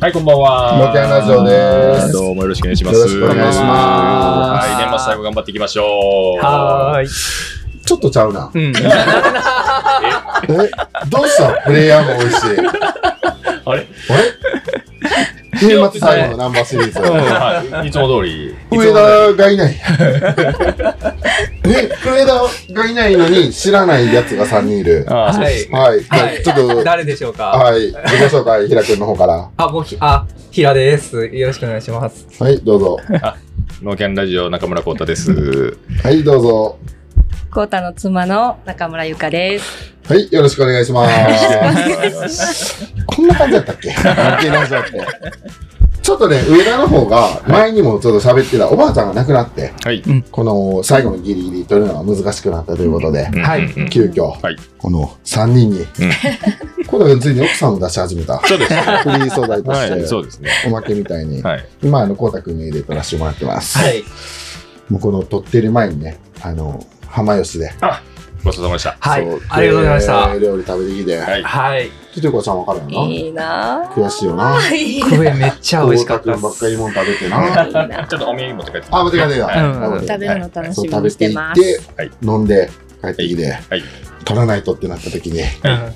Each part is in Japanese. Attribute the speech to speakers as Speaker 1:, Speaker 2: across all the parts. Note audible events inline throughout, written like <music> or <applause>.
Speaker 1: はい、こんばんは。
Speaker 2: モキャンラジオです
Speaker 3: どうもよろしくお願いします。
Speaker 2: よろしくお願いします
Speaker 1: はい、年末最後頑張っていきましょう。
Speaker 4: はーい。
Speaker 2: ちょっとちゃうな。 <laughs>
Speaker 4: うん。
Speaker 2: えどうしたプレイヤーも美味しい。
Speaker 1: あれ
Speaker 2: え年末最後のナンバーシリーズ。
Speaker 1: はい、いつも通り。
Speaker 2: 上田がいない。え上田がいないのに知らない奴が3人いる。
Speaker 1: あーそう
Speaker 4: は
Speaker 1: です
Speaker 4: い。
Speaker 2: はい。
Speaker 4: は
Speaker 2: ちょっ <laughs> と、
Speaker 4: 誰でしょうか
Speaker 2: はい。自己紹介、平くんの方から。
Speaker 4: あ、もうひ、あ、平です。よろしくお願いします。
Speaker 2: はい、どうぞ。
Speaker 1: ノーキャンラジオ中村浩太です。
Speaker 2: はい、どうぞ。
Speaker 5: コータの妻の中村ゆかです。
Speaker 2: はい、よろしくお願いします。こんな感じだったっけ芸能人って。ちょっとね、上田の方が、前にもちょっと喋ってたおばあちゃんが亡くなって、
Speaker 1: はい。
Speaker 2: この最後のギリギリ取るのが難しくなったということで、
Speaker 4: はい
Speaker 1: うんうんうん
Speaker 2: 急遽、
Speaker 1: はい
Speaker 2: この3人に、このついに奥さんを出し始めた。
Speaker 1: そうです。は
Speaker 2: フリー素材として、
Speaker 1: い、そうですね。
Speaker 2: おまけみたいに、
Speaker 1: はい。
Speaker 2: 今あの、こうたくんの家で撮らせてもらってます。
Speaker 4: はい。
Speaker 2: もうこの撮ってる前にね、あの、浜吉で。
Speaker 1: ごちそうさまでした。
Speaker 4: はい
Speaker 2: そう。
Speaker 4: ありがとうございまし
Speaker 2: えー
Speaker 4: た。
Speaker 2: 料理食べてきて。
Speaker 1: は。
Speaker 2: はい
Speaker 4: はい。
Speaker 2: ちょっとちゃんわかるよな。
Speaker 5: いいなぁ。
Speaker 2: 悔しいよな。
Speaker 5: いい
Speaker 4: これめっちゃ美味しかった
Speaker 2: 大田君ば
Speaker 4: で
Speaker 2: っか
Speaker 4: す。
Speaker 2: りもん食べてな。
Speaker 5: な
Speaker 2: <laughs>
Speaker 1: ちょっとお土産持って帰ってきて
Speaker 2: あ、待って待って待
Speaker 1: は
Speaker 4: う
Speaker 2: っ
Speaker 4: ん
Speaker 2: てはい
Speaker 5: 食べるの楽
Speaker 2: そう
Speaker 5: しみ
Speaker 2: 食
Speaker 5: に
Speaker 2: べ
Speaker 5: してて
Speaker 2: い
Speaker 5: ま
Speaker 2: っ
Speaker 5: す。
Speaker 2: て、
Speaker 1: はい
Speaker 2: 飲んで、帰ってきて、
Speaker 1: はい。
Speaker 2: 取らないとってなった時に、
Speaker 4: うん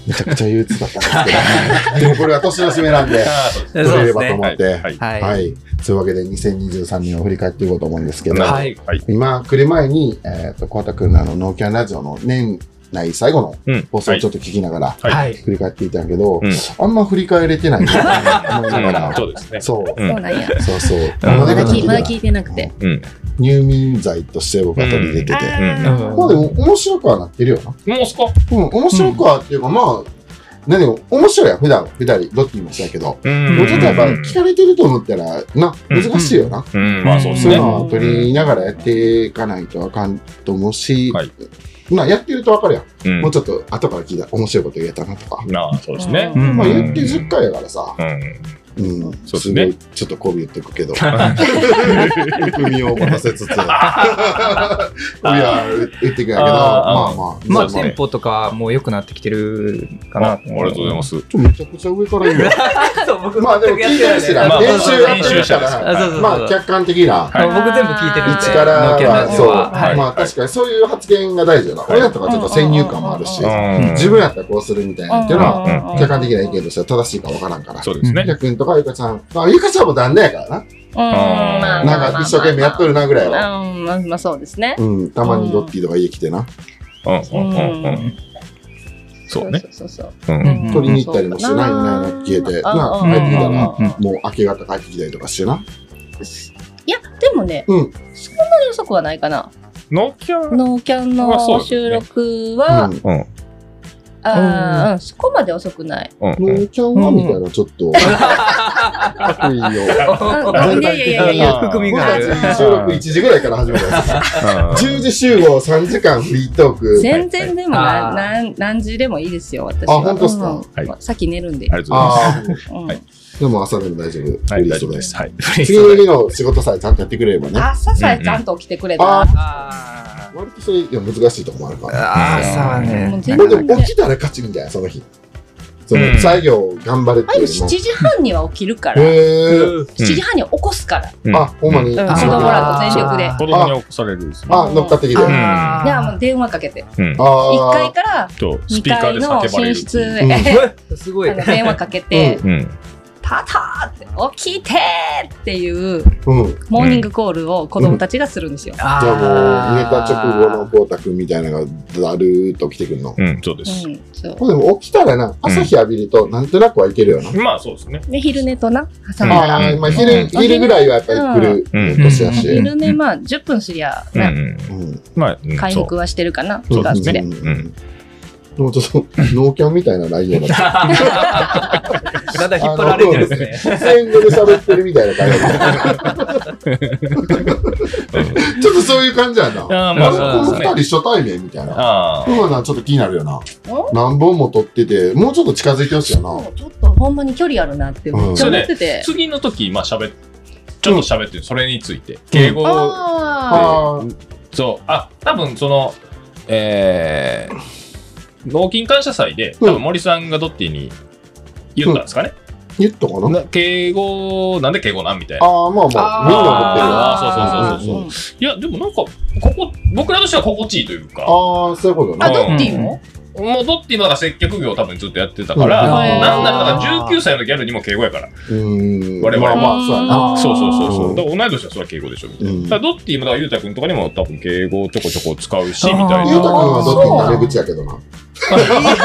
Speaker 2: めちゃくちゃ憂鬱だったんですけど、でもこれは年の締めなんで、
Speaker 1: あーそうです
Speaker 2: 取
Speaker 4: そう
Speaker 2: れ
Speaker 4: で
Speaker 2: れ
Speaker 4: す
Speaker 2: ばと
Speaker 4: ね。
Speaker 2: 思って、
Speaker 1: はいはい
Speaker 4: はい。
Speaker 2: は
Speaker 4: はい。
Speaker 2: い。そういうわけで、2023年を振り返っていこうと思うんですけど、
Speaker 1: なるほど
Speaker 4: はい
Speaker 1: はい。
Speaker 2: 今、来る前に、えっ、と、小畑くんのあの、ノーキャンラジオの年内最後の
Speaker 1: うん。
Speaker 2: 放送をちょ
Speaker 1: っ
Speaker 2: っと聞きながら、
Speaker 1: は
Speaker 4: はい。
Speaker 2: 振り返っていたんやけど、
Speaker 1: うん
Speaker 2: あんま振り返れてないな
Speaker 1: <laughs>
Speaker 2: と思いながら、
Speaker 1: そうですね。
Speaker 2: そう。
Speaker 1: うん
Speaker 5: そうなんや。
Speaker 2: そうそう。
Speaker 1: うん
Speaker 5: ま
Speaker 2: 聞い
Speaker 5: だ聞
Speaker 2: て
Speaker 5: いまだ聞いてなくて。
Speaker 1: うん。
Speaker 2: 入眠剤として僕は取り入れてて。
Speaker 1: うん
Speaker 5: あー
Speaker 4: うん
Speaker 2: まあでも面白くはなってるよな。
Speaker 1: もうすこ
Speaker 2: うん、面白くはっていうか、まあ、何も面白いやん、普段、二人、どっちにもしたけど。
Speaker 1: う
Speaker 2: もうちょっとやっぱ
Speaker 4: うん
Speaker 2: 聞かれてると思ったら、な、
Speaker 1: うん
Speaker 2: 難しいよな。
Speaker 1: うん、まあそうです
Speaker 2: そういう
Speaker 1: ね。
Speaker 2: のは取りながらやっていかないとあかんと思うし、
Speaker 1: はい
Speaker 2: まあやってるとわかるやん。
Speaker 1: うん
Speaker 2: もうちょっと後から聞いたら面白いこと言えたなとか。
Speaker 1: まあそうですね。
Speaker 4: うん
Speaker 2: まあ言って10回やからさ、
Speaker 1: うん。
Speaker 2: うん、
Speaker 1: そうです
Speaker 2: ご
Speaker 1: ね
Speaker 2: いちょっと媚び言ってく
Speaker 1: <laughs>
Speaker 2: けど、含みを持たせつつ、媚びは言ってくやけど、ま
Speaker 1: あ
Speaker 2: あ
Speaker 1: ー
Speaker 2: まあ、
Speaker 4: まあ、
Speaker 1: そうですね
Speaker 4: テンポとかも良くなってきてるか
Speaker 1: あ
Speaker 4: な。
Speaker 1: ありがとうございます。
Speaker 2: ちょめちゃくちゃ上から言うよ
Speaker 4: <laughs> そう、僕
Speaker 2: まあでも聞いてるしな、
Speaker 1: まあ
Speaker 2: 練習やって
Speaker 1: 練習者で
Speaker 2: るか
Speaker 1: すから
Speaker 2: ら、
Speaker 4: あ、そうそうそう。
Speaker 2: まあ客観的な、
Speaker 1: はい
Speaker 4: 僕全部聞いてるん
Speaker 2: 位
Speaker 4: で。
Speaker 2: 置から
Speaker 4: ノーキャンラ
Speaker 2: は、
Speaker 4: ジ
Speaker 2: そ
Speaker 4: オ
Speaker 2: う、
Speaker 4: ははい。
Speaker 2: まあ確かにそういう発言が大事よな。
Speaker 1: はい
Speaker 2: 親とかちょっと先入観もあるし
Speaker 5: う、
Speaker 1: うん
Speaker 2: 自分やったらこうするみたいなっていうのは、
Speaker 1: うん
Speaker 2: 客観的な意見としては正しいかわからんから。
Speaker 1: そうですね。
Speaker 2: ゆかくんとかゆかちゃん、まあゆかちゃんも旦那やからな。
Speaker 5: うんまあまあまあまあ
Speaker 2: なんか一生懸命やっとるなぐらいは。
Speaker 5: うん、まあまあそうですね。
Speaker 2: うん、たまにドッキーとか家来てな。
Speaker 1: うんうんうんう。
Speaker 5: うん
Speaker 1: そうね。。
Speaker 5: そうそうそう。
Speaker 1: うん。
Speaker 4: うん
Speaker 2: 取りに行ったりもしてないんだよな、消えて。な、帰ってきたら、
Speaker 4: うん
Speaker 2: もう明け方帰ってきたりとかしてな。
Speaker 5: いや、でもね、
Speaker 2: うん
Speaker 5: そんなに遅くはないかな。
Speaker 1: ノーキャン。
Speaker 5: ノーキャン
Speaker 1: あそう
Speaker 5: の
Speaker 1: ですね
Speaker 5: 収録
Speaker 2: う
Speaker 5: は、
Speaker 2: ん。
Speaker 1: うん。
Speaker 5: あーうん、そこまで遅くない。
Speaker 1: うん。
Speaker 2: ノーキャンはみたいな、ちょっと、かっこいいよ。
Speaker 5: うんいやいや
Speaker 4: <laughs>
Speaker 5: いやいや。
Speaker 4: 含み
Speaker 2: 僕
Speaker 4: があ
Speaker 2: た
Speaker 4: る。
Speaker 2: ち収録1時ぐらいから始めたんです。10
Speaker 1: <laughs>
Speaker 2: 時集合3時間フリートーク。
Speaker 5: 全然でも
Speaker 4: あー
Speaker 5: な何何時でもいいですよ、私は。
Speaker 2: あ本当っすか
Speaker 5: うん
Speaker 1: はい
Speaker 5: まあ先寝るんで。
Speaker 1: ありがとうございます。
Speaker 2: ああ、
Speaker 5: うん
Speaker 1: はい
Speaker 2: でも朝でも大丈夫。
Speaker 1: はい、
Speaker 2: フリ
Speaker 1: 大
Speaker 2: ート
Speaker 1: 丈
Speaker 2: ー
Speaker 1: 夫
Speaker 2: ク
Speaker 1: で。
Speaker 2: ですす。
Speaker 1: はい。
Speaker 2: 次の日の仕事さえちゃんとやってくれればね。
Speaker 5: 朝さえちゃんと起きてくれた
Speaker 2: うん
Speaker 5: ら。
Speaker 4: あ
Speaker 2: 割とそれいや難しいとこもあるから。
Speaker 4: あ、朝は
Speaker 5: もう
Speaker 4: ね。
Speaker 5: 全
Speaker 2: まあでも
Speaker 5: 然
Speaker 2: 起きたら勝ちみたいな、その日。そうの
Speaker 1: ん
Speaker 2: 作業頑張れって
Speaker 5: あ
Speaker 2: い
Speaker 5: ゆ
Speaker 2: うよ
Speaker 5: 7時半には起きるから、7
Speaker 2: りも。へ
Speaker 5: 時半には起こすから、
Speaker 1: う
Speaker 2: え。
Speaker 1: ん
Speaker 2: あ、ほんまに。
Speaker 5: うん、
Speaker 4: あー
Speaker 5: 子供らと全力で。
Speaker 1: 子供に起こされるんですね。
Speaker 2: あ、乗っかってきて。
Speaker 1: ん
Speaker 2: あ
Speaker 5: じゃあもう電話かけて、
Speaker 1: うん。
Speaker 5: 1
Speaker 2: あ
Speaker 5: 階。から
Speaker 1: と、ス
Speaker 5: 2
Speaker 1: ピーカー
Speaker 5: 階
Speaker 1: で
Speaker 5: の
Speaker 1: 叫ばれ
Speaker 5: 寝
Speaker 1: る。
Speaker 5: 室へ、
Speaker 2: うん
Speaker 4: すごい。
Speaker 5: あの電話かけて、
Speaker 1: うん。
Speaker 5: パターって起きてーっていう
Speaker 2: うん。じ
Speaker 5: モーニングコールを子供たちがするんですよ。
Speaker 4: あ
Speaker 2: ゃあもう、寝た直後の光太くんみたいなのがだるーっと来てくるの。
Speaker 1: うん、そうで
Speaker 5: う
Speaker 1: す。
Speaker 5: ん、そう
Speaker 2: まあでも起きたらな、朝日浴びるとなんとなくはいけるよな。
Speaker 1: まあそうですね。
Speaker 5: で昼寝とな挟んだら、
Speaker 2: ああ、まあ
Speaker 1: うん
Speaker 2: 昼、昼ぐらいはやっぱり来る
Speaker 1: うん
Speaker 2: 年だ
Speaker 4: う
Speaker 2: し。
Speaker 5: 昼寝まあ10分すりゃ
Speaker 1: う
Speaker 5: な、
Speaker 1: ん。
Speaker 2: うん。
Speaker 1: まあ、うん
Speaker 5: 回
Speaker 1: そう
Speaker 5: 復はしてるかな
Speaker 1: そう
Speaker 5: が
Speaker 1: で
Speaker 5: っ
Speaker 1: す
Speaker 5: つ
Speaker 1: ね
Speaker 5: り
Speaker 2: うんうんもうちょっと、ノーキャンみたいな内容だった。
Speaker 4: まだ引っ張られてるんですね。
Speaker 2: スペイン語で喋ってるみたいな感じだった。ちょっとそういう感じやな。
Speaker 1: ああまあ
Speaker 2: こ
Speaker 1: そうで
Speaker 2: の
Speaker 1: すね
Speaker 2: 二人初対面みたいな。
Speaker 1: あ
Speaker 2: そうな、ちょっと気になるよな。何本も撮ってて、もうちょっと近づいてほしいよな。
Speaker 5: もうちょっとほんまに距離あるなってめっちゃ思って
Speaker 1: あ。
Speaker 5: て、
Speaker 1: 次の時、まあ喋っちょっと喋って、それについて。敬語を
Speaker 5: あ
Speaker 2: あー
Speaker 1: そう、あ、多分その、えー、納金感謝祭で、
Speaker 2: うん
Speaker 1: 多分森さんがドッティに言ったんですかね。
Speaker 2: 言ったかな
Speaker 1: な敬語、なんで敬語なんみたいな。
Speaker 2: ああ、まあまあ、みんな思
Speaker 1: あーそうそ
Speaker 2: ってるわ。
Speaker 1: うそうそう
Speaker 5: そうそ
Speaker 1: いや、でもなんか、ここ、僕らとしては心地いいというか、
Speaker 2: ああ、そういうこと
Speaker 5: あ、
Speaker 2: な。
Speaker 5: ドッティも
Speaker 1: もうドッティもだから接客業を多分ずっとやってたから、
Speaker 2: うん
Speaker 1: なんならだから19歳のギャルにも敬語やから。
Speaker 2: うん。
Speaker 1: 我々
Speaker 2: ま
Speaker 1: は
Speaker 2: あまあ、そうやな。
Speaker 5: あー
Speaker 1: そうそうそうそうう。
Speaker 2: ん
Speaker 1: だから同い年はそれは敬語でしょ、みたいな。
Speaker 2: うん
Speaker 1: だからドッティもだからゆうたくんとかにも多分敬語をちょこちょこ使うし、み
Speaker 4: あー
Speaker 1: たい
Speaker 2: ゆうたく
Speaker 1: な。
Speaker 2: んはドッキーのタメ口やけどな。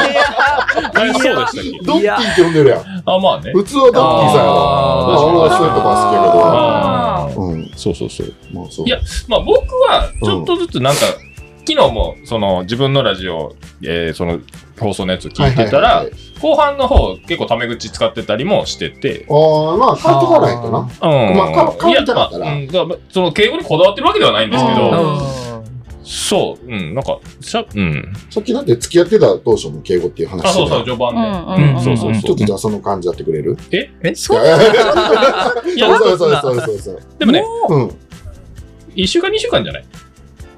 Speaker 1: あそうでしたっけ
Speaker 2: ドッキーって呼んでるやん。
Speaker 1: あ、まあね。
Speaker 2: 普通はドッキーさんやろ。ま
Speaker 1: あ
Speaker 2: あ、
Speaker 1: ー
Speaker 2: 俺はそういうとこは
Speaker 1: あー
Speaker 2: 好きやけど。うん。
Speaker 1: そうそうそう。
Speaker 2: まあ、そう。
Speaker 1: いやまあ僕はちょっとずつなんか、昨日もその自分のラジオ、えーその放送のやつを聞いてたら、
Speaker 2: はいはいはいはい
Speaker 1: 後半の方結構タメ口使ってたりもしてて、
Speaker 2: ああ、まあ、帰ってこないとな。
Speaker 1: うん
Speaker 2: まあか変わりたかった
Speaker 1: いやま
Speaker 2: ら
Speaker 1: あうんだからその敬語にこだわってるわけではないんですけ
Speaker 2: うん
Speaker 1: ど、
Speaker 4: あ
Speaker 1: そう、うん、なんか、しゃ、うん。
Speaker 2: さっきだって付き合ってた当初も敬語っていう話して
Speaker 1: あ、そ
Speaker 2: た
Speaker 1: う
Speaker 2: や
Speaker 1: そ
Speaker 2: ん
Speaker 1: う、序盤
Speaker 5: うん
Speaker 1: ね。
Speaker 5: うん
Speaker 1: うん、そうそう
Speaker 2: ちょ
Speaker 1: そ
Speaker 2: っとじゃあその感じやってく
Speaker 1: <laughs>
Speaker 2: れる
Speaker 5: そう
Speaker 1: う。いや、
Speaker 2: そうそうそうそうそう。
Speaker 1: でもね、
Speaker 2: うん。
Speaker 1: 1週間、2週間じゃない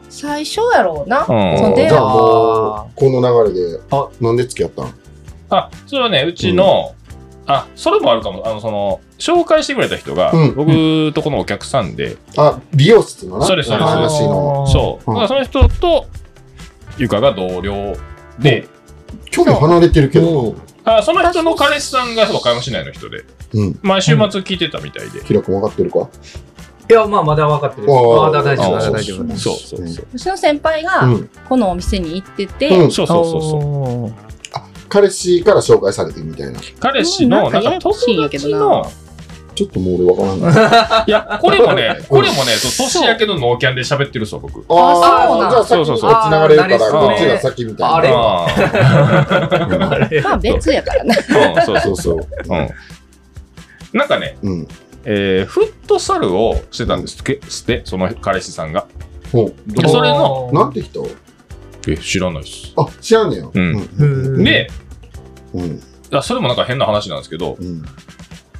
Speaker 5: 最初やろうな。
Speaker 1: うん
Speaker 5: そう
Speaker 2: じ
Speaker 5: で
Speaker 2: ゃあもう、この流れで
Speaker 4: あ、
Speaker 2: なんで付き合ったん
Speaker 1: あ、それはね、うちの、あ、それもあるかも。あの、その、紹介してくれた人が、
Speaker 2: うん
Speaker 1: 僕とこのお客さんで、
Speaker 2: あ、美容室のな。
Speaker 1: そうですそうです
Speaker 2: 話の。
Speaker 1: そう。
Speaker 2: うん
Speaker 1: だからその人と、ゆかが同僚で、
Speaker 2: 距離離れてるけど、
Speaker 1: あその人の彼氏さんがそう、買い物市内の人で、
Speaker 2: うん。
Speaker 1: 毎週末聞いてたみたいで。
Speaker 2: キラ君分かってるか
Speaker 4: いや、まあ、まだ分かってる。
Speaker 2: あー
Speaker 4: まだ大丈夫、
Speaker 1: あ
Speaker 4: ま
Speaker 1: ー
Speaker 4: だ大丈夫。
Speaker 2: ん
Speaker 1: そうそうそう。
Speaker 5: うちの先輩
Speaker 2: う
Speaker 5: が
Speaker 2: ん。
Speaker 5: このお店に行ってて、
Speaker 2: うん。
Speaker 1: そうそうそうそう。
Speaker 4: う。
Speaker 2: 彼氏から紹介されてみたいな。
Speaker 1: 彼氏の、
Speaker 5: うん
Speaker 1: なん
Speaker 5: な
Speaker 1: ん
Speaker 5: かや
Speaker 1: か
Speaker 5: やこ
Speaker 1: 友
Speaker 5: しいんやけど
Speaker 1: 達
Speaker 5: な
Speaker 1: の、
Speaker 2: ちょっともう俺分からんない。
Speaker 1: いや、これもね、これもね、そう年明けのノーキャンで喋ってるそう、僕。
Speaker 5: あそう
Speaker 2: ー
Speaker 5: なん
Speaker 2: じゃあ先
Speaker 1: そう
Speaker 2: に
Speaker 1: そ
Speaker 2: こ
Speaker 1: う
Speaker 2: っち
Speaker 1: そう
Speaker 2: 流れるか
Speaker 4: あ
Speaker 2: ら、
Speaker 1: ー
Speaker 2: こっちが先みたいな。
Speaker 4: あれ
Speaker 1: あー
Speaker 2: うん
Speaker 5: まあ別やからね。
Speaker 1: うん、そう
Speaker 2: そ
Speaker 1: そう
Speaker 2: うそう。
Speaker 1: うん。なんかね、
Speaker 2: うん。
Speaker 1: えーフットサルをしてたんですけして、その彼氏さんが。
Speaker 2: ほう。
Speaker 1: でそれの、
Speaker 2: なんて人
Speaker 1: え、知らないです。
Speaker 2: あ、知らんねや。
Speaker 1: うん
Speaker 4: うん
Speaker 1: で、
Speaker 2: うん。
Speaker 1: あそれもなんか変な話なんですけど、
Speaker 2: うん。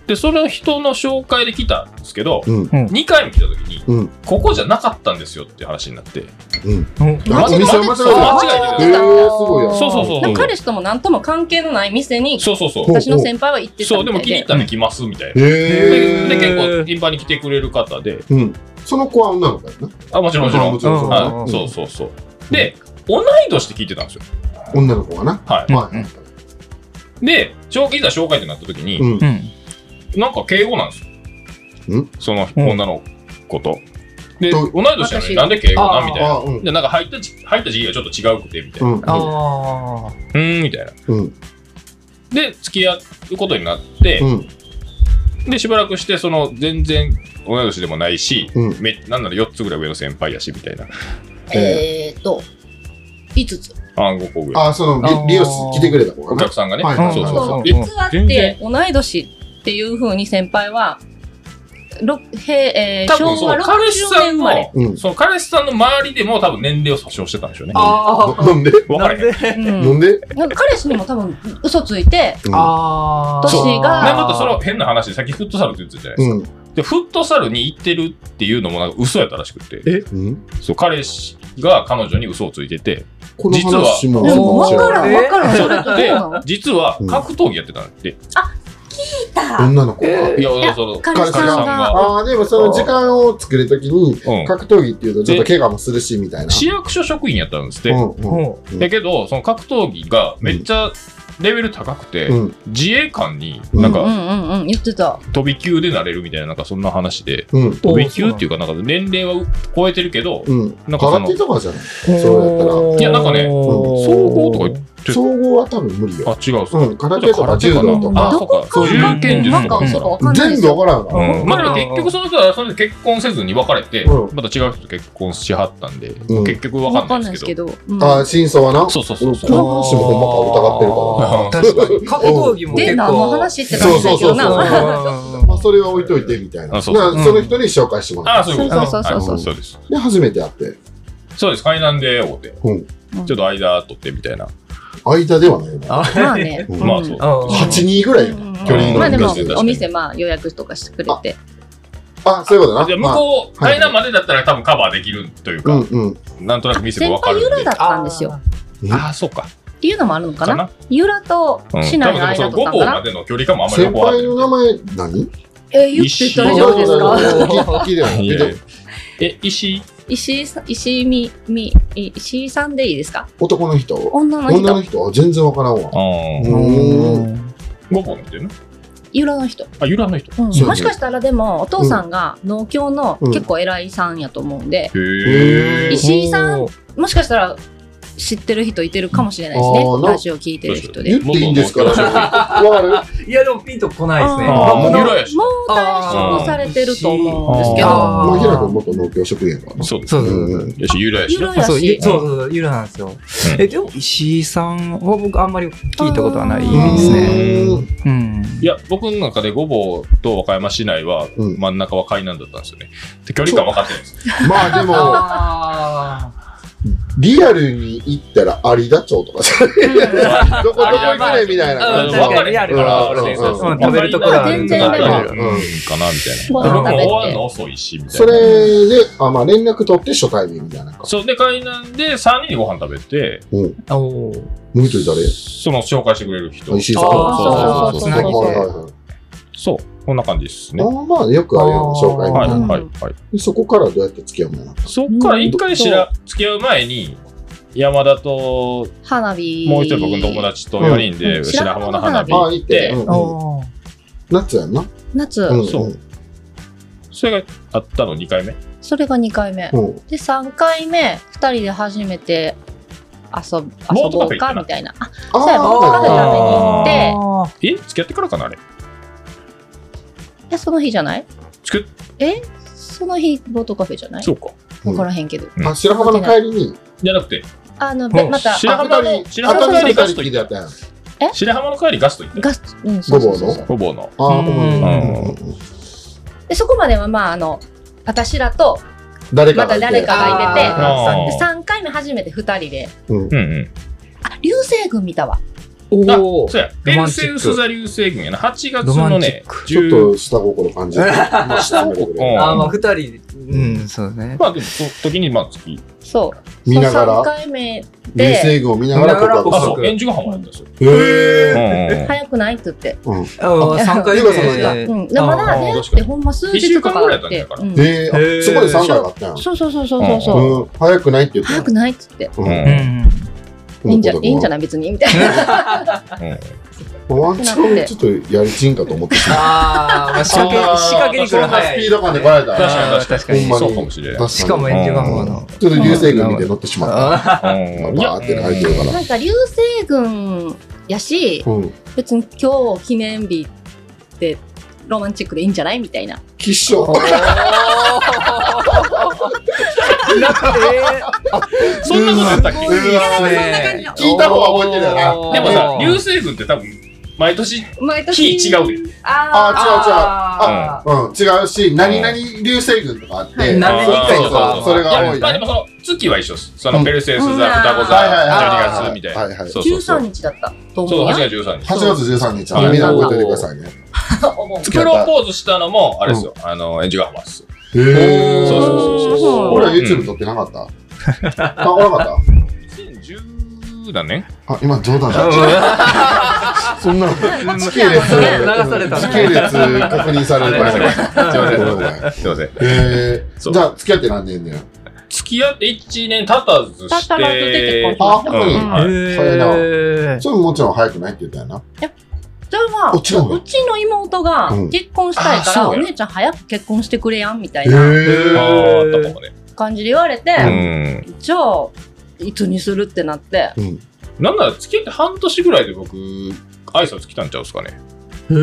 Speaker 1: で、その人の紹介で来たんですけど、
Speaker 2: うん。
Speaker 1: 2回も来た時に、
Speaker 2: うん。
Speaker 1: ここじゃなかったんですよって話になって。
Speaker 2: うん。
Speaker 4: う
Speaker 2: あ
Speaker 4: ん
Speaker 2: お店は間違
Speaker 1: 間違え
Speaker 2: えた。え
Speaker 1: て
Speaker 2: え
Speaker 1: る
Speaker 2: ー、すごいやん。
Speaker 1: そうそうそう
Speaker 5: でも彼氏とも何とも関係のない店に
Speaker 1: そうそうそう。
Speaker 2: ほう
Speaker 5: 私の先輩は行ってた
Speaker 1: そう、
Speaker 5: み
Speaker 1: で
Speaker 5: た
Speaker 1: も
Speaker 5: い
Speaker 1: 気に入
Speaker 5: で
Speaker 1: っ。たんで来ますみたいな。
Speaker 2: へ
Speaker 1: で
Speaker 2: え。
Speaker 1: で結構頻繁に来てくれる方で、
Speaker 2: うん。その子は女の子やな。
Speaker 1: あ、もちろんもちろん。
Speaker 4: ろんもちろん
Speaker 1: はい、
Speaker 2: ん
Speaker 1: そうそうそう。で、同い年って聞いてたんですよ。
Speaker 2: 女の子がな。
Speaker 1: は
Speaker 2: まあ、
Speaker 1: い。で、紹介いざ紹介ってなった時に、
Speaker 2: うん。
Speaker 1: なんか敬語なんですよ。
Speaker 2: ん
Speaker 1: その
Speaker 4: うん
Speaker 1: 女の子と。で、
Speaker 2: ど
Speaker 1: 同い年なの
Speaker 5: 私
Speaker 1: になんで敬語なんみたいな。
Speaker 2: あ、うん。
Speaker 1: で、なんか入ったじ入った時期がちょっと違うくて、みたいうな。
Speaker 2: ん。
Speaker 4: ああ。
Speaker 1: うーん、みたいな。
Speaker 2: うん。
Speaker 1: で、付き合うことになって
Speaker 2: う、ん。
Speaker 1: で、しばらくして、その、全然同い年でもないし、
Speaker 2: うん。
Speaker 1: めなんなら4つぐらい上の先輩やし、みたいな。
Speaker 5: えーっと、5つ。
Speaker 1: あ、5個ぐらい。
Speaker 2: あ、その、美容室来てくれた子
Speaker 1: お
Speaker 2: がな
Speaker 1: 客。さんがね。
Speaker 2: はい
Speaker 1: そう
Speaker 2: はい
Speaker 1: そうそう。
Speaker 5: そう、
Speaker 4: うん
Speaker 5: 5つあっ
Speaker 4: 全
Speaker 5: て
Speaker 4: 然、
Speaker 5: 同い年っていうふうに先輩は、ろ平えー
Speaker 1: 多分
Speaker 5: 昭
Speaker 1: そ
Speaker 5: 和
Speaker 1: の
Speaker 5: 60
Speaker 1: 彼氏さ
Speaker 5: 年
Speaker 1: ん
Speaker 5: 生まれ。
Speaker 1: の、
Speaker 2: うん。
Speaker 1: その彼氏さんの周りでも多分年齢を詐称してたんでしょうね。
Speaker 4: ああ。
Speaker 2: なんで
Speaker 1: 分からへん。
Speaker 4: なんで
Speaker 2: な
Speaker 5: うん
Speaker 2: んで
Speaker 5: なんか彼氏にも多分嘘ついて、
Speaker 4: ああ。
Speaker 5: そう年が
Speaker 1: なんかだってそれは変な話で、さっきフットサルって言ってたじゃないです
Speaker 2: うん。
Speaker 1: か。で、フットサルに行ってるっていうのもなんか嘘やったらしくて。
Speaker 4: え
Speaker 2: うん。
Speaker 1: そう、彼氏が彼女に嘘をついてて。
Speaker 2: この話も、
Speaker 5: でも
Speaker 4: そ
Speaker 5: 分
Speaker 4: う
Speaker 5: からん、分からん、
Speaker 1: そ
Speaker 5: そうれとどう
Speaker 1: で
Speaker 5: なの、
Speaker 1: 実は格闘技やってたんで。
Speaker 2: 女の子が。
Speaker 1: いや、その、
Speaker 5: 彼氏さんが。
Speaker 2: ああ、でもその時間を作るときに、
Speaker 1: うん。
Speaker 2: 格闘技っていうとちょっと怪我もするし、みたいな。
Speaker 1: 市役所職員やったんですって。
Speaker 2: うん。うん。
Speaker 4: う
Speaker 1: だけど、その格闘技がめっちゃレベル高くて、
Speaker 2: うん。
Speaker 1: 自衛官になん
Speaker 5: うんう
Speaker 1: か
Speaker 5: んうん、言ってた。
Speaker 1: 飛び級でなれるみたいな、なんかそんな話で、
Speaker 2: うん。
Speaker 1: 飛び級っていうか、なんか年齢は超えてるけど、
Speaker 2: うん。
Speaker 1: なんかそ
Speaker 2: 空
Speaker 1: の
Speaker 2: 手とかじゃない
Speaker 4: ん
Speaker 2: そうやったら
Speaker 1: いやなんかね総合とか言
Speaker 2: 総合は多分無理よ。
Speaker 1: あ、違う、そう
Speaker 2: うん。空手とか柔道と
Speaker 1: あ、
Speaker 2: か。
Speaker 1: そうか、
Speaker 5: どこ
Speaker 1: そういう
Speaker 5: か
Speaker 1: 剣術
Speaker 5: なん
Speaker 1: と
Speaker 5: か
Speaker 1: か
Speaker 5: そうか
Speaker 1: も
Speaker 5: 分かんないで
Speaker 2: 全
Speaker 5: す
Speaker 2: 部
Speaker 5: よ。
Speaker 2: わからん
Speaker 1: う
Speaker 2: わ。
Speaker 1: ん、まあでも結局その人はそれで結婚せずに別れて、
Speaker 2: うん
Speaker 1: また違う人と結婚しはったんで、
Speaker 2: うん
Speaker 1: 結局わ
Speaker 5: 分
Speaker 1: か
Speaker 5: か
Speaker 1: ん
Speaker 5: ん
Speaker 1: な
Speaker 5: ないい
Speaker 1: で
Speaker 5: です
Speaker 1: け
Speaker 5: すけ
Speaker 1: ど。
Speaker 5: ど。うん
Speaker 2: ああ、真相はな。
Speaker 1: そうそうそうそ
Speaker 2: こ
Speaker 1: う。
Speaker 2: の話もほんまか疑ってるから。
Speaker 4: 確かに。格闘技も
Speaker 5: で、
Speaker 4: 結
Speaker 5: 何の
Speaker 4: 構。
Speaker 5: 話って感じだけど
Speaker 2: そうそうそう
Speaker 5: な。
Speaker 2: まあ、それは置いといてみたいな。
Speaker 1: あそ
Speaker 2: そ
Speaker 1: うそう
Speaker 4: うん
Speaker 2: その人に紹介してもら
Speaker 1: あ
Speaker 2: っ
Speaker 1: そういうこと
Speaker 5: そうそうそうそう
Speaker 1: はいそうです。
Speaker 2: て。で、初めて会って。
Speaker 1: そうです。階段で会うて、
Speaker 2: うん。
Speaker 5: うん
Speaker 1: ちょっと間取ってみたいな。
Speaker 2: 間ではないよな。
Speaker 4: あ
Speaker 5: まあね。
Speaker 2: うん
Speaker 1: まあそう。
Speaker 4: あ
Speaker 2: 8人ぐらいよ
Speaker 5: う
Speaker 2: な。
Speaker 5: んうんうん
Speaker 1: 距離の
Speaker 5: まあでも
Speaker 1: 確かに確か、に
Speaker 5: お店、まあ予約とかしてくれて。
Speaker 2: あ、そういうことな。
Speaker 1: じゃあ向こう、
Speaker 2: まあはい
Speaker 1: 階段までだったら多分カバーできるという
Speaker 2: まあ
Speaker 1: か、
Speaker 2: うんうん。
Speaker 1: なんとなく店
Speaker 5: 先
Speaker 1: もわか
Speaker 5: 輩
Speaker 1: るん
Speaker 5: 由
Speaker 1: で
Speaker 5: 来だ。ったんですよ。
Speaker 1: ああ、そうか。
Speaker 5: っていうのもあるの
Speaker 1: か
Speaker 5: かな。
Speaker 1: な。
Speaker 5: 由良と
Speaker 1: うん、
Speaker 5: 市
Speaker 1: 多
Speaker 5: 内
Speaker 1: 分
Speaker 5: の
Speaker 1: でもその五
Speaker 5: 間とか
Speaker 1: 房
Speaker 5: か
Speaker 1: ま
Speaker 5: な。
Speaker 1: での距離感もあんまりよ
Speaker 2: 先
Speaker 1: くわかっ
Speaker 2: 輩
Speaker 1: てない
Speaker 2: の名前何
Speaker 5: えー、言って大丈夫です
Speaker 2: あ
Speaker 5: か
Speaker 2: 大丈夫大丈夫 <laughs> 聞い
Speaker 1: い
Speaker 2: て
Speaker 1: やい
Speaker 2: 聞い
Speaker 1: や
Speaker 2: て
Speaker 1: え、石井
Speaker 5: 石井さん、石井み、み、石井さんでいいですか
Speaker 2: 男の人
Speaker 5: 女の
Speaker 2: 女の
Speaker 5: 人、
Speaker 2: 人あ全然わからんわ。
Speaker 1: うん
Speaker 2: うーん。
Speaker 1: 五房の人よね。
Speaker 5: 由良の人。
Speaker 1: あ、由良の人。
Speaker 5: うん
Speaker 2: そうね
Speaker 5: もしかしたらでも、お父さんが農協の
Speaker 2: うん
Speaker 5: 結構偉いさんやと思うんで、
Speaker 1: へ
Speaker 2: へ
Speaker 1: え。
Speaker 5: 石井さんもしかしたら知ってる人いてるかもしれないです
Speaker 2: あー
Speaker 5: ね。
Speaker 2: な
Speaker 5: ラジオ聞いてる人
Speaker 2: 言
Speaker 5: で。
Speaker 2: っていいんですかわ
Speaker 1: 元
Speaker 2: かる
Speaker 4: いや、でもピンとこないですね。
Speaker 1: あー
Speaker 2: もう
Speaker 5: もう
Speaker 1: 由良やし
Speaker 5: もう退職されてると思うんですけど、
Speaker 4: あー
Speaker 2: もう平君元農協職員やからな。
Speaker 1: そうです。
Speaker 3: そうそう
Speaker 2: うん
Speaker 1: よし、由良やし
Speaker 5: 由
Speaker 1: な。
Speaker 5: 良や
Speaker 3: そうゆ
Speaker 5: し、
Speaker 3: そうそうそう、ゆらなんですよ。え、でも石井さんは僕あんまり聞いたことはないですね。
Speaker 2: う
Speaker 3: う
Speaker 2: ん
Speaker 3: ん。
Speaker 1: いや、僕の中で五房と和歌山市内は
Speaker 2: うん
Speaker 1: 真ん中は海南だったんですよね。で距離感分かってるんです。
Speaker 2: まあで
Speaker 5: <laughs>
Speaker 2: も、
Speaker 4: あ
Speaker 2: リアルに行ったら有田町とかじゃないどこどこ行くねんみたいな
Speaker 4: あ、
Speaker 2: 感
Speaker 4: うん、
Speaker 2: じ
Speaker 1: わ
Speaker 4: 確
Speaker 1: か
Speaker 4: か
Speaker 1: る
Speaker 4: にリアルから分かるね。
Speaker 2: うんうんうん
Speaker 4: うん食べるところは
Speaker 5: 全然
Speaker 1: なんか
Speaker 2: う
Speaker 1: うんん、かなみたいな。
Speaker 5: ご
Speaker 1: 僕も
Speaker 5: 飯食べ
Speaker 1: 終わる
Speaker 5: て
Speaker 1: の。遅いし、みたいな。
Speaker 2: それで、あ、まあ連絡取って初対面みたいな感じ。
Speaker 1: そう、で、海南で3人でご飯食べて、
Speaker 3: おー
Speaker 2: もう一人誰
Speaker 1: その紹介してくれる人。
Speaker 2: 石井さん。
Speaker 4: あ
Speaker 5: ーそうそうそう
Speaker 2: はいはいはい
Speaker 1: そう、こんな感じですね。は
Speaker 2: あーまあよくあるような紹介み
Speaker 1: い、
Speaker 2: たいな
Speaker 1: はい、はい。
Speaker 2: で。そこからどうやって付き合うの
Speaker 1: そっから一回知ら、付き合う前に、山田と、
Speaker 5: 花火。
Speaker 1: もう一人僕の友達と4人で、
Speaker 5: うん
Speaker 1: 白浜の花火
Speaker 2: あ
Speaker 1: 行
Speaker 2: あ、行
Speaker 1: っ
Speaker 2: って。
Speaker 1: て
Speaker 2: う、んうん
Speaker 3: おー。
Speaker 2: 夏やんな。
Speaker 5: 夏、
Speaker 2: うん
Speaker 1: そう
Speaker 2: うん
Speaker 1: それがあったの2回目。
Speaker 5: それが2回目。
Speaker 2: うん
Speaker 5: で、3回目、2人で初めて遊ぶ
Speaker 1: ボ
Speaker 5: 遊
Speaker 1: ートカフェ
Speaker 5: ぼ
Speaker 1: 行
Speaker 5: う
Speaker 1: ったな
Speaker 5: かみたいな。あ、
Speaker 2: あ
Speaker 5: そうや、
Speaker 2: ー
Speaker 5: ボートカフェ
Speaker 2: あ
Speaker 5: 食べに行っ
Speaker 3: あー
Speaker 1: え付き合ってからかなあれ。
Speaker 5: て、え、その日じゃない
Speaker 1: 付き
Speaker 5: えその日、ボートカフェじゃな
Speaker 1: 合
Speaker 5: い
Speaker 1: そうか。
Speaker 5: わからへんけど。
Speaker 1: うん
Speaker 2: あ白浜の帰りに、
Speaker 1: じゃなくて、
Speaker 5: あの、べ
Speaker 3: うん
Speaker 5: また、
Speaker 1: 白
Speaker 2: あ
Speaker 1: 浜
Speaker 2: 二
Speaker 1: の、
Speaker 2: 人、
Speaker 1: 白浜の帰りガスト行
Speaker 2: 二人でや
Speaker 1: っ。
Speaker 2: ったたやん。
Speaker 1: 白浜の帰りガスト行った。
Speaker 5: ガス、うん、そうそうそう
Speaker 2: ごぼう
Speaker 5: そう
Speaker 2: の
Speaker 1: ほぼの。
Speaker 2: ああ、
Speaker 3: うん
Speaker 2: うんうん
Speaker 5: で、そこまでは、まあ、あの、私らと、
Speaker 2: 誰かが
Speaker 5: また
Speaker 2: いて。
Speaker 5: 誰かがいてて、
Speaker 1: あー
Speaker 5: で3回目初めて2人で、
Speaker 2: うん
Speaker 1: うんうん。
Speaker 5: あ、流星群見たわ。
Speaker 1: あ
Speaker 3: お、ー。
Speaker 1: そうや。
Speaker 3: ロマン
Speaker 1: ペン
Speaker 3: チッ
Speaker 1: セ
Speaker 3: ク
Speaker 1: ウス座流星群やな。8月
Speaker 3: ロマ
Speaker 1: の
Speaker 3: ンチッ
Speaker 1: ね、
Speaker 3: ク。
Speaker 2: ちょっと下心感じる。まあ下心
Speaker 1: うん
Speaker 4: あ、あーまあ、二人、
Speaker 3: う
Speaker 4: うん、
Speaker 3: ん、そうね。
Speaker 1: まあでも、その時に、まあ月。
Speaker 5: そう。
Speaker 2: 見ながら
Speaker 5: そう3回目
Speaker 2: 流
Speaker 5: で、
Speaker 2: 星群を見ながら告
Speaker 1: あ、
Speaker 2: 白
Speaker 1: そう、円柱浜やったんですよ。
Speaker 2: へえ。
Speaker 1: うん
Speaker 5: 早くないって言って。
Speaker 3: ああ、三回
Speaker 2: ゆうかさんだ
Speaker 3: 目。
Speaker 5: うん。でまだ
Speaker 3: あー
Speaker 5: 出会っ
Speaker 1: 確か
Speaker 5: て
Speaker 1: に
Speaker 5: ほんま数日とか
Speaker 1: 一週間
Speaker 5: あって
Speaker 1: ぐらいだったんやか。ら
Speaker 5: うん
Speaker 2: で、あ
Speaker 3: へー
Speaker 2: そこで3回があったやん。
Speaker 5: そうそうそうそうそうそう。
Speaker 2: うん早くないって言
Speaker 5: 早
Speaker 2: っ
Speaker 5: く
Speaker 2: て。
Speaker 5: ないっつって。
Speaker 1: うん。う。
Speaker 3: うんん。
Speaker 5: いいんじゃいいんじゃ
Speaker 2: ない
Speaker 5: ない別にみたい
Speaker 2: <laughs>
Speaker 5: な。
Speaker 2: ワンチャンちょっとやりちんかと思ってしまう
Speaker 4: あー、まあ、仕掛け、仕掛けに来る
Speaker 2: そんなス
Speaker 4: 早
Speaker 2: ピ
Speaker 4: い
Speaker 2: ー。ド感で来られた
Speaker 1: 確
Speaker 2: ら。
Speaker 1: かに確かに。
Speaker 2: ほんまに
Speaker 1: そうかもしれない。
Speaker 3: しかも
Speaker 2: ち
Speaker 3: 演じがもうの。
Speaker 2: ょっと流星群見て乗ってしまった。
Speaker 3: あ
Speaker 1: うん
Speaker 2: バーってなれてるから。
Speaker 5: なんか流星群やし、
Speaker 2: うん。
Speaker 5: 別に今日記念日ってロマンチックでいいんじゃないみたいな。
Speaker 2: 吉祥。
Speaker 1: そんなことやったっ
Speaker 2: うわ
Speaker 1: け
Speaker 2: 聞いた方が覚えてるよな
Speaker 1: でもさ、流
Speaker 3: 流
Speaker 1: 星群って多分、毎年、
Speaker 5: 毎
Speaker 1: 日違うで。
Speaker 5: あ
Speaker 2: ああ、違う違う。うん、
Speaker 4: あ
Speaker 2: 違うし、何々流星群とかあっ
Speaker 4: は
Speaker 2: て、
Speaker 4: い何
Speaker 1: 年に一回とか
Speaker 2: そうそうそうそれが
Speaker 1: い
Speaker 2: 多
Speaker 1: や
Speaker 2: い
Speaker 1: まあ
Speaker 2: ね
Speaker 1: で。もその月は一緒です。そのペルセウス座、
Speaker 5: うん
Speaker 1: 双子座、
Speaker 2: はいはいはい
Speaker 1: 12月みたい
Speaker 2: はいは
Speaker 1: な。
Speaker 2: い
Speaker 1: そうそ
Speaker 5: ー、
Speaker 1: う
Speaker 5: 13
Speaker 1: そう。
Speaker 5: 日だったと
Speaker 1: そ
Speaker 5: 思
Speaker 1: う、
Speaker 5: うよ
Speaker 1: 8。月13日。
Speaker 2: 8月13日はみんな覚えておいてくださいね。
Speaker 5: 思う
Speaker 1: プロポーズしたのも、あれですよ。あの、エンジュガハマです。
Speaker 2: へぇー。
Speaker 1: そうそうそうそう。
Speaker 2: 俺は
Speaker 1: う
Speaker 2: YouTube
Speaker 1: ん
Speaker 2: 撮ってなかったあ、撮らなかっ
Speaker 1: 2010だね。
Speaker 2: たあ、今冗談だ。そんな、時系列、
Speaker 5: 流
Speaker 4: された
Speaker 2: 時系列確認されるから
Speaker 1: あれ
Speaker 2: ね。
Speaker 1: すいません、すい
Speaker 2: ごめんご
Speaker 1: ま
Speaker 2: めん
Speaker 1: せん。すいません。
Speaker 2: へぇ
Speaker 1: そ
Speaker 2: ー。
Speaker 1: う
Speaker 2: じゃあ、付き合って何年だよ。
Speaker 1: 付き合って1年経たず
Speaker 5: たっ
Speaker 1: した
Speaker 5: らず出てこ
Speaker 1: て
Speaker 5: ん、
Speaker 2: あ、本当に
Speaker 5: うん
Speaker 1: はい
Speaker 3: え
Speaker 2: それももちろん早くないって言ったよな。
Speaker 5: それは
Speaker 2: あ違うの
Speaker 5: うちの妹が
Speaker 2: うん
Speaker 5: 結婚したいか
Speaker 1: あそ
Speaker 5: ら、
Speaker 1: う
Speaker 5: お
Speaker 1: や
Speaker 5: 姉ちゃん早く結婚してくれやんみたいな
Speaker 2: へ
Speaker 1: あ
Speaker 2: ぇ
Speaker 1: あ、あったかもね。
Speaker 5: 感じで言われて、
Speaker 1: うん。
Speaker 5: じゃあいつにするってなって
Speaker 2: ー。
Speaker 1: なんなら付き合って半年ぐらいで僕、挨拶来たんちゃうですかね。
Speaker 2: あ、ここ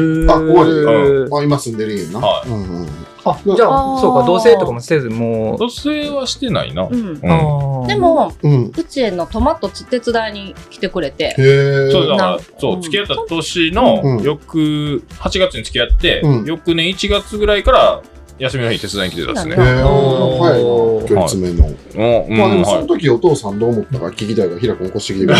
Speaker 2: に
Speaker 1: う
Speaker 2: あ、今住んでるんやな
Speaker 1: は。
Speaker 2: うんうんうん
Speaker 3: あ、じゃあ、そうか、同棲とかもせず、もう。
Speaker 1: 女性はしてないな。
Speaker 5: うん
Speaker 1: うん
Speaker 5: で、も
Speaker 2: うん。
Speaker 5: うちへのトマトつ手伝いに来てくれて
Speaker 2: へぇ
Speaker 1: そう
Speaker 2: ー。
Speaker 1: だか
Speaker 5: な
Speaker 1: ら
Speaker 5: ん、
Speaker 1: そうう、
Speaker 5: ん
Speaker 1: 付き合った年の
Speaker 2: うん
Speaker 1: 翌、8月に付き合って
Speaker 2: うん、
Speaker 1: 翌年1月ぐらいから休みの日手伝いに来てたんです
Speaker 2: へ
Speaker 1: ね
Speaker 2: ぇ。ー。早いな。距離詰めるの。
Speaker 1: うん、
Speaker 2: まあで
Speaker 1: うん
Speaker 2: もその
Speaker 1: は
Speaker 2: 時お父さんどう思ったか聞きたいから、平君起こしてきてくれ。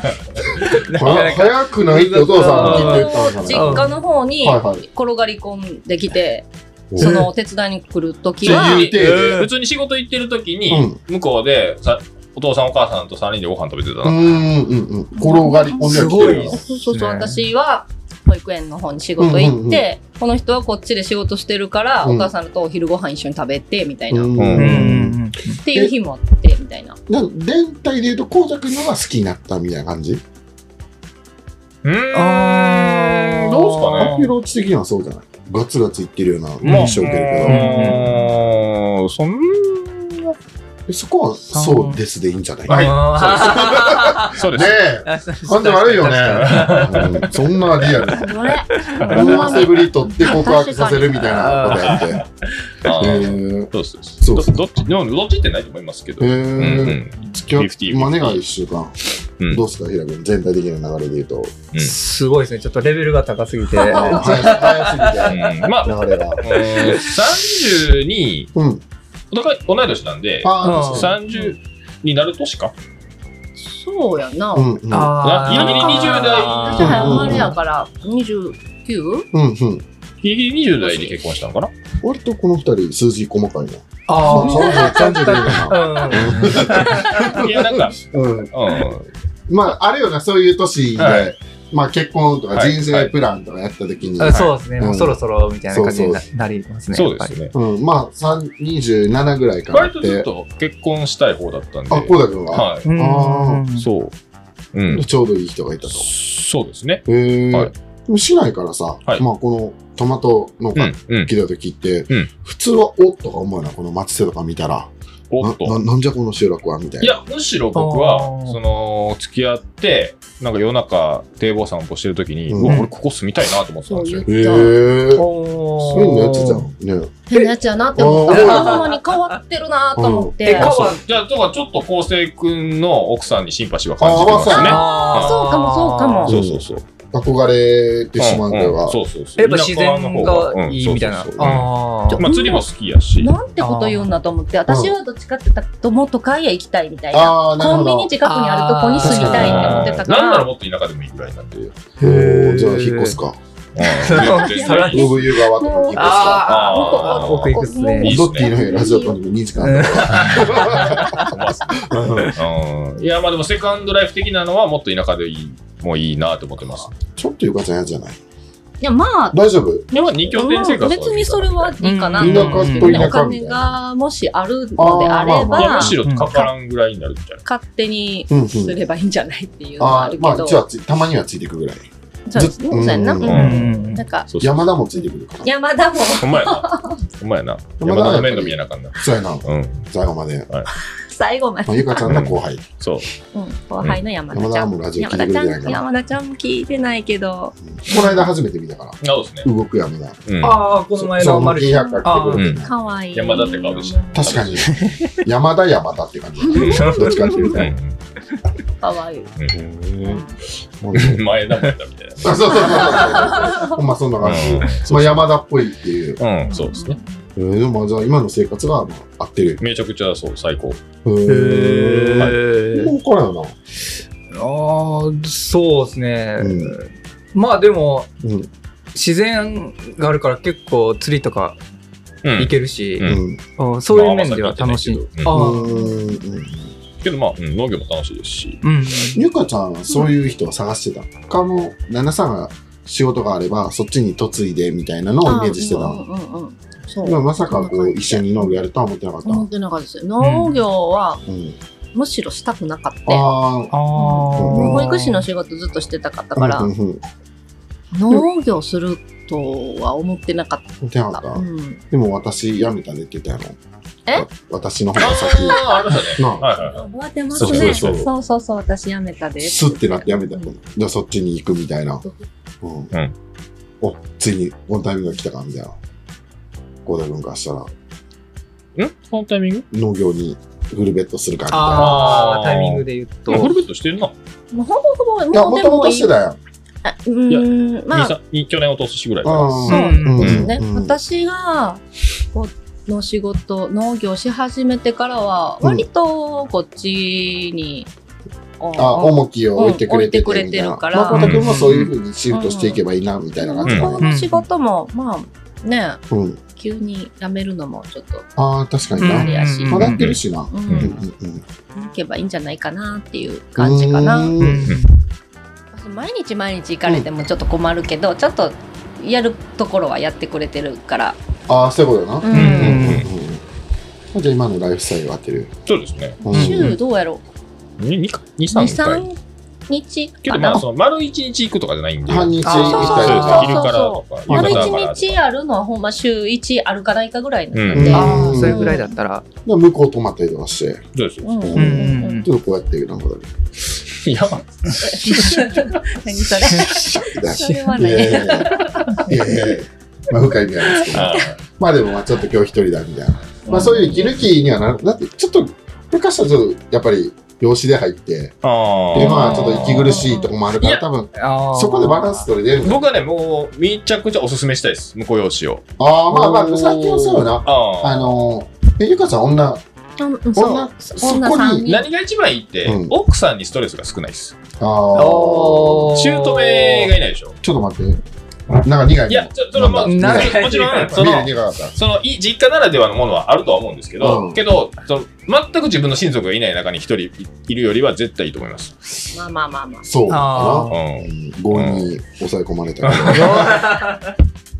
Speaker 2: は早くないってお父さん聞いてたんだから。
Speaker 5: 実家の方に
Speaker 2: はいはい
Speaker 5: 転がり込んできて、
Speaker 2: お
Speaker 5: そのお手伝いに来る時
Speaker 1: い。
Speaker 5: は
Speaker 2: っていう体で
Speaker 1: 普通に仕事行ってる時
Speaker 2: う
Speaker 1: に、向こうで、さ、お父さんお母さんと3人でご飯食べてた
Speaker 2: う
Speaker 1: な。
Speaker 2: んうんうん。転がり込んではきてるな
Speaker 5: そうそうそう、私は保育園の方に仕事行って、
Speaker 2: うんうんう
Speaker 5: この人はこっちで仕事してるから、
Speaker 2: うん
Speaker 5: お母さんとお昼ご飯一緒に食べてみたいな、っ
Speaker 2: う
Speaker 3: うん
Speaker 2: ん。
Speaker 3: うん
Speaker 5: ていう日もあってみたいな
Speaker 2: なん連帯で言うと、こうくんのが好きになったみたいな感じ
Speaker 1: う
Speaker 3: あ
Speaker 1: ーん。
Speaker 3: ー
Speaker 1: どうすかね
Speaker 2: アピローチ的にはそうじゃないガツガツいってるような
Speaker 1: まあ、
Speaker 2: 印象を受ける
Speaker 1: う
Speaker 2: け
Speaker 1: ーん。そん
Speaker 2: ど、そこはそうですでいいんじゃない
Speaker 1: はい
Speaker 4: は
Speaker 1: な、そうで
Speaker 2: ね
Speaker 1: す。
Speaker 2: え、
Speaker 4: <laughs>
Speaker 2: 感じ悪いよね。うんそんなリアル。
Speaker 5: それ
Speaker 2: 思わせぶり取って告白させるみたいなことやって。
Speaker 1: あ
Speaker 2: え
Speaker 1: ー
Speaker 2: ー
Speaker 1: そうです。
Speaker 2: そう
Speaker 1: ど
Speaker 2: そう
Speaker 1: どっち、でもどっちってないと思いますけど。
Speaker 2: え
Speaker 1: うんう
Speaker 2: ー
Speaker 1: ん。
Speaker 2: 付き合って、マネが1週間
Speaker 1: うん。
Speaker 2: どうすか、平君、全体的な流れで言うと。
Speaker 1: うん
Speaker 4: すごいですね。ちょっとレベルが高すぎて。
Speaker 2: 早す早すぎ
Speaker 1: うんまあ、
Speaker 2: て、流れ
Speaker 1: う
Speaker 2: が。
Speaker 1: ーん32、
Speaker 2: うん。
Speaker 1: お互い同い年なんで、
Speaker 2: ああ、
Speaker 1: 30になる年か。
Speaker 5: そうやな、
Speaker 2: うん。うん。
Speaker 1: い
Speaker 3: あー
Speaker 1: やギリギリ20代。
Speaker 5: 私は生まれやから29
Speaker 2: うんうん。
Speaker 1: ギリギリ20代で結婚したのかな
Speaker 2: 割とこの二人、数字細かいな。
Speaker 4: あ
Speaker 2: まあ30 30でいいな。
Speaker 1: いや、なんか、
Speaker 2: うん。
Speaker 1: うん。
Speaker 2: まあ、あれよな、そういう年
Speaker 1: は
Speaker 2: で、まあ、結婚とか
Speaker 1: はい
Speaker 2: 人生プランとかやった時に、
Speaker 4: うん。そうですね。
Speaker 2: うん
Speaker 4: もうそろそろみたいな感じにな
Speaker 2: そ
Speaker 4: なりますね。
Speaker 1: そうですね。
Speaker 2: うん。まあ、三27ぐらいから
Speaker 1: 割
Speaker 2: っ、
Speaker 1: とずってと結婚したい方だったんで。
Speaker 2: あ、こうだ君は、
Speaker 1: は
Speaker 3: うん
Speaker 2: あ
Speaker 1: い。そう。うん。
Speaker 2: ちょうどいい人がいたと。
Speaker 1: そうですね。
Speaker 2: へえ、
Speaker 1: はい
Speaker 2: でも市内からさ、
Speaker 1: はい
Speaker 2: まあこのトマト農
Speaker 1: う
Speaker 2: 家
Speaker 1: ん。うん。
Speaker 2: 聞いた時って、
Speaker 1: うん
Speaker 2: 普通はおっとか思うよな、この松瀬とか見たら、
Speaker 1: おっと。
Speaker 2: なななんじゃこの集落はみたいな。
Speaker 1: いや、むしろ僕
Speaker 4: あ
Speaker 1: は、
Speaker 4: ー
Speaker 1: その、付き合って、なんか夜中、堤防散歩してるときに、
Speaker 2: うん
Speaker 1: うわ、俺ここ住みたいなと思ってたんですよ。
Speaker 2: へえ
Speaker 5: そう
Speaker 2: ー、
Speaker 4: お
Speaker 2: そういうのやってたのね。
Speaker 5: 変なやつやなって思っ
Speaker 2: え
Speaker 5: たほんまに変わってるなと思っ
Speaker 4: え、
Speaker 5: て、
Speaker 4: かわ
Speaker 1: じゃあ、とかちょっと昴生君の奥さんにシンパシーは感じてます
Speaker 2: あ
Speaker 1: ね。
Speaker 4: あー
Speaker 5: そうかもそうかも
Speaker 1: そうそうそう。
Speaker 2: 憧れてしまうんだよな、
Speaker 1: そうそうそう。
Speaker 4: やっぱ自然がいいみたいな
Speaker 1: う。んそうそうそう
Speaker 4: あ
Speaker 1: まあ、釣りも好きやし。
Speaker 5: なんてこと言うんだと思って私はどっちかって言ったら友と会へ行きたいみたいな
Speaker 2: ああ、なる
Speaker 5: コ
Speaker 2: ほ
Speaker 5: ンビニ
Speaker 2: ど。
Speaker 5: 近くにあるとこに住みたいって思ってたから
Speaker 1: なんならもっと田舎でもいいぐらいなんで。
Speaker 4: <laughs>
Speaker 1: うん
Speaker 2: へーじゃあ引っ越すか。
Speaker 1: 絶対
Speaker 2: 信湯川とかに引っ越すか。
Speaker 4: あ
Speaker 1: あ
Speaker 4: ー
Speaker 1: ー
Speaker 4: 奥行くっすね。
Speaker 1: いいっすね
Speaker 2: ドッキーの家ラジオとに2時間 <laughs> とか。うん
Speaker 1: うんいや、まあでもセカンドライフ的なのはもっと田舎でいい、もういいなと思ってます。
Speaker 2: ちょっとゆかちゃんやつじゃない
Speaker 5: いやまあ
Speaker 2: 大丈夫
Speaker 1: でも二拠点生活は
Speaker 5: 別にそれはいいかな
Speaker 2: 田
Speaker 5: と思う
Speaker 2: 舎
Speaker 5: け
Speaker 2: と
Speaker 5: ど
Speaker 2: 田
Speaker 5: ねお
Speaker 2: 舎みた
Speaker 5: 金
Speaker 2: いな。
Speaker 5: がもしあるのであれ
Speaker 2: あーまあ
Speaker 1: い
Speaker 2: ま
Speaker 1: や
Speaker 5: ば
Speaker 1: むしろかからんぐらいになるみたいな。
Speaker 5: 勝手に
Speaker 2: うんうん
Speaker 5: すればいいんじゃないっていうのは
Speaker 2: あ
Speaker 5: ある
Speaker 2: ー
Speaker 5: け
Speaker 2: まあ、
Speaker 5: ど、
Speaker 2: うちはついたまにはついてくぐらい。
Speaker 5: そう
Speaker 2: ず
Speaker 5: そうやんな、
Speaker 2: う
Speaker 5: うんん
Speaker 1: う
Speaker 5: なんか
Speaker 1: そうそう
Speaker 2: 山田もついてくるから。
Speaker 5: 山田も
Speaker 1: ほんまやな。ほんまやな。
Speaker 2: <laughs>
Speaker 1: 山田
Speaker 2: 山田の
Speaker 1: の面倒
Speaker 2: 面倒見
Speaker 1: 見
Speaker 2: え
Speaker 1: えなあかんな。
Speaker 2: そうや
Speaker 1: うん。
Speaker 2: な、最後まで。
Speaker 5: 最後まで
Speaker 2: まあ、ゆかちゃんの後輩。
Speaker 1: そう。
Speaker 5: うん、後輩の山田
Speaker 2: 山
Speaker 5: ち
Speaker 2: 田
Speaker 5: ゃん、
Speaker 2: もラジオ聞
Speaker 5: 山
Speaker 2: いてくれ
Speaker 5: 田ち
Speaker 2: て
Speaker 5: ゃ
Speaker 2: ないか
Speaker 5: ん
Speaker 2: ら。
Speaker 5: 山田ちゃん聞いてないけ
Speaker 2: こ
Speaker 5: ど
Speaker 2: の間初めて見たから。
Speaker 1: なおですね。
Speaker 2: 動くやめな。
Speaker 1: うん。
Speaker 4: あー、この前
Speaker 2: そ
Speaker 4: の
Speaker 2: う
Speaker 4: マルシ
Speaker 2: そ
Speaker 4: ェ。
Speaker 2: の100来てくれてない
Speaker 5: 可愛い
Speaker 1: 山田って顔でし
Speaker 2: 確かに。山田山田って感じ。
Speaker 1: うん
Speaker 2: どっちかっていうと。へ
Speaker 1: う
Speaker 5: 可愛い
Speaker 2: ー
Speaker 1: ん前だもんだみたいな。
Speaker 2: そうそうそうそう。ほんまそんな感
Speaker 1: うん
Speaker 2: じ。まあ、山田っぽいっていう。
Speaker 1: うん、そうですね。
Speaker 2: えーでもじゃあ今の生活がまあ合ってる。
Speaker 1: めちゃくちゃそう、最高。
Speaker 2: へー
Speaker 4: へ
Speaker 2: もうからよ
Speaker 4: ああ、そうですね
Speaker 2: な。。うん。
Speaker 4: まあでも、
Speaker 2: うん。
Speaker 4: 自然があるから結構釣りとか
Speaker 1: う
Speaker 4: 行
Speaker 1: ん。
Speaker 4: けるし、
Speaker 2: うん。
Speaker 4: うんそういう面では楽しい。
Speaker 1: まあ。
Speaker 4: ああ、
Speaker 2: う
Speaker 4: うん
Speaker 2: んうん
Speaker 1: けどまあ、うん農業も楽しいですし。
Speaker 4: うん。
Speaker 2: ゆかちゃんはそういう人を探してた。他も、旦那さんが仕事があれば、そっちに嫁いでみたいなのをイメージしてた
Speaker 5: う
Speaker 2: の。
Speaker 5: んうんうんうんそ
Speaker 2: でも
Speaker 5: う
Speaker 2: まさかこう、一緒に農業やるとは思ってなかった。
Speaker 5: 思ってなかったですよ農業は
Speaker 2: うん。
Speaker 5: むしろしたくなかった
Speaker 2: ああ。
Speaker 4: ああ。
Speaker 5: 保育士の仕事ずっとしてたかったから
Speaker 2: うんうんうん
Speaker 5: 農業するとは思ってなかっ
Speaker 2: 思ってなか
Speaker 5: た、
Speaker 2: った
Speaker 5: う。ん、
Speaker 2: でも私辞めたねって言ったやろ。
Speaker 5: え
Speaker 2: わ私の方が先。
Speaker 5: <laughs>
Speaker 1: ああ、ありましたね。
Speaker 2: なあ、
Speaker 1: はいはいはい。
Speaker 5: 覚えてます
Speaker 1: ね
Speaker 5: そうそうそう私辞めたで
Speaker 2: スッてなって辞めた
Speaker 5: う
Speaker 2: よ
Speaker 5: ん
Speaker 2: じゃあそっちに行くみたいな。うん。
Speaker 1: ん
Speaker 2: お、ついにこのタイミングが来たかみたいな。高田君からしたら、
Speaker 1: んそのタイミング
Speaker 2: 農業にフルベットするかみたいな。
Speaker 4: ああ、タイミングで言う
Speaker 1: フル
Speaker 4: と。
Speaker 1: ベットしてるな。
Speaker 5: もうほぼほぼ
Speaker 2: いや、
Speaker 5: もう
Speaker 2: も
Speaker 5: で
Speaker 2: とも
Speaker 5: も
Speaker 2: としてたやん。
Speaker 5: あうーんま
Speaker 1: 二
Speaker 5: あ
Speaker 1: 三二去年おととしぐらいから。
Speaker 2: うん
Speaker 5: そう
Speaker 2: うん
Speaker 1: うん
Speaker 5: ね、
Speaker 2: うん
Speaker 5: 私がこの仕事農業し始めてからは
Speaker 2: うん
Speaker 5: 割とこっちに、
Speaker 2: あ、重きを置いてくれて
Speaker 5: うん置いてくれてるから
Speaker 2: 高田君もそういうふうにシフトしていけばいいな、みたいな感じ
Speaker 5: そ
Speaker 2: だ
Speaker 5: こ
Speaker 2: ね。
Speaker 5: の仕事も、まあね
Speaker 2: うん。
Speaker 5: 急に辞めるのもちょっと
Speaker 2: ああ、確かに
Speaker 5: あ
Speaker 2: な
Speaker 5: れ。やし、
Speaker 3: うん
Speaker 2: まだってるしな。
Speaker 5: う
Speaker 2: うんうん
Speaker 5: ん、
Speaker 2: うん。
Speaker 5: 行けばいいんじゃないかなっていう感じかな
Speaker 2: う。
Speaker 3: うん
Speaker 2: ん
Speaker 5: 毎日毎日行かれてもちょっと困るけど、ちゃんとやるところはやってくれてるから、
Speaker 2: ああ、そういうことだな。
Speaker 5: うん
Speaker 1: ん
Speaker 2: うんうんじゃあ今のライフスタイルを当てる。
Speaker 1: そうですね。
Speaker 2: うん
Speaker 5: 週どうやろ
Speaker 1: 2、
Speaker 5: う、2、
Speaker 1: 3回。
Speaker 5: 3日
Speaker 1: けど
Speaker 5: か
Speaker 1: ま
Speaker 5: な
Speaker 1: あ、。その丸一日行くとかじゃないんで。
Speaker 2: 半日
Speaker 1: そう
Speaker 5: あー
Speaker 2: 行きたい
Speaker 1: です
Speaker 5: そうそう
Speaker 1: 昼
Speaker 5: そう
Speaker 1: からとか。夕
Speaker 5: 丸
Speaker 1: 方から
Speaker 5: 1日あるのはほんま週1あるかないかぐらいなん
Speaker 1: う
Speaker 5: で。
Speaker 2: ん
Speaker 3: ああ、それぐらいだったら。
Speaker 2: で向こう泊まったりとかして、
Speaker 1: そうです。
Speaker 5: うんうん
Speaker 3: う
Speaker 5: うんうん
Speaker 3: ん。
Speaker 2: ちょっとこうやってなんかだね
Speaker 1: やば。
Speaker 5: 何それ
Speaker 2: シャッみたい
Speaker 5: それは
Speaker 2: な。いやいや
Speaker 5: ね。
Speaker 2: いやいやいやいやまあ深い意味はあるんですけど。
Speaker 1: あ
Speaker 2: まあでもまあちょっと今日一人だみたいな。まあそういうギルキーにはなる。だってちょっと昔はちょっとやっぱり養子で入って、
Speaker 1: あー。
Speaker 2: 今はちょっと息苦しいとこもあるか
Speaker 1: い
Speaker 2: ら
Speaker 1: や
Speaker 2: 多分
Speaker 3: ああ。
Speaker 2: そこでバランス取れてるんだ
Speaker 1: 僕はね、もう、めちゃくちゃおすすめしたいです。向こう用紙を。
Speaker 2: ああまあまあ最近はそうよな。
Speaker 1: あ
Speaker 2: あ
Speaker 1: あ。
Speaker 2: のー、えゆかさん女、あ
Speaker 5: うんそう女さんに。
Speaker 1: 何が一番いいって
Speaker 2: うん、
Speaker 1: 奥さんにストレスが少ないです。
Speaker 2: あ
Speaker 3: おー
Speaker 1: 姑がいないでしょ。
Speaker 2: ちょっと待って。なんか苦い
Speaker 1: いや、ちょそれはまあ、も
Speaker 3: なんだ
Speaker 1: ちろん、そ
Speaker 2: そ
Speaker 1: の
Speaker 2: の、ビール苦かった。
Speaker 1: そのい実家ならではのものはあるとは思うんですけど、
Speaker 2: うん
Speaker 1: けどその全く自分の親族がいない中に一人いいるよりは絶対いいと思います。
Speaker 5: まあまあまあまあ。
Speaker 2: そう
Speaker 1: う、
Speaker 2: か
Speaker 3: あ
Speaker 2: な。うんん強引に抑え込まれたけど。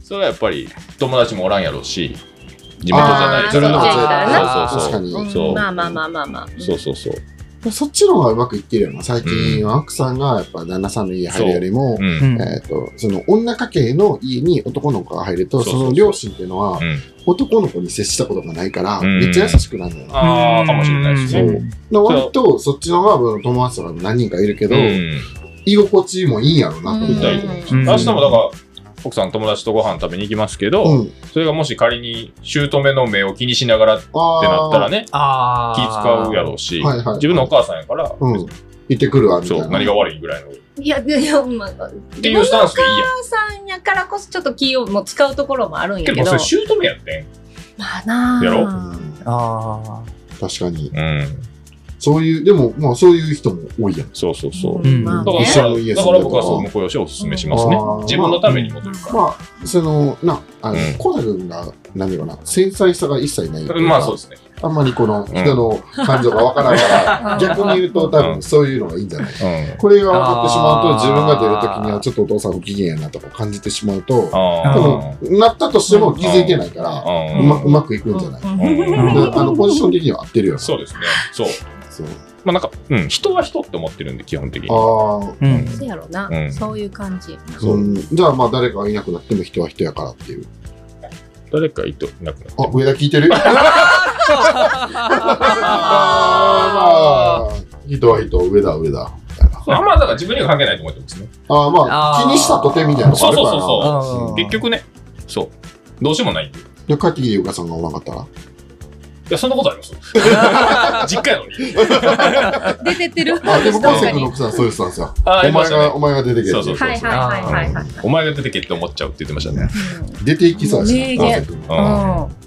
Speaker 1: それはやっぱり友達もおらんやろうし地元じゃない
Speaker 5: あ
Speaker 1: か
Speaker 5: ーそうじゃないから
Speaker 1: ら
Speaker 3: な
Speaker 1: そうそうそう
Speaker 2: 確か
Speaker 5: うん
Speaker 1: そう
Speaker 5: まあまあまあまあまあ。
Speaker 1: そうそうそう、
Speaker 2: に。そっちの方がうまくいってるよな。最近は奥さんがやっぱ旦那さんの家入るよりも
Speaker 1: う、ん
Speaker 3: うん
Speaker 2: えっと、その女家系の家に男の子が入る
Speaker 1: そ
Speaker 2: と、
Speaker 1: うそうそう
Speaker 2: その両親っていうのは
Speaker 1: う、ん、
Speaker 2: 男の子に接したことがないから、
Speaker 1: うん
Speaker 2: めっちゃ優しくなるのよな。
Speaker 1: ああかもしれないです
Speaker 2: そ
Speaker 1: ね。
Speaker 2: う。だから割とそっちの方が友達とかも何人かいるけど
Speaker 1: う、ん
Speaker 2: 居心地もいいんやろな、
Speaker 5: うん
Speaker 1: みたい
Speaker 3: うん
Speaker 1: 明日もだから奥さん友達とご飯食べに行きますけど、
Speaker 2: うん。
Speaker 1: それがもし仮に姑の目を気にしながらって
Speaker 2: あー
Speaker 1: なったらね
Speaker 3: ああ。
Speaker 1: 気使うやろうし、
Speaker 2: はいはいはい
Speaker 1: 自分のお母さんやから、
Speaker 2: うん。行ってくるわ、みた
Speaker 1: そ
Speaker 2: いうな。
Speaker 1: 何が悪いぐらいのっ
Speaker 5: いや、でも、まあ、
Speaker 1: ていうスタンスでいいやん
Speaker 5: お母さんやからこそちょっと気をもう使うところもあるんや
Speaker 1: け
Speaker 5: け
Speaker 1: ど
Speaker 5: ど。
Speaker 1: それ姑やってん
Speaker 5: まあなあ。
Speaker 1: やろ
Speaker 2: うん
Speaker 3: あ
Speaker 2: 確かに。
Speaker 1: うん
Speaker 2: そういう、でも、まあそういう人も多いやん。
Speaker 1: そうそうそう。
Speaker 3: うん
Speaker 5: ま
Speaker 1: だ
Speaker 5: あ
Speaker 1: から、
Speaker 5: ね
Speaker 2: 一緒の家
Speaker 1: だから僕はそう、向こうよしをおすすめしますね
Speaker 2: あー。
Speaker 1: 自分のためにもというか。
Speaker 2: まあ、その、な、あ
Speaker 1: うん
Speaker 2: の、コナ君が、何だろうな、繊細さが一切ない。
Speaker 1: まあそうですね。
Speaker 2: あんまりこの人の感情がわからんから、逆に言うと多分そういうのがいいんじゃない
Speaker 1: うん。
Speaker 2: これが分かってしまうと、
Speaker 3: あー
Speaker 2: 自分が出るときにはちょっとお父さん不機嫌やなとか感じてしまうと、
Speaker 1: あ
Speaker 2: 多分なったとしても気づいてないから、
Speaker 1: あ。
Speaker 2: う
Speaker 1: うん
Speaker 2: まうまくいくんじゃない、
Speaker 1: うん
Speaker 2: だからあの、ポジション的には合ってるよな。
Speaker 1: そうですね。そう。
Speaker 2: そう。
Speaker 1: まあなんか、うん。人は人って思ってるんで、基本的に。
Speaker 2: ああ、
Speaker 3: あ。うん。
Speaker 5: そうやろな、
Speaker 1: うん
Speaker 5: そういう感じ。
Speaker 1: そう
Speaker 2: うんじゃあまあ誰かがいなくなっても人は人やからっていう。
Speaker 1: 誰かいといなくなって
Speaker 2: <laughs> あ、上田聞いてる
Speaker 1: <laughs>
Speaker 2: あーまあ、人は人、上田は上田。みたいな。
Speaker 1: そうあんまだから自分には関係ないと思ってますね。
Speaker 2: ああ、まあ、
Speaker 3: あー
Speaker 2: 気にしたとてみたいなのがあるからな。
Speaker 1: そうそうそう
Speaker 3: あー
Speaker 1: 結局ね、そう。どうしようもないんで。い
Speaker 2: で、帰ってきてゆかさんがおらんかっ
Speaker 1: <laughs>
Speaker 2: たら。
Speaker 1: や、そんなことあります実家やの
Speaker 2: <laughs>
Speaker 1: に。
Speaker 5: 出てってる。
Speaker 2: あ、でも、
Speaker 5: 確か
Speaker 2: 昴
Speaker 5: に
Speaker 2: 生君の奥さんそういう人なんですよ。
Speaker 1: あー
Speaker 2: お
Speaker 1: いま
Speaker 2: 前
Speaker 1: したね
Speaker 2: が、お前が出てけって。
Speaker 1: そうそう
Speaker 5: はいはいはいはいはい。
Speaker 1: お前が出てけって思っちゃうって言ってましたね。
Speaker 2: 出ていきそうやしな、
Speaker 5: ねえ
Speaker 2: 昴生君も
Speaker 1: うん。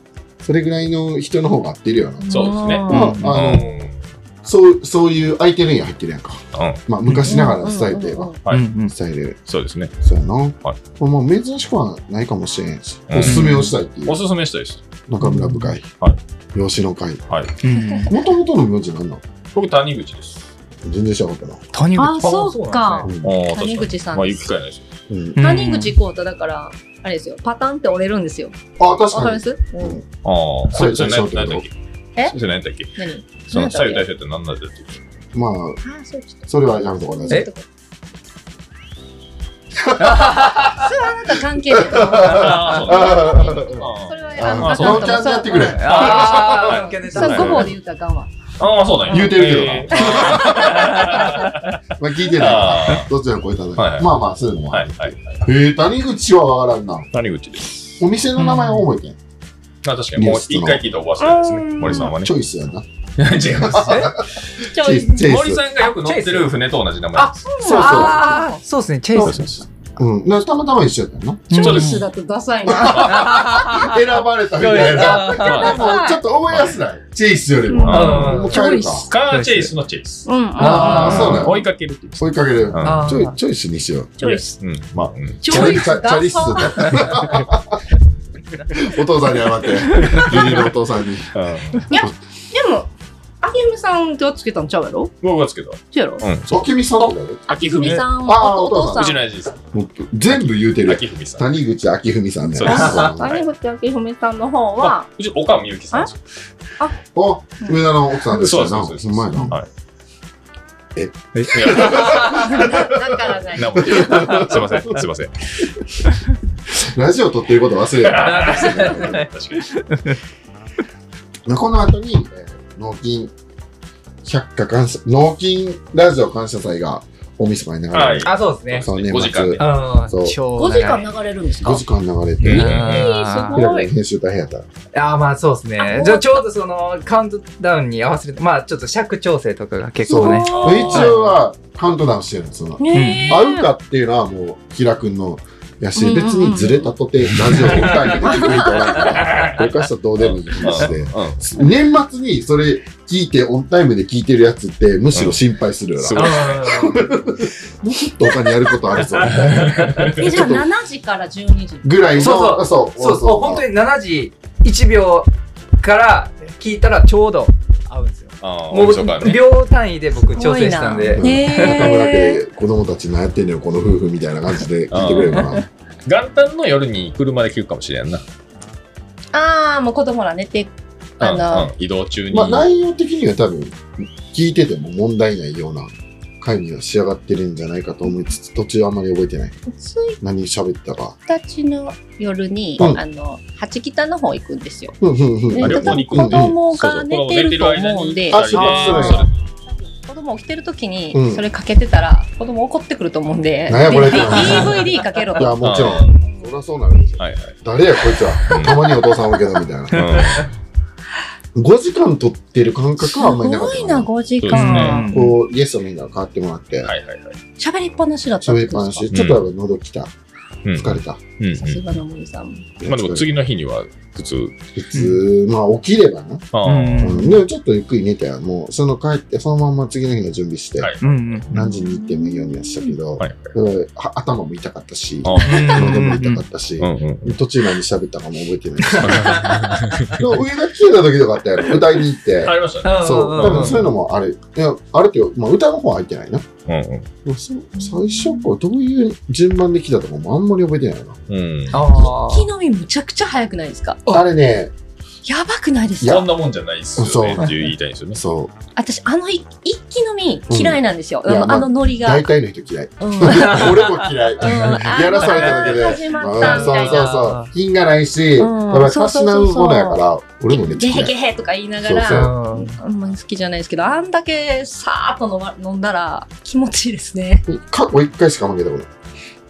Speaker 2: それぐらいの人の方が合ってるよな。
Speaker 1: そうですね
Speaker 2: ま
Speaker 1: う
Speaker 2: あ、あの、
Speaker 1: ん。
Speaker 2: そう、そういう相手の家入ってるやんか。
Speaker 1: うん
Speaker 2: まあ、昔ながらのスタイルといえば、
Speaker 1: はい
Speaker 3: うん
Speaker 2: スタイル、
Speaker 1: そうですね。
Speaker 2: そうやな。
Speaker 1: は
Speaker 2: まあ、珍しくはないかもしれんし、
Speaker 1: うん
Speaker 2: おすすめをしたいっていう
Speaker 1: お。すすめしたいです。
Speaker 2: 中村部会、
Speaker 1: はい
Speaker 2: 吉野会、
Speaker 3: うん。
Speaker 2: もともとの名字なんなの
Speaker 1: 僕、谷口です。
Speaker 2: 全然知らなかったな。
Speaker 3: 谷口
Speaker 5: あ、そうか。
Speaker 2: う
Speaker 1: ああ、確か
Speaker 2: ん
Speaker 1: に
Speaker 5: 谷口さん
Speaker 1: まあ、
Speaker 5: で
Speaker 1: 行く機
Speaker 5: す。
Speaker 1: 会ないですよ。
Speaker 2: うん
Speaker 3: うん
Speaker 5: 谷口浩太だから、あれですよ、パタンって折れるんですよ。
Speaker 2: あ、確
Speaker 5: わか
Speaker 2: か
Speaker 5: りま
Speaker 2: に。
Speaker 5: す
Speaker 2: ん
Speaker 1: ああ、それ、それ
Speaker 2: そう
Speaker 1: 何
Speaker 2: そう
Speaker 1: 何だっけ
Speaker 5: え
Speaker 1: それ何だっけ
Speaker 5: 何
Speaker 1: その、左右対
Speaker 5: 何だっ
Speaker 1: 称って何なん
Speaker 5: <laughs>
Speaker 1: だっけ
Speaker 2: まあ、
Speaker 5: けあ、そう、ちょっ
Speaker 2: それはやめとこうね。
Speaker 3: え
Speaker 5: と。それはなんか関係ないと思う
Speaker 1: あ
Speaker 2: あ
Speaker 1: あ、
Speaker 2: あ
Speaker 1: そう
Speaker 2: あ
Speaker 5: それ
Speaker 1: だ。
Speaker 5: は、
Speaker 1: あ
Speaker 5: あ
Speaker 1: そう
Speaker 5: かんと思う
Speaker 2: ちゃんとやってくれ
Speaker 3: ああ、
Speaker 5: そう、
Speaker 1: はい
Speaker 5: 5法で言うたらあかんわ。
Speaker 1: ああ、そうだ
Speaker 2: 言うてるけどな
Speaker 1: えーあ
Speaker 2: あ <laughs> まあ、聞い
Speaker 1: ー
Speaker 2: てない。
Speaker 1: あ
Speaker 2: どっちら超えただけ。
Speaker 1: はい
Speaker 2: まあまあ、そういうの
Speaker 1: ー、
Speaker 2: も
Speaker 1: は
Speaker 2: あ
Speaker 1: い、
Speaker 2: る。
Speaker 1: はい。はい
Speaker 2: えー、谷口はわからんな。
Speaker 1: 谷口です。
Speaker 2: お店の名前は覚えてん。
Speaker 1: あ、確かに、もう一回聞いたらお忘れですね。森さんはね
Speaker 2: チ。ョイスやな。
Speaker 1: <laughs> 違います。
Speaker 5: ちょ
Speaker 2: チェイス。チェイ
Speaker 1: 森
Speaker 2: ス。
Speaker 1: さんがよく乗ってる船と同じ名前です。
Speaker 2: そう
Speaker 3: ああ、そうですね、チェイス。
Speaker 2: そう。うん。なたまたま一緒やったよ
Speaker 5: チョイ
Speaker 3: う
Speaker 5: ス
Speaker 3: ん
Speaker 5: だとダサいな。
Speaker 2: な。選ばれたみたいな。
Speaker 1: ま
Speaker 2: でも、ちょっと覚えやすない。チェイスよりも。
Speaker 1: あ
Speaker 2: もう
Speaker 1: うん
Speaker 2: 帰るか。
Speaker 1: カーチェイスのチェイス。
Speaker 5: うんうん。
Speaker 2: ああ、そうなの
Speaker 1: 追い。かけるって言うんです
Speaker 2: 追いかける。
Speaker 1: か。
Speaker 2: チョイチョイスにしよう。
Speaker 5: チョイス。
Speaker 1: <laughs> うん。まあ、うん。
Speaker 5: チョイ
Speaker 2: チ
Speaker 5: ス
Speaker 2: ャ
Speaker 5: ダ
Speaker 2: リス
Speaker 5: サ
Speaker 2: だ。お父さんに謝って、義理のお父さんに。
Speaker 1: うん
Speaker 5: でも、あゆみさんがつけたんちゃうやろ
Speaker 1: 僕がつけた。
Speaker 5: そうやろ
Speaker 1: うん。
Speaker 2: あけみさんだよね。
Speaker 1: 秋
Speaker 5: ゆみ
Speaker 1: 文。う
Speaker 5: さん、
Speaker 2: あー
Speaker 5: お父さ
Speaker 1: ちの
Speaker 5: ん。
Speaker 1: 親父です。
Speaker 2: もう全部言うてるやん。
Speaker 1: 秋文さん。
Speaker 2: 谷口明文さんね。
Speaker 1: そうです
Speaker 2: あ、
Speaker 5: 谷口明文さんの方は、
Speaker 1: うち、岡みゆきさんですよ。
Speaker 2: 上田の奥さんです
Speaker 1: そ
Speaker 2: よ
Speaker 1: うそう
Speaker 2: な。
Speaker 1: そう
Speaker 2: ほ
Speaker 1: そう。
Speaker 2: んまやな。
Speaker 1: はい。
Speaker 2: え
Speaker 1: いや <laughs>
Speaker 5: <laughs> だからね、
Speaker 1: なんも言えないすいません、すいません。
Speaker 2: ラジオ撮ってること忘れた。
Speaker 1: 確かに。
Speaker 2: この後に、えー納金、百花感謝、納金ラジオ感謝祭が大晦日に流れ
Speaker 1: はい
Speaker 2: る。
Speaker 4: あ、そうです
Speaker 2: そう年
Speaker 1: 5時間
Speaker 2: 末
Speaker 1: で
Speaker 4: ね。
Speaker 2: そう
Speaker 3: 超
Speaker 5: 5時間
Speaker 3: 長い
Speaker 5: 流れるんですか
Speaker 2: 5時間流れ
Speaker 1: うん
Speaker 2: て、
Speaker 3: あー
Speaker 5: すごい
Speaker 2: 編集大変やった。
Speaker 4: ああ、まあそうです
Speaker 5: あ
Speaker 4: ね。じゃあちょうどそのカウントダウンに合わせる、まあちょっと尺調整とかが結
Speaker 2: そ
Speaker 4: 構
Speaker 2: う
Speaker 4: ね。
Speaker 5: おー
Speaker 2: 一応はカウントダウンしてるんですよ。
Speaker 5: ねえ。
Speaker 2: 合うかっていうのはもう、キラ君のやし、
Speaker 5: うんうんうん
Speaker 2: 別にずれたとて、ラジオ本体に聞く人おらんから、これからしたらどうでもいい話で。
Speaker 1: うん。
Speaker 2: 年末にそれ聞いて、オンタイムで聞いてるやつって、むしろ心配するよ
Speaker 1: す
Speaker 2: な。
Speaker 1: ごい。
Speaker 2: もうちょっと他にやることあるぞ、みたいな
Speaker 5: えじゃあ7時から12時。
Speaker 2: ぐらいの、
Speaker 4: そう
Speaker 2: そう
Speaker 4: そうそう、本当に7時1秒から聞いたらちょうど合うんですよ。
Speaker 1: あ
Speaker 4: も
Speaker 1: ーそうか
Speaker 4: う
Speaker 1: ね。
Speaker 4: 秒単位で僕調整したん
Speaker 2: す
Speaker 4: で
Speaker 2: ごい。な岡村
Speaker 5: へえ。
Speaker 2: 家子供たち何やってんのよこの夫婦みたいな感じで聞いてくれるかな
Speaker 1: 元旦の夜に車で聞くかもしれんな。
Speaker 5: ああ、もう子供ら寝て、あ
Speaker 1: うん
Speaker 5: の
Speaker 1: うん移動中に。
Speaker 2: まあ内容的には多分聞いてても問題ないような回には仕上がってるんじゃないかと思いつつ途中あんまり覚えてない
Speaker 5: 1
Speaker 2: 何喋ったか
Speaker 5: 日の夜に、
Speaker 2: うん
Speaker 5: あの、八北の方行くんですよ。
Speaker 2: ふんふんふん
Speaker 5: で
Speaker 1: あ
Speaker 5: 子
Speaker 1: 旅行に行くんで
Speaker 5: 供が寝てると思うんで、
Speaker 2: あそうそうそう
Speaker 5: 子供起きてる時
Speaker 2: うん
Speaker 5: にそれかけてたら、子供怒ってくると思うんで、
Speaker 2: 何やこれ
Speaker 5: <laughs> D- DVD かけろ
Speaker 2: いや
Speaker 5: と。
Speaker 2: もちろん
Speaker 1: ん。
Speaker 2: そりゃそうなるでしょ
Speaker 1: はいはい。
Speaker 2: 誰やこいつはたまにお父さんおるけどみたいな5時間撮ってる感
Speaker 5: す
Speaker 2: 覚はあんまりなかっ
Speaker 5: ご
Speaker 2: た
Speaker 5: い
Speaker 2: か
Speaker 5: な、
Speaker 2: な
Speaker 5: 5時
Speaker 1: そう
Speaker 5: 間。
Speaker 4: ん
Speaker 2: こうイエスのみんな変わってもらって
Speaker 1: はいはいはい。
Speaker 5: 喋りっぱなしだった
Speaker 2: 喋り
Speaker 5: ん
Speaker 2: っぱな
Speaker 5: ですか
Speaker 2: しちょっとやっぱ喉きた
Speaker 1: うん
Speaker 2: 疲れた
Speaker 1: うんうん
Speaker 5: さすがの森さん。
Speaker 1: まあでも次の日には普通。
Speaker 2: 普通まあ起きればな
Speaker 1: あ
Speaker 4: う
Speaker 1: ー
Speaker 4: ん
Speaker 2: うんでもちょっとゆっくり寝たよもうその帰ってそのまんま次の日の準備して
Speaker 1: はい
Speaker 4: うんうん。
Speaker 2: 何時に行ってもいいようにはしたけど、
Speaker 1: はいはい。
Speaker 2: うんは頭も痛かったし、
Speaker 1: あ
Speaker 2: 喉も痛かったし、
Speaker 1: うんうん。
Speaker 2: 途中何喋ったかも覚えてない <laughs> し、でも上が消えた時とかあったやろ、歌いに行って
Speaker 1: あ。りましたね。
Speaker 2: そう、多分そういう
Speaker 4: の。
Speaker 2: のもある。いや、あるけど、まあ、歌の方は入ってないな。
Speaker 1: うん
Speaker 2: でもそ最初からどういう順番で来たとかもあんまり覚えてないな。
Speaker 1: うん。うん。
Speaker 4: ああ。
Speaker 5: 木の実むちゃくちゃ早くないですか
Speaker 2: あれね、
Speaker 5: やばくないです
Speaker 1: そ
Speaker 5: か
Speaker 1: んなもんじゃないっすよねっていう言いたいんですよね。
Speaker 2: そ
Speaker 5: 私、あのい一気の実嫌いなんですよ。
Speaker 2: うんいや
Speaker 5: あの
Speaker 2: まあ
Speaker 5: あのノリ
Speaker 2: う、
Speaker 5: が。
Speaker 2: 大体の人嫌い。
Speaker 5: うん
Speaker 2: <laughs> 俺も嫌い。やらされただけで。
Speaker 5: 始ま
Speaker 2: う
Speaker 5: っ
Speaker 2: ん
Speaker 5: たみ
Speaker 2: そ
Speaker 5: た
Speaker 2: う
Speaker 5: い
Speaker 2: そう
Speaker 5: な。
Speaker 2: そう。品がないし、や
Speaker 5: う
Speaker 2: っ
Speaker 5: ん
Speaker 2: ぱりたしなむものやから、俺もめっち
Speaker 5: ゲ
Speaker 2: ゃ
Speaker 5: ヘ
Speaker 2: 嫌
Speaker 5: ゲ
Speaker 2: い。
Speaker 5: ヘとか言いなが
Speaker 2: そう
Speaker 5: ら、
Speaker 4: うん
Speaker 5: あんまり好きじゃないですけど、あんだけさーっと飲ま飲んだら気持ちいいですね。
Speaker 2: 過去1回しか負けたことない。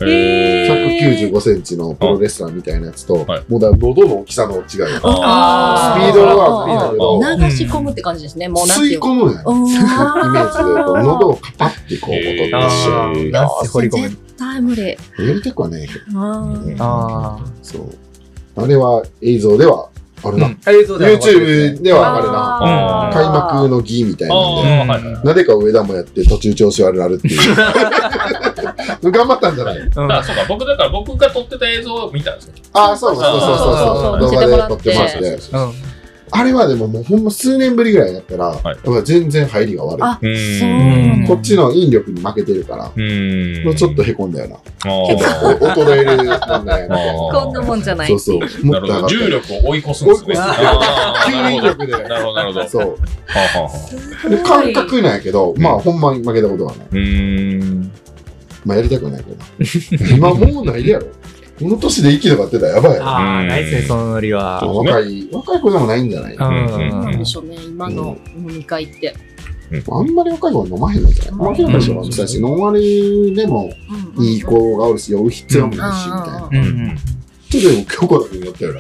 Speaker 1: へー
Speaker 2: 195センチのプロレスラーみたいなやつと、もう
Speaker 1: はい
Speaker 2: だから喉の大きさの違い。スピー
Speaker 5: あ
Speaker 2: ドは
Speaker 4: ー
Speaker 2: スピードだけ
Speaker 1: あ
Speaker 2: ど、
Speaker 5: 流し込むって感じですね。もうなんてい
Speaker 2: 吸いう
Speaker 5: か。
Speaker 2: 込むね。
Speaker 5: うん
Speaker 2: <laughs> イメージで言うと、喉をカパってこう、音出し
Speaker 1: あ
Speaker 2: よ
Speaker 1: ー
Speaker 4: なんせ掘り込む。
Speaker 5: 絶対無理。
Speaker 2: う。やりたくはねえけ
Speaker 5: うん
Speaker 1: うん
Speaker 4: あ
Speaker 2: ど、そう。あれは映像ではある
Speaker 4: あ。う
Speaker 2: な。
Speaker 4: ん。映像では分かるですね
Speaker 2: YouTube ではあるな。
Speaker 5: あー
Speaker 2: 開幕の儀みたいなんで。
Speaker 1: あーはいはい。
Speaker 2: なぜか上田もやって途中調子悪なるっていう。 <laughs> 頑張ったんじゃない
Speaker 4: うん
Speaker 1: あ、そうか、僕だから僕が撮ってた映像を見たんですよ。
Speaker 2: ああ、そうそうそうそうそう。動画で撮ってまして。
Speaker 4: うん
Speaker 2: あれはでももうほんま数年ぶりぐらいだったら、やっぱ全然入りが悪い。
Speaker 5: あ、そう
Speaker 1: うん
Speaker 2: こっちの引力に負けてるから、
Speaker 1: うん。
Speaker 2: もう
Speaker 1: <laughs>
Speaker 2: ちょっとへこんだよ
Speaker 5: <laughs>
Speaker 2: な。
Speaker 1: あー。
Speaker 2: 衰える
Speaker 1: <laughs>
Speaker 2: 問
Speaker 1: あ
Speaker 2: 題や
Speaker 5: こんなもんじゃ
Speaker 2: な。
Speaker 5: <laughs> ない
Speaker 2: そ
Speaker 5: っ
Speaker 2: う
Speaker 5: て
Speaker 2: そ
Speaker 5: いうう。。
Speaker 2: も
Speaker 1: な
Speaker 2: っ
Speaker 1: る
Speaker 2: と
Speaker 1: ほど。
Speaker 2: 上
Speaker 1: 重
Speaker 2: がっ
Speaker 1: 力を追い越すんですね。
Speaker 2: 追い越す <laughs>
Speaker 1: あ
Speaker 2: た。
Speaker 1: ーな
Speaker 2: 吸引
Speaker 1: るほ
Speaker 2: 力で
Speaker 1: <laughs> ど。。なるほど、なるほど。は
Speaker 2: そう。
Speaker 1: あはあはあ
Speaker 5: すごい
Speaker 2: 感覚なんやけど、まあほんまに負けたことはない。
Speaker 1: うーん。
Speaker 2: まあやりたくはないけど。今もうないやろ。この年で息とかってたらやばいよ。
Speaker 4: ああ、ないですね、そのノリは。
Speaker 1: そうですね
Speaker 2: 若い、若い子でもないんじゃない
Speaker 4: うん
Speaker 5: そう
Speaker 1: う
Speaker 5: なんでしょうね、今の飲み会って。
Speaker 2: あんまり若い子は飲まへんのじゃない
Speaker 5: うん
Speaker 2: 明らかにしょ。私、ノンアルでもいい子がおるし、酔う必要もないし、みたいな。
Speaker 5: あ
Speaker 4: うんうん。
Speaker 2: ちょっとでも京子だけにやったよな。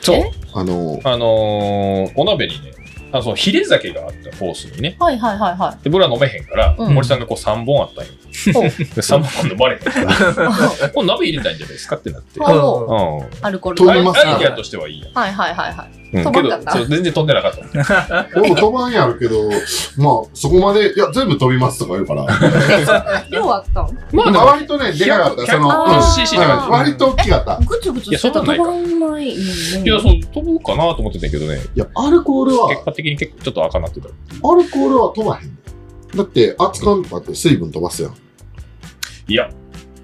Speaker 1: そう
Speaker 5: え。
Speaker 2: あの、
Speaker 1: あのー、お鍋にね、あ、そう、ヒレ酒があったコースにね。
Speaker 5: はいはいはいはい。
Speaker 1: で、僕ら飲めへんから、
Speaker 5: うん
Speaker 1: 森さんがこう3本あったんよ。でサンマ今度バレて。
Speaker 5: <laughs>
Speaker 1: これ鍋入れたいんじゃないですかってなって。うん。
Speaker 5: あもう
Speaker 1: ア
Speaker 5: アルコール
Speaker 2: 飛
Speaker 1: イ
Speaker 2: びます
Speaker 1: アイデアとしてはいいやん。
Speaker 5: はいはいはいはい。
Speaker 1: うん
Speaker 5: 飛
Speaker 1: け
Speaker 5: ばん
Speaker 1: ど、
Speaker 5: かった
Speaker 1: そう全然飛んでなかった。
Speaker 2: 俺も飛ばんやるけど、 <laughs> まあ、そこまで、いや、全部飛びますとか言うから。
Speaker 5: 量あったん
Speaker 1: ま
Speaker 2: まあ、
Speaker 1: あ
Speaker 2: 割とね、でかかった。その、
Speaker 5: 100
Speaker 2: うん
Speaker 1: 100cc って
Speaker 5: あ
Speaker 1: 感
Speaker 5: ー
Speaker 2: 割と大きかった。
Speaker 5: ぐつぐつ
Speaker 1: いや
Speaker 5: してた
Speaker 1: そんな
Speaker 5: 飛
Speaker 1: の
Speaker 5: ばないよね。
Speaker 1: じ。いや、そう、飛ぶかなと思ってたけどね、
Speaker 2: いや、アルコールは、
Speaker 1: 結果的に結構ちょっと赤なってた。
Speaker 2: アルコールは飛ばへん。だって、熱かんだって水分飛ばすやん。
Speaker 1: いや、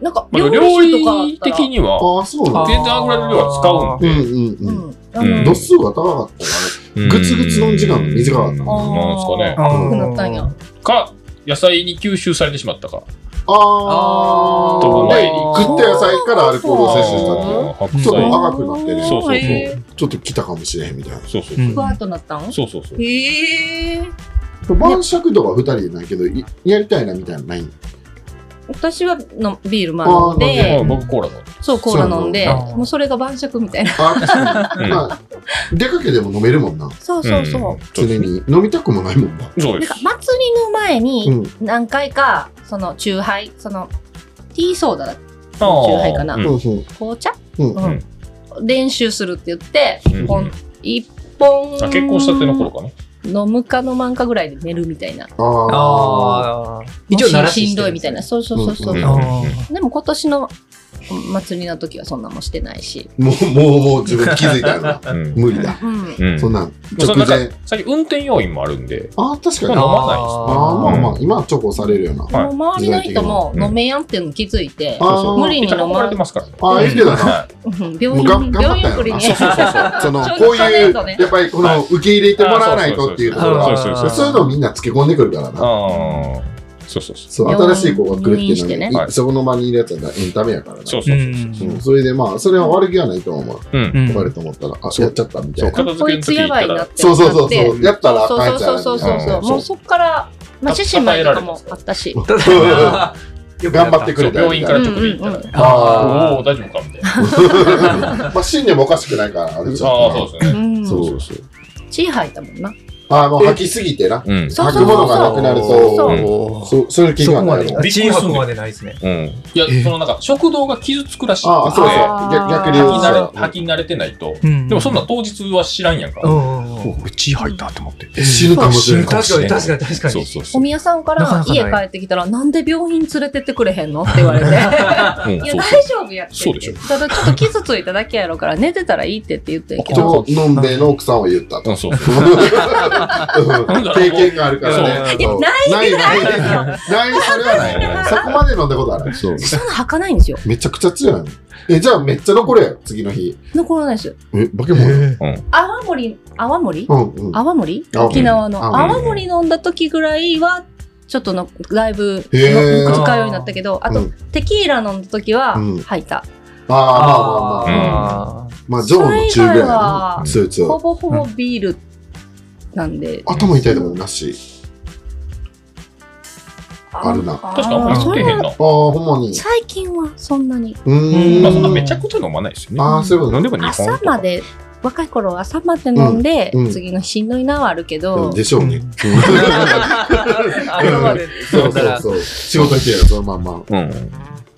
Speaker 5: なんか
Speaker 1: まあ、
Speaker 5: 料
Speaker 1: 料
Speaker 5: 理とかあっ
Speaker 1: 理
Speaker 5: たら
Speaker 1: 的には、
Speaker 2: ああ、そうな
Speaker 3: あ
Speaker 2: んだ。
Speaker 1: 全然油の量は使うん
Speaker 2: う
Speaker 1: で。
Speaker 2: んうん
Speaker 5: う
Speaker 2: うん。
Speaker 5: ん。あの
Speaker 1: うん
Speaker 2: 度数が高かったから、
Speaker 1: うん
Speaker 2: グツグツの時間短かった
Speaker 1: なん
Speaker 5: あー
Speaker 1: すかね。
Speaker 5: くなったんや。
Speaker 1: か、野菜に吸収されてしまったか。
Speaker 2: あ
Speaker 1: ー飛ぶ
Speaker 2: あ、
Speaker 1: 前
Speaker 2: で
Speaker 1: に
Speaker 2: 食った野菜からアルコールを摂取したって。
Speaker 1: あー白
Speaker 2: ちょっと
Speaker 1: 菜。
Speaker 2: 赤くなってね。
Speaker 1: そうそうそう
Speaker 5: へー
Speaker 2: ちょっと来たかもしれへんみたいな。
Speaker 1: そうそう
Speaker 3: う
Speaker 1: そ
Speaker 3: ん
Speaker 1: う。
Speaker 5: ふわっとなったん
Speaker 1: そうそうそう。
Speaker 5: へえ。
Speaker 2: 晩酌とか二人でないけど、いやりたいなみたいなのない
Speaker 5: 私はのビールもあるの
Speaker 2: あー
Speaker 1: う
Speaker 5: で
Speaker 1: ん、僕コーラだ。
Speaker 5: そうコーラ飲んで、
Speaker 3: そうなんだ
Speaker 5: もうそれが晩酌みたいな。
Speaker 2: あ、確か
Speaker 1: う
Speaker 2: に。
Speaker 1: ん
Speaker 2: まあ、出かけても飲めるもんな。
Speaker 5: そうそうそう。
Speaker 2: 常に。飲みたくもないもんな。
Speaker 1: そう
Speaker 5: な
Speaker 1: で
Speaker 5: ん
Speaker 1: す
Speaker 5: か。祭りの前
Speaker 2: う
Speaker 5: に
Speaker 2: ん。
Speaker 5: 何回かそのチューハイ、そのティーソーダだ
Speaker 1: あー
Speaker 5: 酎ハイかな
Speaker 1: うん
Speaker 2: そうそう。
Speaker 5: 紅茶、
Speaker 2: うん
Speaker 5: うん練習するって言って、
Speaker 1: うん
Speaker 5: こん一本
Speaker 1: あ結婚したての頃かな。
Speaker 5: 飲むか飲まんかぐらいで寝るみたいな。
Speaker 2: ああ。
Speaker 4: ああ。一応、なら
Speaker 5: ししんどいみたいな。。そうそうそうそう。
Speaker 2: うん
Speaker 1: うん
Speaker 5: でも今年の祭りの時はそんなもんしてないし。
Speaker 2: もう、もう、もう自分気づいたよな。
Speaker 1: うん
Speaker 2: 無理だ。
Speaker 5: うん。
Speaker 1: うん
Speaker 2: そんなん、
Speaker 1: そ
Speaker 2: 直
Speaker 1: のなん
Speaker 2: 前
Speaker 1: か。最近運転要員もあるんで、
Speaker 2: ああ、確か
Speaker 1: 飲ま
Speaker 2: に。
Speaker 1: ない
Speaker 2: ああ、
Speaker 4: あ
Speaker 2: ま
Speaker 1: ー
Speaker 2: あまあ、今はチョコされるよな。
Speaker 5: でも周りの人も飲めやんっていうの気づいて、
Speaker 2: あ
Speaker 1: そ
Speaker 2: あ、
Speaker 1: う
Speaker 5: 無理に
Speaker 1: 結
Speaker 5: 飲
Speaker 1: 構怒
Speaker 5: ま
Speaker 1: られ
Speaker 5: ん
Speaker 1: て。ますからね。
Speaker 2: ああ、
Speaker 1: <laughs>
Speaker 2: いいけどな。
Speaker 1: は
Speaker 5: うん病
Speaker 2: もうが頑
Speaker 5: 院、
Speaker 2: 張っ
Speaker 5: 病院
Speaker 2: たよ
Speaker 5: 送り
Speaker 2: な。
Speaker 5: に。
Speaker 2: そうそうそうそう。その
Speaker 5: ちょう、ど
Speaker 2: こういう、
Speaker 5: ちょうどね
Speaker 2: やっぱりこの、受け入れてもらわないとっていうところ
Speaker 1: あ
Speaker 2: が、
Speaker 1: そうそうそう
Speaker 2: でそういうのをみんなつけ込んでくるからな。
Speaker 1: ああ、そうそうそう。
Speaker 2: そう、新しい子が来るっていうの
Speaker 5: 入院して
Speaker 2: は
Speaker 5: ね
Speaker 2: ね、いそこの場にいるやつはエンタメやからな。
Speaker 1: そう
Speaker 3: う
Speaker 1: そうそう。
Speaker 3: ん
Speaker 2: うんそれでまあ、それは悪気はないと思う。
Speaker 1: うん
Speaker 3: う。ん
Speaker 2: 悪いと思ったら、あ、
Speaker 1: そう
Speaker 2: やっちゃったみた
Speaker 1: そ、
Speaker 2: いう
Speaker 1: 片
Speaker 2: な。
Speaker 5: こ
Speaker 1: 付け
Speaker 5: い
Speaker 1: の
Speaker 5: つ
Speaker 1: 時
Speaker 5: や
Speaker 1: 行
Speaker 5: ば
Speaker 1: っ
Speaker 5: い
Speaker 1: た
Speaker 5: な
Speaker 1: ら
Speaker 5: っ、て
Speaker 2: そうそうそう
Speaker 5: なって
Speaker 2: そう。やったらあ
Speaker 5: そう
Speaker 2: かんやつや
Speaker 5: そう
Speaker 2: な
Speaker 5: そう
Speaker 2: みたい
Speaker 5: そう
Speaker 2: な。
Speaker 1: うん
Speaker 5: そう。もうそっから、まあ、獅
Speaker 1: た
Speaker 5: 子舞とかもあっ
Speaker 2: <laughs>
Speaker 5: たし。
Speaker 2: た
Speaker 4: あー
Speaker 2: 頑張ってく
Speaker 1: そ
Speaker 2: れ
Speaker 1: う
Speaker 2: たよ
Speaker 1: 病
Speaker 2: み
Speaker 1: 院
Speaker 2: た
Speaker 1: か
Speaker 2: い
Speaker 1: ら
Speaker 2: な。
Speaker 1: 直で行ったらね。
Speaker 2: あ
Speaker 1: おおー、大丈夫かみたいな。あ
Speaker 2: あ。まあ、死んでもおかしくないから、あれ
Speaker 1: あ、
Speaker 2: じゃん
Speaker 1: そうです
Speaker 5: う
Speaker 1: よね。
Speaker 5: ん。
Speaker 2: そうそうそう。
Speaker 5: 血吐いたもんな。
Speaker 2: ああ、もう吐きすぎてな。
Speaker 1: うん。
Speaker 5: そう
Speaker 2: 吐くものがなくなる
Speaker 5: そうそう
Speaker 2: と、そそれ気
Speaker 4: そ
Speaker 2: が
Speaker 4: こま
Speaker 2: な
Speaker 4: で
Speaker 2: い。の。
Speaker 1: びっく
Speaker 4: チ
Speaker 1: り
Speaker 4: ー
Speaker 1: す
Speaker 4: フ
Speaker 1: る
Speaker 4: までないですね。
Speaker 1: うん。いや、そのなんか、食堂が傷つくらしい。
Speaker 2: ああ、そうそう。
Speaker 1: で
Speaker 2: 逆
Speaker 1: 吐き慣
Speaker 2: 逆
Speaker 1: れ
Speaker 2: 流
Speaker 1: 吐き慣れてないと。
Speaker 3: うん
Speaker 1: でもそんな当日は知らんやんか。
Speaker 4: う
Speaker 1: そ
Speaker 4: んうんうん。
Speaker 3: 俺血入ったって思って
Speaker 2: え死ぬかもし
Speaker 1: 死
Speaker 2: れ
Speaker 1: ぬ
Speaker 2: ない。
Speaker 4: 確かに、確かに、確か
Speaker 1: う
Speaker 4: に。
Speaker 1: そうそ
Speaker 5: お
Speaker 1: う。
Speaker 5: 宮さんか
Speaker 3: なからなかない
Speaker 5: 家帰ってきたら、なんで病院連れてってくれへんのって言われて。い
Speaker 1: うんそ
Speaker 5: や、
Speaker 1: うそう
Speaker 5: 大丈夫やって。
Speaker 1: そうでしょ
Speaker 5: ただちょっと傷ついただけやろから、寝てたらいいってって言ってんけ
Speaker 2: ち
Speaker 5: ど。
Speaker 2: ょのんべいの奥さんは言
Speaker 1: <laughs>
Speaker 2: ったと。
Speaker 1: うんそうそう。
Speaker 2: うん経験があるからね。
Speaker 5: いや、ない
Speaker 2: ないないない
Speaker 5: い
Speaker 2: それは
Speaker 5: <laughs>
Speaker 2: ないそこまで飲んだことある
Speaker 1: そう
Speaker 5: そんな吐かないんですよ。
Speaker 2: めちゃくちゃ強いのえじゃあめっちゃ残るやん次の日
Speaker 5: 残らないですよ。
Speaker 2: え化け物
Speaker 5: 泡盛、泡盛
Speaker 2: うんうん
Speaker 5: 泡盛
Speaker 2: 泡盛
Speaker 5: 沖縄の。
Speaker 2: 泡
Speaker 5: 泡盛飲んだ時ぐらいは、ちょっとの、だいぶ、
Speaker 2: へー
Speaker 5: の使うようになったけど、あ
Speaker 2: う
Speaker 5: と
Speaker 2: ん、
Speaker 5: テキーラ飲んだ時は
Speaker 2: うん、
Speaker 5: 吐いた。
Speaker 2: ああまあまあまあ
Speaker 4: あー
Speaker 2: まあジョーの中ぐらいやな
Speaker 5: そ
Speaker 2: 強い強
Speaker 5: ほ
Speaker 2: い
Speaker 5: ぼほぼビールなんで。
Speaker 2: 頭痛いとかもなしあるな
Speaker 1: 確かに
Speaker 5: あー
Speaker 1: あんまり食えへんな。
Speaker 2: ああほんまに
Speaker 5: 最近はそんなに。
Speaker 2: うーん
Speaker 1: まあそんなめちゃくちゃ飲まないですよね。
Speaker 2: ああそういうこと
Speaker 1: 飲んでも日本
Speaker 5: 朝
Speaker 1: と
Speaker 5: ま
Speaker 1: か。
Speaker 5: で、若い頃は朝まで飲んで、
Speaker 2: うんうん
Speaker 5: 次の日しんどいなはあるけ
Speaker 2: う
Speaker 5: ど
Speaker 2: ん、でしょうね
Speaker 4: あれまで。
Speaker 2: そうそうそう仕事行けよそのまんま
Speaker 1: うん。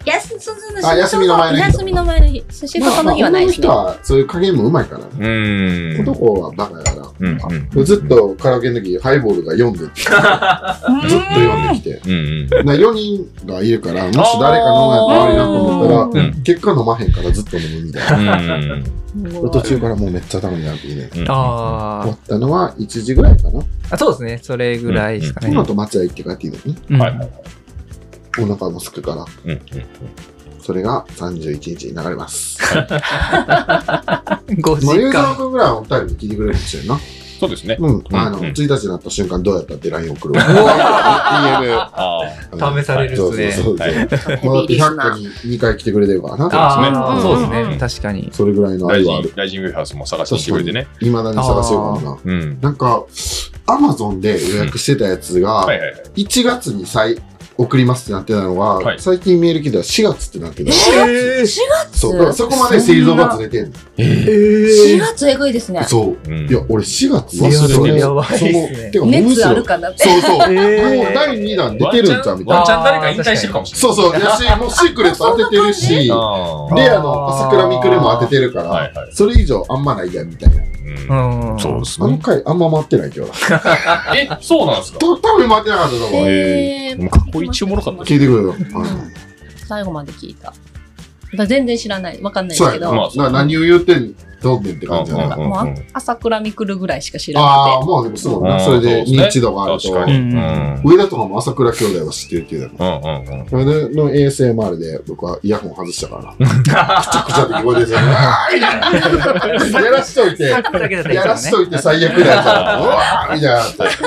Speaker 5: 休みそうそうそう
Speaker 2: あ休みの前の日
Speaker 5: 休みの前の日。仕事の日はないですね。
Speaker 2: まあまあ女の人はそういう加減もうまいからね
Speaker 1: うん。
Speaker 2: 男はバカやから
Speaker 1: うんうん
Speaker 2: ずっとカラオケの時ハイボールが4でずっと4できて
Speaker 1: うんうん。
Speaker 2: な4人がいるからもし誰か飲まないと悪いなと思ったら、
Speaker 1: うん
Speaker 2: 結果飲まへんからずっと飲むみたい
Speaker 1: う
Speaker 2: な
Speaker 1: ん。
Speaker 2: 途中からもうめっちゃダメになってきて
Speaker 3: あ
Speaker 2: 終わったのは1時ぐらいかな
Speaker 3: あそうですねそれぐらいですか
Speaker 2: そ
Speaker 3: ね
Speaker 2: の後松屋行って帰っていいのね
Speaker 3: うん
Speaker 1: はいはい。
Speaker 2: お腹も空くから
Speaker 1: うんうん
Speaker 2: それが31日に流れます
Speaker 3: 5時間
Speaker 2: まあゆうざわくんぐらいはお便りに聞いてくれるんですよな
Speaker 1: そうですね。
Speaker 2: うんあの
Speaker 1: うん
Speaker 2: 1日になった瞬間どうやったって LINE 送るわ
Speaker 1: DM。あ
Speaker 2: うん
Speaker 4: 試される
Speaker 2: そ
Speaker 4: っ
Speaker 2: う
Speaker 4: す
Speaker 2: そう。そ
Speaker 4: ね
Speaker 2: うそう
Speaker 1: はい
Speaker 2: まあ
Speaker 5: ヘビーリス
Speaker 2: 100
Speaker 5: ナ
Speaker 2: 回に2回来てくれてるからな
Speaker 4: ああ、
Speaker 1: そ
Speaker 4: そうう
Speaker 1: で
Speaker 4: ですす
Speaker 3: 確か
Speaker 1: ね
Speaker 4: ね。
Speaker 3: に
Speaker 2: それぐらいの
Speaker 1: ライ
Speaker 2: 愛
Speaker 1: ジ
Speaker 2: はある
Speaker 1: ン、ライジンウェハースも探してきてくれてね。
Speaker 2: いまだに探しようかな
Speaker 1: うん。
Speaker 2: なんか、アマゾンで予約してたやつ
Speaker 1: は
Speaker 2: が
Speaker 1: い、はいはい。
Speaker 2: 1月に再送りますってなってたのは、
Speaker 1: はい
Speaker 2: 最近メール来たら4月ってなってた。
Speaker 1: えー
Speaker 2: そう。だからそこまで製造がずれてんの。
Speaker 5: 4月えぐいですね。
Speaker 2: そうう。
Speaker 1: ん
Speaker 2: いや、俺4月
Speaker 1: いやそれ
Speaker 3: やばいっすね
Speaker 2: そうてか、むし
Speaker 5: 熱あ
Speaker 2: ろ
Speaker 5: る。かなって。
Speaker 2: そうそう。もう
Speaker 3: えー
Speaker 2: 第2弾出てるんちゃうみたい
Speaker 1: ワンチャンワ
Speaker 2: な。
Speaker 1: ンチャン誰か引退してるかもしれ
Speaker 2: そうそう。やし、もうシークレット当ててるし、で、
Speaker 1: な
Speaker 2: あ
Speaker 1: い。あー
Speaker 2: の、朝倉未来も当ててるか
Speaker 1: は
Speaker 2: ら
Speaker 1: い、はい。
Speaker 2: それ以上あんまないやんみたいな。
Speaker 1: うん
Speaker 3: うん
Speaker 1: そうです
Speaker 2: あの
Speaker 1: ね。
Speaker 2: 回あんま待ってないけどな。
Speaker 1: え、そうなんですか
Speaker 2: と多分待ってなかったと思う。
Speaker 5: えー
Speaker 1: 過去一おもろかった
Speaker 2: 聞いてくれよ。うん
Speaker 5: 最後まで聞いた。まあ全然知らない。わかんないで
Speaker 2: そう
Speaker 5: す
Speaker 2: や
Speaker 5: け
Speaker 2: な。
Speaker 5: ど。
Speaker 1: まあ
Speaker 2: な何を言ってん、どうってんって感じや
Speaker 1: うん
Speaker 2: な
Speaker 1: うん。
Speaker 5: もうあ朝倉未来ぐらいしか知ら
Speaker 2: あ
Speaker 5: な
Speaker 2: あ、まあでもそう
Speaker 1: う
Speaker 2: な。
Speaker 1: ん
Speaker 2: それで
Speaker 1: そうですね
Speaker 2: 認知度がある
Speaker 1: 確
Speaker 2: と
Speaker 1: か。に。う
Speaker 3: うんん
Speaker 2: 上田とかも朝倉兄弟は知ってるって言うだ
Speaker 1: うんうんうん。
Speaker 2: ろ。あれの ASMR で僕はイヤホン外したから
Speaker 1: <laughs>
Speaker 2: な。くちゃくちゃって聞こえてるやつやらしといて、や
Speaker 4: サクだけだったらいい
Speaker 2: ら
Speaker 4: か
Speaker 2: し
Speaker 4: らね。
Speaker 2: といて最
Speaker 1: <laughs>
Speaker 2: 悪だやつやろうわーみたい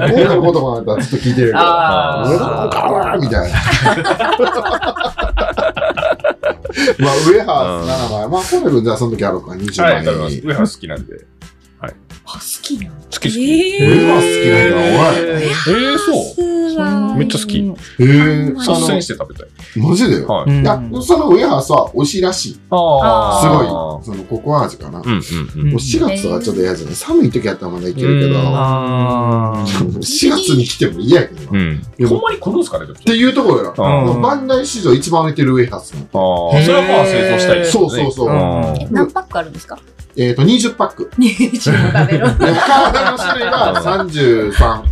Speaker 2: な。女の子とかだったらずっと聞いてるけど。
Speaker 4: あ
Speaker 2: 上田の
Speaker 4: あ。
Speaker 2: かわー
Speaker 1: <laughs>
Speaker 2: みたいな。まあ、ウエハース7枚。まあ、コネ君じゃあその時あるか、20
Speaker 1: はい、
Speaker 2: 枚。
Speaker 1: 食べます。上原好きなんで。
Speaker 5: くて。あ、好きなの
Speaker 1: 好き好き。
Speaker 5: え
Speaker 2: 上原好きなんだ、おい。
Speaker 1: えー、そう。
Speaker 5: う
Speaker 1: めっちゃ好き。
Speaker 2: えー、
Speaker 5: あ
Speaker 2: そ
Speaker 5: の
Speaker 1: 率
Speaker 2: の
Speaker 1: 先して食べたい。
Speaker 2: マジでよ。
Speaker 1: はい。
Speaker 2: いや、そのウエハースは美味しいらしい。す
Speaker 5: あー
Speaker 2: ごい。そのココア味かな。も
Speaker 1: うんうんうん。
Speaker 2: う4月はちょっと嫌じゃない。寒い時やったらまだいけるけど、
Speaker 1: うん
Speaker 2: 4
Speaker 3: あー
Speaker 2: 月に来ても嫌やけどな。
Speaker 1: う
Speaker 2: っ
Speaker 1: ん。
Speaker 2: でも
Speaker 1: ほんまに来るんすかね、でも
Speaker 2: ていうところや
Speaker 1: あ
Speaker 2: な。
Speaker 3: ー
Speaker 2: バンダイ史上一番売れてるウエハースなんて。
Speaker 1: ああ、それはまあ成長したいです
Speaker 2: そ
Speaker 1: ね。
Speaker 2: うそうそう。
Speaker 3: うん
Speaker 1: ん
Speaker 5: 何パックあるんですか
Speaker 2: えっ、と、20パック。
Speaker 5: ?20 食
Speaker 2: <laughs>
Speaker 5: べろ。
Speaker 2: でも体の種類が33。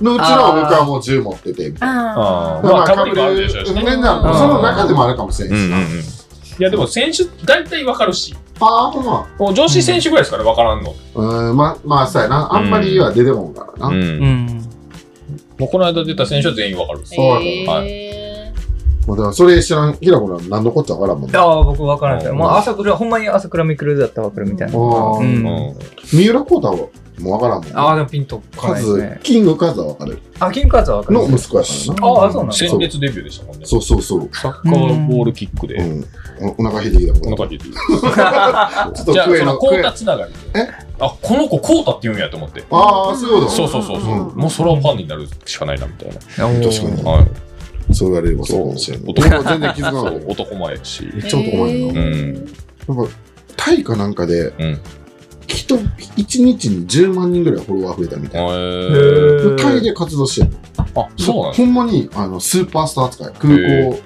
Speaker 2: のうちの僕はもう10持ってて。だか
Speaker 1: あ
Speaker 5: あ
Speaker 1: ーまあ
Speaker 2: ら
Speaker 1: かぶりもあるでしょうしね
Speaker 2: ねな
Speaker 5: うん
Speaker 2: その中でもあるかもしれ
Speaker 1: うん
Speaker 2: んし
Speaker 1: うん
Speaker 2: な。
Speaker 1: うん。いや、でも選手、大体わかるし。
Speaker 2: ああ、ほんま。
Speaker 1: もう女子選手ぐらいですから、わからんの。
Speaker 2: うん、ま、まあ、そうやな。あんまりは出てこんからな。
Speaker 1: ん
Speaker 3: うん
Speaker 1: もうこの間出た選手は全員わかるんです
Speaker 5: ー。
Speaker 1: よ。
Speaker 2: そう
Speaker 5: え
Speaker 1: は
Speaker 5: ー
Speaker 2: まあ、だからそれ知らん、ひらこら何のこっちゃわからんもんね。
Speaker 3: ああ、僕分からんけ
Speaker 1: う
Speaker 3: ど、
Speaker 1: ん
Speaker 3: まあ、朝倉、ほんまに朝倉未来だったわ、これみたいな。
Speaker 2: ああ、
Speaker 3: うん
Speaker 1: うん
Speaker 2: 三浦孝太郎もわからんもん、ね。
Speaker 3: ああ、でもピンとこな
Speaker 2: カ
Speaker 3: いです
Speaker 2: ズ、
Speaker 3: ね。
Speaker 2: キングカズはわかる。
Speaker 3: あ、キングカーズは分かる
Speaker 2: の。息子やからな。
Speaker 3: ああ、そうなんだ。
Speaker 1: 先月デビューでしたもんね。
Speaker 2: そうそうそう。
Speaker 1: サッカーボールキック
Speaker 2: う
Speaker 1: で。
Speaker 2: ん。おお腹減ってきたも
Speaker 1: お
Speaker 2: ん。ちょ
Speaker 1: 腹出てる。
Speaker 2: っと
Speaker 1: じゃあ、
Speaker 2: 食え
Speaker 1: そ
Speaker 2: の
Speaker 1: の、
Speaker 2: 食
Speaker 1: コー
Speaker 2: え
Speaker 1: タつながりで。
Speaker 2: え
Speaker 1: あ、この子、コータって言うんやと思って。
Speaker 2: ああ、そういうこと
Speaker 1: そうそうそう。そう
Speaker 5: うん
Speaker 1: もうそれはファンになるしかないな、みたいな。
Speaker 2: 確かに。
Speaker 1: はい。
Speaker 2: そう言われればそうかもしれない。
Speaker 1: 男
Speaker 2: 俺も全然気づかなか
Speaker 1: そ
Speaker 2: っ
Speaker 1: う
Speaker 2: た。
Speaker 1: 男前やし。
Speaker 2: めっちゃ男前やな。
Speaker 1: うん。
Speaker 2: なんか、タイかなんかで、
Speaker 1: うん
Speaker 2: 人、一日に10万人ぐらいフォロワー増えたみたいな。
Speaker 1: へえ。
Speaker 2: タイで活動してる
Speaker 1: あ、そうなん
Speaker 2: ほんまに、あの、スーパースター扱い。空港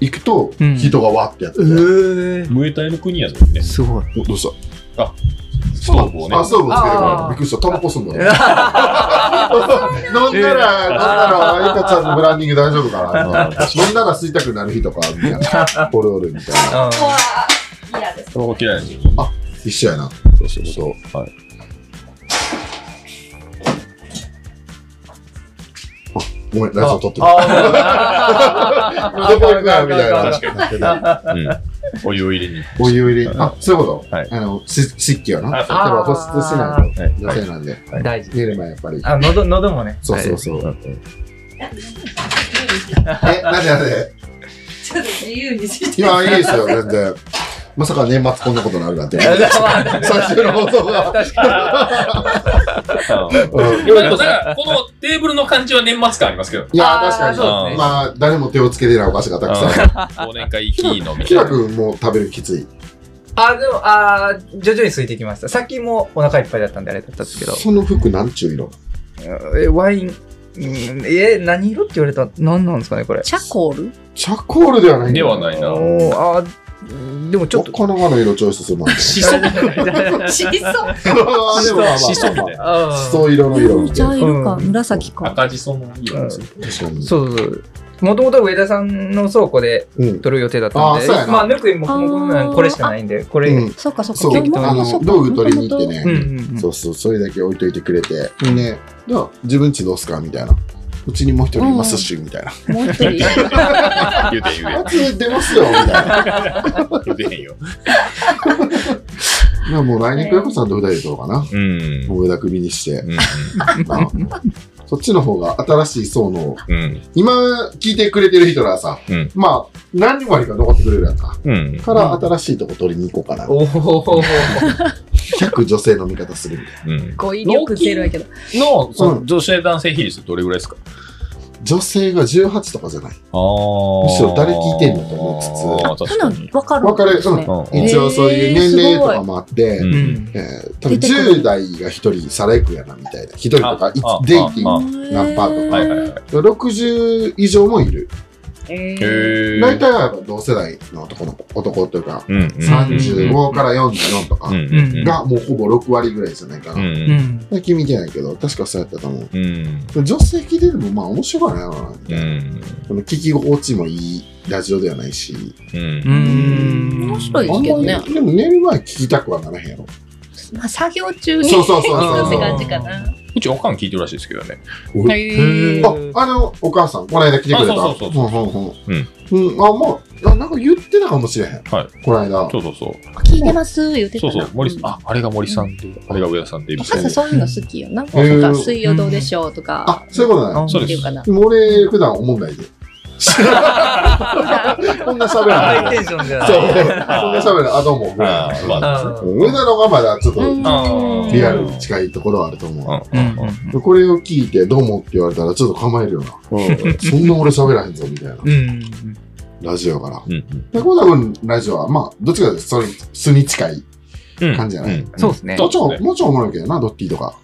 Speaker 2: 行くと
Speaker 3: う、ん
Speaker 2: 人がわーってやってて、
Speaker 3: え
Speaker 1: ムエタイの国やぞね。ス
Speaker 3: すごい。
Speaker 2: おどうした
Speaker 1: トーブをね。
Speaker 2: あ、ストーブをつけてくれる
Speaker 4: あー
Speaker 2: びっくりした。タバコ吸んだね。飲んだら、飲んだら、ゆかちゃんのブランディング大丈夫かな飲んだら吸いたくなる日とかあるみたいな。オレオレみたいな。
Speaker 3: あ
Speaker 5: うわー嫌です。
Speaker 1: タバコ嫌いなんですよ。
Speaker 2: 一緒やな。
Speaker 1: そうそうそう。はい。
Speaker 2: ごめん、ラジオ撮ってる。
Speaker 4: ああ。
Speaker 2: どこ行くかみたいな。
Speaker 4: 確
Speaker 2: 確かに。
Speaker 1: うん。お湯を入れに。
Speaker 2: お湯入れ。あ、そういうこと
Speaker 1: はい
Speaker 2: あの、し湿気やな。
Speaker 1: あ
Speaker 2: だ
Speaker 1: そう
Speaker 2: から保湿しない
Speaker 1: はい
Speaker 2: と。女性なんで。
Speaker 3: 大事。
Speaker 2: 寝ればやっぱり。
Speaker 3: あ、喉、喉もね。
Speaker 2: そうそう
Speaker 3: う。
Speaker 2: そう。え、なんでなんで
Speaker 5: ちょっと自由にして。
Speaker 2: 今いいですよ、全然。まさか年末こんなことになるなんて。最初の放送が。
Speaker 4: 確か
Speaker 2: うん
Speaker 1: でもでもなんか、このテーブルの感じは年末感ありますけど。
Speaker 2: いやー、確かに。
Speaker 1: そうですね
Speaker 2: まあ、誰も手をつけてないお菓子がたくさんある。
Speaker 1: 忘年会行きのみ
Speaker 2: キ
Speaker 1: た
Speaker 2: ラ
Speaker 1: いな。
Speaker 2: 君も食べるきつい。
Speaker 3: あ、でも、あー、徐々に空いてきました。さっきもお腹いっぱいだったんであれだったんですけど。
Speaker 2: その服なんちゅう色
Speaker 3: え、ワイン、うんえ、何色って言われたら何なんですかね、これ。
Speaker 5: チャコール
Speaker 2: チャコールではないんだ
Speaker 1: で
Speaker 2: よ
Speaker 1: はないな。
Speaker 3: おーあー、でもち
Speaker 2: ちょ
Speaker 3: ょ
Speaker 2: っ
Speaker 3: っ
Speaker 2: と。
Speaker 3: と。
Speaker 2: この輪の色チョイスするなんて。
Speaker 1: シソみたい
Speaker 5: シソ
Speaker 2: あーでもまあまあ
Speaker 1: シソみたいな。
Speaker 3: あ
Speaker 2: シ
Speaker 3: ー
Speaker 2: ソ色の色みたい
Speaker 5: 茶
Speaker 2: な。
Speaker 5: 色か、
Speaker 3: うん
Speaker 5: 紫か。
Speaker 1: 赤じその色ですよ。
Speaker 2: 確かに。
Speaker 3: そうそうそう。もともと上田さんの倉庫で
Speaker 2: うん。
Speaker 3: 撮る予定だったん
Speaker 2: あ
Speaker 3: で、
Speaker 2: そうやな
Speaker 3: まあ、ぬくいももももこれしかないんで、これ、
Speaker 2: う
Speaker 3: うん
Speaker 2: ん
Speaker 5: そうかそうか。
Speaker 2: そう、
Speaker 5: 今日も
Speaker 2: あの、道具取りに行って。ね
Speaker 3: う。んうん、
Speaker 2: そうそう、それだけ置いといてくれて。ね、じゃあ、自分家どうすかみたいな。うちにもう一人いますし、みたいな。
Speaker 5: もう一人。
Speaker 1: 言うて言
Speaker 2: あいつ出ますよ、みたいな。
Speaker 1: うて。言うてへんよ。
Speaker 2: でももう来年、倉子さんと二人で撮ろうかな。
Speaker 1: うん。
Speaker 2: もう上田組にして。
Speaker 1: うん
Speaker 2: なそっちの方が新しい層の、
Speaker 1: うん。
Speaker 2: 今聞いてくれてる人らさ、
Speaker 1: うん
Speaker 2: まあ、何割か残ってくれるやんか。
Speaker 1: うん。
Speaker 2: から新しいとこ取りに行こうかな。
Speaker 3: おお、
Speaker 2: 100女性の味方するみたい
Speaker 1: うん。
Speaker 5: 語彙力ゼロやけど。
Speaker 1: の、その女性男性比率どれぐらいですか
Speaker 2: 女性が18とかじゃない。
Speaker 1: む
Speaker 2: むしろ誰聞いてんのと思
Speaker 1: つつ
Speaker 5: かなり分かる
Speaker 2: わかる、
Speaker 5: ですね
Speaker 1: うん
Speaker 2: 一応そういう年齢とかもあって、
Speaker 1: うん
Speaker 2: えー多分10代が1人サラエクやなみたいな。1人とかい
Speaker 1: ああ
Speaker 2: デーティ
Speaker 1: あ
Speaker 2: ン何パーとかグ。60以上もいる。
Speaker 5: え
Speaker 1: へ
Speaker 2: 大体は同世代の男の子、男というか、
Speaker 1: うんうん
Speaker 2: 35から44とか
Speaker 1: うんうん
Speaker 2: がもうほぼ6割ぐらいじゃないか
Speaker 1: う
Speaker 2: な。
Speaker 1: ん
Speaker 3: ん。
Speaker 2: 最近見てないけど、確かそうやったと思う。
Speaker 1: うん
Speaker 2: 女性聞いててもまあ面白いかな、みた
Speaker 1: う
Speaker 2: いな。
Speaker 1: ん
Speaker 2: この聞き心地もいいラジオではないし。
Speaker 1: うん
Speaker 3: う
Speaker 5: ー
Speaker 3: ん。
Speaker 5: 面白い
Speaker 2: あん
Speaker 5: けど
Speaker 2: まり、
Speaker 5: ね
Speaker 2: でも寝る前聞きたくはならへんやろ。
Speaker 5: まあ作業中に
Speaker 2: そうそうそうそう
Speaker 5: 聞くって感じかな
Speaker 1: うちおかん聞いてるらしいですけどね。
Speaker 5: へー
Speaker 2: あ、あの、お母さん、この間来てくれた。
Speaker 1: あそうそうそう
Speaker 2: うん。うん。あ、もう、あなんか言ってたかもしれへん。
Speaker 1: は
Speaker 2: この間。
Speaker 1: そうそうそう。
Speaker 5: 聞いてます言ってた
Speaker 1: そう
Speaker 5: な
Speaker 1: そう、森さん。
Speaker 5: ん
Speaker 1: あ、あれが森さんで、あれが上田さんで、み
Speaker 5: お
Speaker 1: たい
Speaker 5: 母さ
Speaker 1: な。
Speaker 5: んそういうの好きよな。
Speaker 2: ー
Speaker 5: なんか水曜どうでしょうとか。
Speaker 2: あ、そういうことな
Speaker 3: あ
Speaker 2: の
Speaker 1: そう
Speaker 5: っ
Speaker 1: で
Speaker 5: てい
Speaker 1: す
Speaker 5: う。かな
Speaker 2: で。も俺、普段おも
Speaker 1: <laughs>
Speaker 2: んないで。こんな喋ら
Speaker 3: ハ
Speaker 2: な
Speaker 3: イ
Speaker 2: い。
Speaker 3: テンションじゃ
Speaker 2: そう。こ
Speaker 3: ない。
Speaker 2: んな喋らない。あ、どうも。
Speaker 1: あーまあ
Speaker 2: うん上田のがまだちょっと
Speaker 5: うん
Speaker 1: あー
Speaker 2: リアルに近いところはあると思う。
Speaker 1: うんうんうん
Speaker 2: これを聞いて、どうもって言われたらちょっと構えるよな。そんな俺喋らへんぞ、みたいな。
Speaker 3: うん。
Speaker 2: ラジオから。
Speaker 1: うん
Speaker 2: で、こうたくんラジオは、まあ、どっちかというと、それ、素に近い。
Speaker 1: うん
Speaker 2: 感じじゃない
Speaker 1: ん
Speaker 3: そうですね
Speaker 1: ど
Speaker 2: も
Speaker 1: っ
Speaker 2: ち
Speaker 1: ち
Speaker 2: ろ
Speaker 1: もね
Speaker 2: ん、もちろんおもろいけどな、ドッティとか。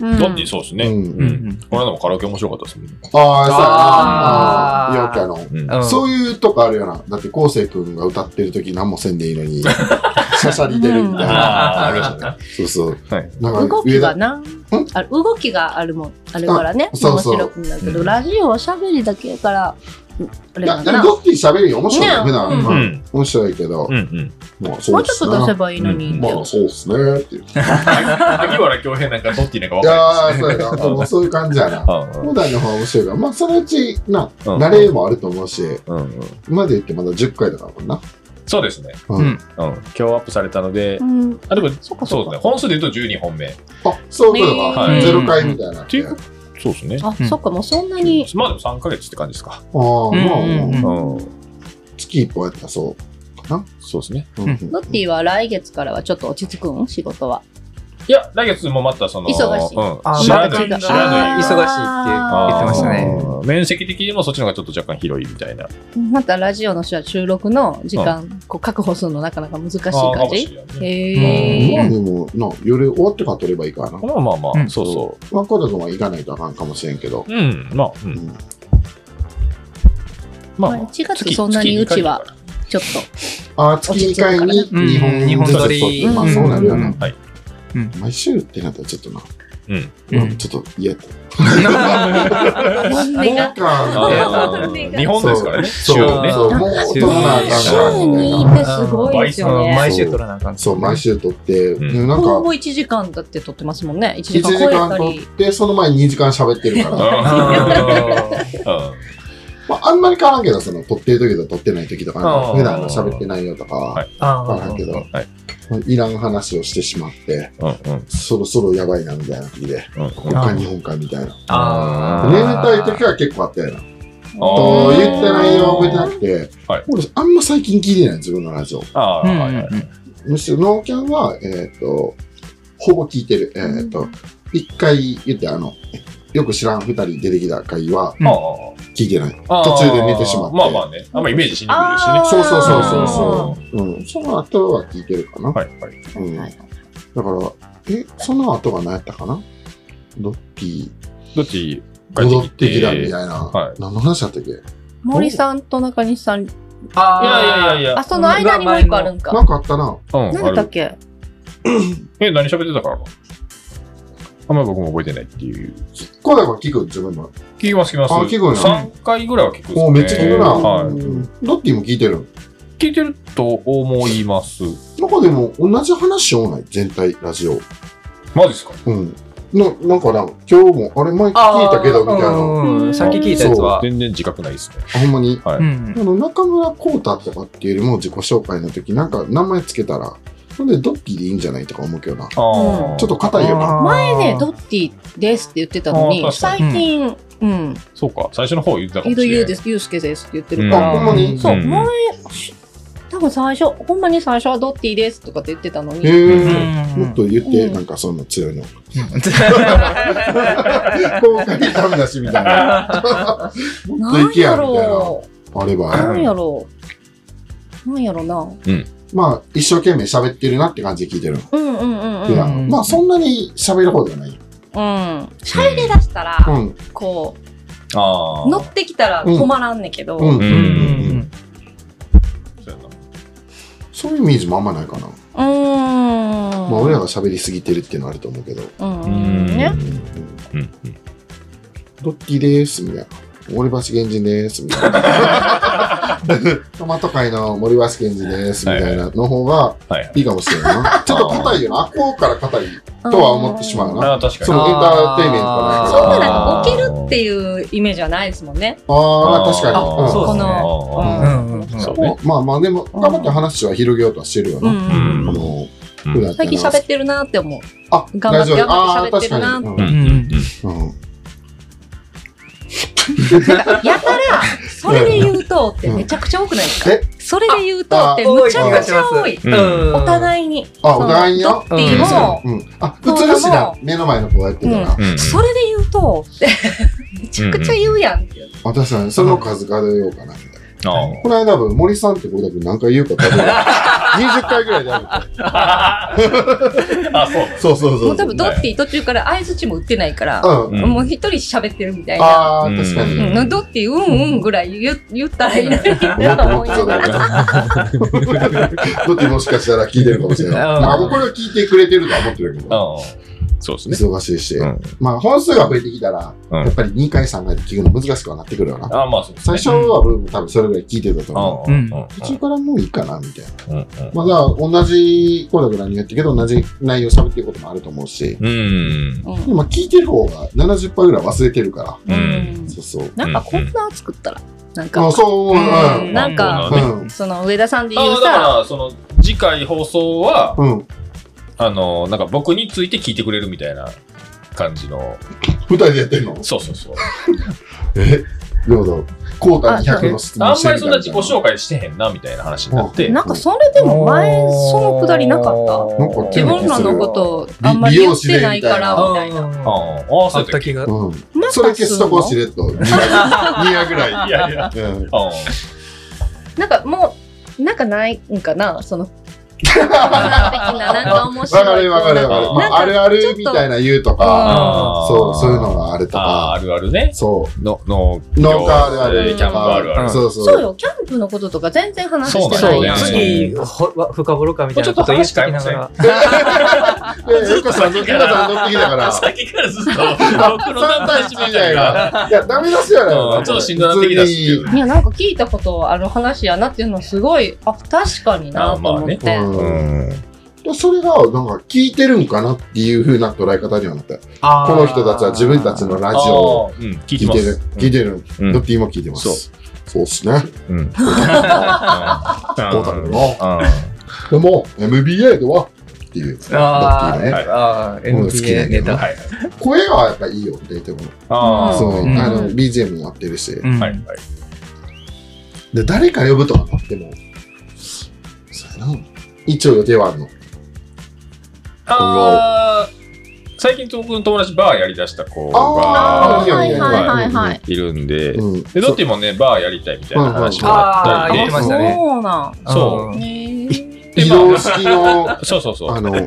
Speaker 5: うん
Speaker 1: どっちそうですね。
Speaker 2: うん。
Speaker 1: うん
Speaker 3: ん。
Speaker 1: この間もカラオケ面白かったですもんね。
Speaker 2: ああ、
Speaker 4: あー
Speaker 2: そうやな。あーよくあ
Speaker 1: う
Speaker 2: の、
Speaker 1: ん
Speaker 3: うん
Speaker 2: そういうとこあるよな。だって、昴生君が歌ってる時何もせんでいい
Speaker 1: <laughs>
Speaker 2: のに、しゃしゃり出るみたい
Speaker 1: あー
Speaker 2: な。
Speaker 1: ありました
Speaker 2: そうそう。
Speaker 1: はい
Speaker 2: なんか
Speaker 5: 動きがな、あ動きがあるもん、あるからね、
Speaker 2: あそう
Speaker 5: 面
Speaker 2: そう
Speaker 5: 白くなるけど、
Speaker 1: うん
Speaker 5: ラジオはしゃべりだけやから、あれ
Speaker 2: いや、
Speaker 5: なん
Speaker 2: でも
Speaker 5: かな。
Speaker 2: ドッティ喋るよ。面白いよ、
Speaker 5: ね
Speaker 2: 普段。
Speaker 5: うん
Speaker 1: う
Speaker 2: うん
Speaker 1: ん。
Speaker 2: 面白いけど
Speaker 1: う、ん。
Speaker 2: まあ、そ
Speaker 5: も
Speaker 2: う
Speaker 5: う
Speaker 2: で
Speaker 5: ちょっ
Speaker 2: す
Speaker 5: と出せ
Speaker 2: な。
Speaker 5: ばいいのにって。
Speaker 2: まあ、そうっすね。っていう。い
Speaker 1: 萩原京平なんか、どっちなんか分か
Speaker 2: やー、そうや
Speaker 1: <laughs>
Speaker 2: な。でもそういう感じやな。
Speaker 1: んない。
Speaker 2: 普段の方は面白いから、まあ、そのうち、な、
Speaker 1: うん
Speaker 2: 慣れもあると思うし、
Speaker 1: うんうん、
Speaker 2: 今で言ってまだ10回だからもんな。
Speaker 1: そうですね、
Speaker 2: う
Speaker 3: うん。
Speaker 1: うん、今日アップされたので、
Speaker 5: うん
Speaker 1: あでも
Speaker 5: そっか
Speaker 1: そ
Speaker 5: そう
Speaker 1: です
Speaker 5: っか
Speaker 1: ね本数で言うと12本目
Speaker 2: あ、そういうことか。
Speaker 1: ねえ
Speaker 2: ゼロ回みたいな。あ
Speaker 1: ていうそうですね
Speaker 5: あ、
Speaker 3: うん
Speaker 5: そっか、もうそんなに。
Speaker 1: まあでも3か月って感じですか、
Speaker 2: あー、まあ、
Speaker 3: うんうんうん
Speaker 1: う
Speaker 2: まあ
Speaker 1: ん
Speaker 2: 月一本やったらそうかな。
Speaker 1: そうですね
Speaker 2: うん
Speaker 5: ノッティは来月からはちょっと落ち着くん仕事は。
Speaker 1: いや来月もまたその
Speaker 5: 忙しい
Speaker 1: うん、
Speaker 3: あ
Speaker 1: 知
Speaker 3: ま
Speaker 1: ら
Speaker 3: た
Speaker 1: ない
Speaker 3: 違う
Speaker 1: 知らない
Speaker 3: あー忙しいって言ってましたね
Speaker 1: うん面積的にもそっちの方がちょっと若干広いみたいな
Speaker 5: またラジオの人は収録の時間、こう確保するのなかなか難しい感
Speaker 1: あーかもしれ
Speaker 5: じ
Speaker 1: ないね
Speaker 5: へ
Speaker 2: ま
Speaker 5: え。
Speaker 2: あでも、な、夜終わってから撮ればいいからな。
Speaker 1: まあまあまあ、
Speaker 3: うん
Speaker 1: そうそ
Speaker 2: まあ、コーダ君は行かないとあかんかもしれんけど。
Speaker 1: ううんまあ、う、
Speaker 2: うんん
Speaker 1: まあ、
Speaker 5: まあ1月
Speaker 1: 月
Speaker 5: そんなにうちは
Speaker 1: 月
Speaker 5: ちょっ
Speaker 2: あー、月2回に
Speaker 3: うん
Speaker 2: 2本、
Speaker 3: 二本撮り
Speaker 2: まあ、そうなるよな
Speaker 3: う。
Speaker 1: 2回
Speaker 2: 毎週ってなったらちょっとな、
Speaker 3: う
Speaker 2: ちょっと嫌やった。
Speaker 3: <laughs>
Speaker 5: と。本音が
Speaker 1: はい、あ
Speaker 2: か。
Speaker 1: ー日本ですからね
Speaker 2: そう、
Speaker 1: 週をね
Speaker 2: そう、もう撮らなあか
Speaker 5: 週
Speaker 2: ん
Speaker 5: に
Speaker 2: な。
Speaker 5: ってすごいですよ
Speaker 3: うん
Speaker 5: ね。
Speaker 3: 毎週取らなあかん。
Speaker 2: そう、毎。週撮って、
Speaker 1: うん
Speaker 2: でなん
Speaker 5: ほぼ
Speaker 2: か、
Speaker 5: 1時間だって撮ってますもんね。
Speaker 2: 1
Speaker 5: 1時
Speaker 2: 時
Speaker 5: 間超え
Speaker 2: 間
Speaker 5: た
Speaker 2: 撮っ
Speaker 5: り。
Speaker 2: て、その前に2時間喋っ
Speaker 1: <laughs>
Speaker 2: てるから。
Speaker 1: うん
Speaker 2: まあ、あんまり変わらんけど、その、撮ってる時と撮ってない時とか
Speaker 3: あ
Speaker 2: ね、
Speaker 3: ー
Speaker 2: 普段の喋ってないよと
Speaker 1: は
Speaker 2: か、
Speaker 3: あ
Speaker 2: 変わらんけど、
Speaker 1: はい
Speaker 2: い、らん話をしてしまって、
Speaker 1: うんうん
Speaker 2: そろそろやばいな、みたいな時で、
Speaker 1: うん
Speaker 2: こっか日本かみたいな。
Speaker 3: あ
Speaker 1: ー
Speaker 2: 眠たい時は結構あったよな。
Speaker 1: あ
Speaker 2: と
Speaker 1: ー
Speaker 2: 言って内容覚えてなくて、
Speaker 1: はい
Speaker 2: 俺、あんま最近聞いてない、自分のラジオ。
Speaker 1: ああ、
Speaker 3: うん
Speaker 1: はいはいはい
Speaker 2: むしろ、ノーキャンは、えっ、と、ほぼ聞いてる。えっ、と、一回言って、あの、よく知らん二人出てきた回は
Speaker 3: うん
Speaker 1: あ
Speaker 2: 聞いてない。
Speaker 1: あ
Speaker 2: 途中で寝てしまって
Speaker 1: まあまあね、あんまイメージしにくいですしね
Speaker 5: あー。
Speaker 2: そうそうそうそう
Speaker 5: あ
Speaker 2: そう。うん。その後は聞いてるかな。
Speaker 1: はいはい。
Speaker 2: うん。だから、え、その後は何やったかなロッピ
Speaker 1: どっち
Speaker 2: ー、戻ってきたみたい
Speaker 1: いやい
Speaker 2: な。
Speaker 1: はい
Speaker 2: 何の話だったっけ
Speaker 5: 森さんと中西さん。
Speaker 1: やいやいや。
Speaker 5: あ、その間にもう一個あるん
Speaker 2: な
Speaker 5: か。
Speaker 2: んかあったな。
Speaker 1: うん、
Speaker 5: 何だった
Speaker 1: あ
Speaker 5: っ
Speaker 1: る
Speaker 5: け
Speaker 1: え、何喋ってたからかあんまり僕も覚えてないっていう。
Speaker 2: こうだから聞く自分も。
Speaker 1: 聞きます聞きます。
Speaker 2: あ聞くんや
Speaker 1: 3回ぐらいは聞くですね
Speaker 2: もうめっちゃ聞くな。
Speaker 1: はい。
Speaker 2: うんロッピーも聞いてる。
Speaker 1: 聞いてると思います。
Speaker 2: なんかでも同じ話をない全体ラジオ。
Speaker 1: マジですか
Speaker 2: うん。ななんかな、今日も、あれ前聞いたけど、みたいな。あ
Speaker 3: うん。さっき聞いたやつは。
Speaker 1: 全然自覚ないですね。
Speaker 2: ほんまに。
Speaker 1: はい。
Speaker 3: ん
Speaker 2: あ。の、中村光太とかっていうよりも自己紹介の時、なんか名前つけたら、ほんでドッキーでいいんじゃないとか思うけどな。ち
Speaker 1: ああ。
Speaker 2: ょっと硬いよな。
Speaker 5: 前ね、ドッティですって言ってたの
Speaker 1: あ
Speaker 5: に、
Speaker 1: ー確か
Speaker 5: 最
Speaker 3: に
Speaker 5: 近、うん、
Speaker 1: そうか、最初の方言ってたかも
Speaker 5: い
Speaker 1: し
Speaker 5: る
Speaker 1: れ
Speaker 5: ゆう
Speaker 1: な
Speaker 5: で
Speaker 1: い。
Speaker 5: す、ゆうすけですって言って
Speaker 1: う
Speaker 5: る
Speaker 1: ん
Speaker 5: から。
Speaker 2: あ、ほんまに。
Speaker 5: そう、
Speaker 1: うん
Speaker 5: 前、多多分最初、ほんまに最初はドッティですとかって言ってたのに、
Speaker 2: へえ。
Speaker 3: う
Speaker 2: もっ
Speaker 3: ん
Speaker 2: と言って、
Speaker 5: うん
Speaker 2: なんかそんな強いの。 <laughs> 公開ダメだし、みたいな。もっと
Speaker 5: なん
Speaker 2: 行け
Speaker 5: や
Speaker 2: や、みたいな。
Speaker 5: ろ
Speaker 2: あれ
Speaker 5: う、な
Speaker 2: ば。
Speaker 5: んやろう、なんやろな。
Speaker 2: まあ、一生懸命喋ってるなって感じで聞いてるの。
Speaker 5: うんうんうんうん。
Speaker 2: 普
Speaker 5: う
Speaker 2: 段まあ、そんなに喋る方ではない。
Speaker 5: ん。しゃべり出したら、
Speaker 2: うん。
Speaker 5: こ
Speaker 1: ああ。
Speaker 5: う、乗ってきたら止まらんねんけど、
Speaker 2: うん。う
Speaker 1: うんん。
Speaker 3: うん
Speaker 1: そうやな
Speaker 2: そういうイメージもあんまないかな。
Speaker 5: うーん。
Speaker 2: まあ、俺らが喋りすぎてるっていうのはあると思うけど。
Speaker 5: うんうんね。
Speaker 2: うん
Speaker 1: うんうん
Speaker 2: ドッキーです、みたいな。森橋源氏です、みたいな。トマト界の森橋源氏です、みたいなの方が
Speaker 1: はいはい
Speaker 2: いいかもしれないな。ちょっと硬いよな。あっこから硬いとは思ってしまうな。
Speaker 1: あー確かに。
Speaker 2: そのエンターテイメント
Speaker 4: あー
Speaker 5: そんな
Speaker 2: が
Speaker 5: なんかボケるっていうイメージはないですもんね。
Speaker 2: ああ、確かに。
Speaker 1: あ
Speaker 2: うん
Speaker 3: そうですね
Speaker 5: この
Speaker 3: う
Speaker 1: あ
Speaker 3: んうん
Speaker 1: ーそう
Speaker 2: まあ
Speaker 1: ね。
Speaker 2: まあまあ、でも、頑張って話は広げようとはしてるよ
Speaker 5: う
Speaker 2: な。
Speaker 5: んうん
Speaker 2: あの、普段
Speaker 5: 最近喋ってるなって思う。
Speaker 2: あ、
Speaker 5: 頑張っ
Speaker 2: ラ
Speaker 5: て
Speaker 2: ジオで
Speaker 5: 頑張って喋ってるな
Speaker 2: あー確
Speaker 1: う
Speaker 2: か
Speaker 1: んうんう
Speaker 2: に
Speaker 1: ん
Speaker 2: うんうん
Speaker 5: やたら、それで言うとってめちゃくちゃ多くないですか
Speaker 2: え
Speaker 5: それで言うとってむちゃくちゃ多い。
Speaker 1: うん
Speaker 5: お
Speaker 4: い。
Speaker 5: 互いに。
Speaker 2: あ、お互いに
Speaker 5: その
Speaker 2: よ。
Speaker 5: ドッティも、
Speaker 2: うん。あ、映るしな。目の前の子がやってるから。
Speaker 1: うん
Speaker 5: それで言うとって、めちゃくちゃ言うやんっていう。
Speaker 2: あ、確かに、その数数えようかな、みたいな。
Speaker 1: あ
Speaker 2: この間分、森さんってこれ多分何回言うか多分、20回ぐらいである。
Speaker 1: ーあ、そう。
Speaker 2: そうそう
Speaker 5: も
Speaker 2: そううそ
Speaker 5: 多
Speaker 2: う。
Speaker 5: 分ドッティ途中から相槌も打ってないから、
Speaker 2: うん。
Speaker 1: うん
Speaker 5: もう一人喋ってるみたいな。
Speaker 2: あ
Speaker 1: う
Speaker 2: ー、
Speaker 1: ん
Speaker 2: 確か
Speaker 5: う
Speaker 2: に。
Speaker 5: ん、ドッティ、うんうんぐらい言言ったらいいのに
Speaker 2: も
Speaker 5: な
Speaker 2: っ
Speaker 5: と
Speaker 2: とも
Speaker 5: 思
Speaker 2: っ
Speaker 5: い
Speaker 2: と <laughs>
Speaker 5: な
Speaker 2: そうだ
Speaker 5: がら。
Speaker 2: よ。どっちもしかしたら聞いてるかもしれない。
Speaker 3: うん
Speaker 2: あ、もうこれは聞いてくれてるとは思ってるけど。
Speaker 1: あーそうですね。
Speaker 2: 忙しいし
Speaker 1: う。ん
Speaker 2: まあ、本数が増えてきたら、
Speaker 1: うん
Speaker 2: やっぱり2回、3回で聞くの難しくはなってくるよな。
Speaker 1: あーまあそうです
Speaker 2: 最
Speaker 1: ね。
Speaker 2: 初は分、多分それぐらい聞いてたと思う。
Speaker 1: うんうんうん
Speaker 2: 途中からもういいかな、みたい
Speaker 1: う
Speaker 2: な。
Speaker 1: ん
Speaker 2: まあ、だから同じコーダぐらいにやってるけど、同じ内容喋ってることもあると思うし。
Speaker 1: うん。
Speaker 5: う
Speaker 2: で
Speaker 5: ん
Speaker 2: も聞いてる方が70%ぐらい忘れてるから。
Speaker 1: う
Speaker 5: う
Speaker 1: ん
Speaker 5: ん
Speaker 2: そうそう。
Speaker 5: なんかコーナー作ったら、なんか
Speaker 2: あ、、そう、うん。
Speaker 5: うんなんか、
Speaker 1: そうだね
Speaker 2: うん
Speaker 5: その上田さんで
Speaker 1: あ
Speaker 5: 言う
Speaker 1: ーだか
Speaker 5: さ、
Speaker 1: ら、その、次回放送は、
Speaker 2: うん。
Speaker 1: あの、なんか僕について聞いてくれるみたいな感じの、
Speaker 2: 舞台でやってんの
Speaker 1: そうそうそう。
Speaker 2: えどうぞ。コータに100の質
Speaker 1: あ
Speaker 2: 問
Speaker 1: ん
Speaker 2: して
Speaker 1: ま
Speaker 2: る
Speaker 1: りそ
Speaker 2: みたい
Speaker 1: んな自己紹介してへんな、みたいな話になって。
Speaker 5: なんかそれでも前、そのくだりなかった。
Speaker 2: なんか
Speaker 5: 自分らのことあんまり言ってないから、みたいな。
Speaker 1: あ
Speaker 3: あ
Speaker 1: ーあー、そ
Speaker 3: っ
Speaker 1: うやった
Speaker 3: た
Speaker 1: っけ
Speaker 3: 気が。
Speaker 2: うん。
Speaker 5: また
Speaker 2: それ消すとこ
Speaker 5: す
Speaker 2: し
Speaker 5: んの
Speaker 2: れっと。2夜ぐら
Speaker 1: <laughs> い
Speaker 2: い。
Speaker 1: やいや。
Speaker 2: うん。
Speaker 1: あー
Speaker 5: なんかもう、なんかないんかな、
Speaker 2: <laughs>
Speaker 5: その、的な、なんか面白
Speaker 2: わ
Speaker 5: い。
Speaker 2: かるわかるわかる。
Speaker 1: あー
Speaker 2: まあ、あるあるみたいな言うとか、
Speaker 1: あー
Speaker 2: そう、そういうのがあると
Speaker 1: あーあ
Speaker 2: か、
Speaker 1: るあるね。
Speaker 2: そう。
Speaker 1: の、の、
Speaker 2: 農家あるあ
Speaker 1: え
Speaker 2: る。
Speaker 1: ーキャンプあるある。
Speaker 3: る
Speaker 2: そう
Speaker 5: そう
Speaker 2: そう。
Speaker 5: よ、キャンプのこととか全然話
Speaker 1: そう
Speaker 5: して
Speaker 1: な
Speaker 5: なん
Speaker 1: だ
Speaker 5: い
Speaker 1: よ
Speaker 5: やん。
Speaker 1: ね
Speaker 3: 次、ほわ深掘ろうかみたいなこと言いながら。
Speaker 2: え、ゆっこさん、ゆっこさん乗ってきたから。
Speaker 1: さっきからずっと、僕の
Speaker 2: 3
Speaker 1: 名
Speaker 2: 対
Speaker 1: 前
Speaker 2: 1
Speaker 1: し
Speaker 2: み
Speaker 1: ました
Speaker 2: たいな。いや、ダメ出しやろ。
Speaker 1: うんちょっとしんどなってきたし
Speaker 2: 普通に
Speaker 5: いや、なんか聞いたことある話やなっていうのはすごい、あ、確かになと思って。
Speaker 2: あまあね
Speaker 1: うん。
Speaker 2: でそれが、なんか、聞いてるんかなっていう風な捉え方にはなった。この人たちは自分たちのラジオを
Speaker 1: あーうん、聞い
Speaker 2: 聞
Speaker 1: て
Speaker 2: い
Speaker 1: ま
Speaker 2: てる
Speaker 1: す。、
Speaker 2: 聞いてる、
Speaker 1: うん
Speaker 2: ドッティも聞いてます。そうっすね。
Speaker 1: うん。うん。 <laughs>
Speaker 2: コータ君も。
Speaker 1: うん
Speaker 2: でも、MBA ではっていう、ドッテ
Speaker 3: あ
Speaker 2: ィのね。
Speaker 3: あ、NBA ネタ。
Speaker 1: はい。
Speaker 2: 声がやっぱいいよって言っても、
Speaker 1: ああ。
Speaker 2: そう、
Speaker 3: うん
Speaker 2: あの、BGM になってるし。
Speaker 1: はいはい。
Speaker 2: で、誰か呼ぶとかなっても、そうやな。一応予定はあるの。
Speaker 1: ああ。最近僕の友達バーやりだした子
Speaker 2: あ
Speaker 1: が
Speaker 2: ーいいよいいよ
Speaker 5: はいはいはい。
Speaker 1: いるんで、
Speaker 2: うん。
Speaker 1: でどっちもねバーやりたいみたいな話もあったり
Speaker 3: 言って
Speaker 1: で
Speaker 3: ましたね。
Speaker 5: そうなん。
Speaker 1: そ
Speaker 5: ね
Speaker 1: で
Speaker 2: 移
Speaker 1: まあ
Speaker 2: 動式の、
Speaker 1: そうそうそう
Speaker 2: あの、な、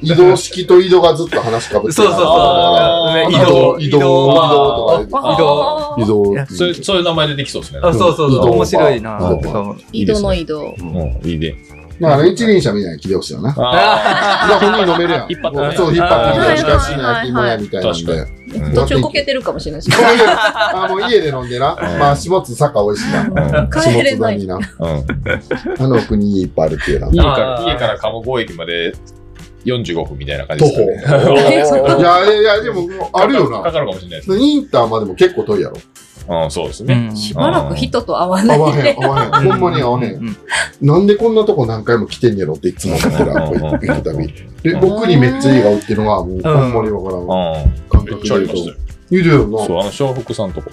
Speaker 2: 移動式と移動がずっと話かぶって
Speaker 3: そうそうそう。移動、
Speaker 2: 移
Speaker 3: 移
Speaker 2: 動、移
Speaker 3: 動、
Speaker 2: 動とか
Speaker 3: 移動。
Speaker 2: で移動。
Speaker 1: そういうそういう名前でできそうですね
Speaker 3: あ、そうそうそう。面白いな。
Speaker 5: 移動の移動。
Speaker 1: うんいいね
Speaker 2: だから一輪車みたいなの来てほしいよな。
Speaker 1: あ
Speaker 2: いや、本人飲めるやん。
Speaker 1: 引っ張ったね
Speaker 2: そう、引っ張って
Speaker 1: はいはいはいはい
Speaker 2: ね。しかしな、今やみたいなん
Speaker 1: 確
Speaker 2: で。
Speaker 3: <laughs>
Speaker 1: ー
Speaker 5: 途中こけてるかもしれないし。
Speaker 2: あ、もう家で飲んでな。
Speaker 1: うん
Speaker 2: まあ、下津坂美味しいな。
Speaker 1: うん
Speaker 5: 帰れない。
Speaker 2: 下津谷
Speaker 1: うん
Speaker 2: な。あの奥にいっぱいあるっていうな。
Speaker 1: 家
Speaker 2: 徒
Speaker 1: から
Speaker 3: あー
Speaker 1: 家から鴨5駅まで45分みたいな感じですか
Speaker 2: 歩。
Speaker 1: ね
Speaker 2: <laughs> いや、いや、でも、あるよ
Speaker 1: かかか
Speaker 2: な。
Speaker 1: かるかもしれないです
Speaker 2: インターまでも結構遠いやろ。
Speaker 1: うんそうですね
Speaker 5: しばらく人と会わな
Speaker 2: 合
Speaker 5: い。
Speaker 2: わ
Speaker 5: <laughs>
Speaker 2: へん、合わへん。ほんまに合わへん。なんでこんなとこ何回も来てんやろっていつも思ってる、あの行くたび。で、僕にめっちゃいいが売ってるのは、もうほんまにわからんわ。
Speaker 1: う
Speaker 2: 感
Speaker 1: んめっ
Speaker 2: 覚
Speaker 1: ちゃあ
Speaker 2: で
Speaker 1: り
Speaker 2: 言
Speaker 1: まし
Speaker 2: う
Speaker 1: たよ。
Speaker 2: といるよ
Speaker 1: そ
Speaker 2: な。
Speaker 1: うあの笑福さんとこ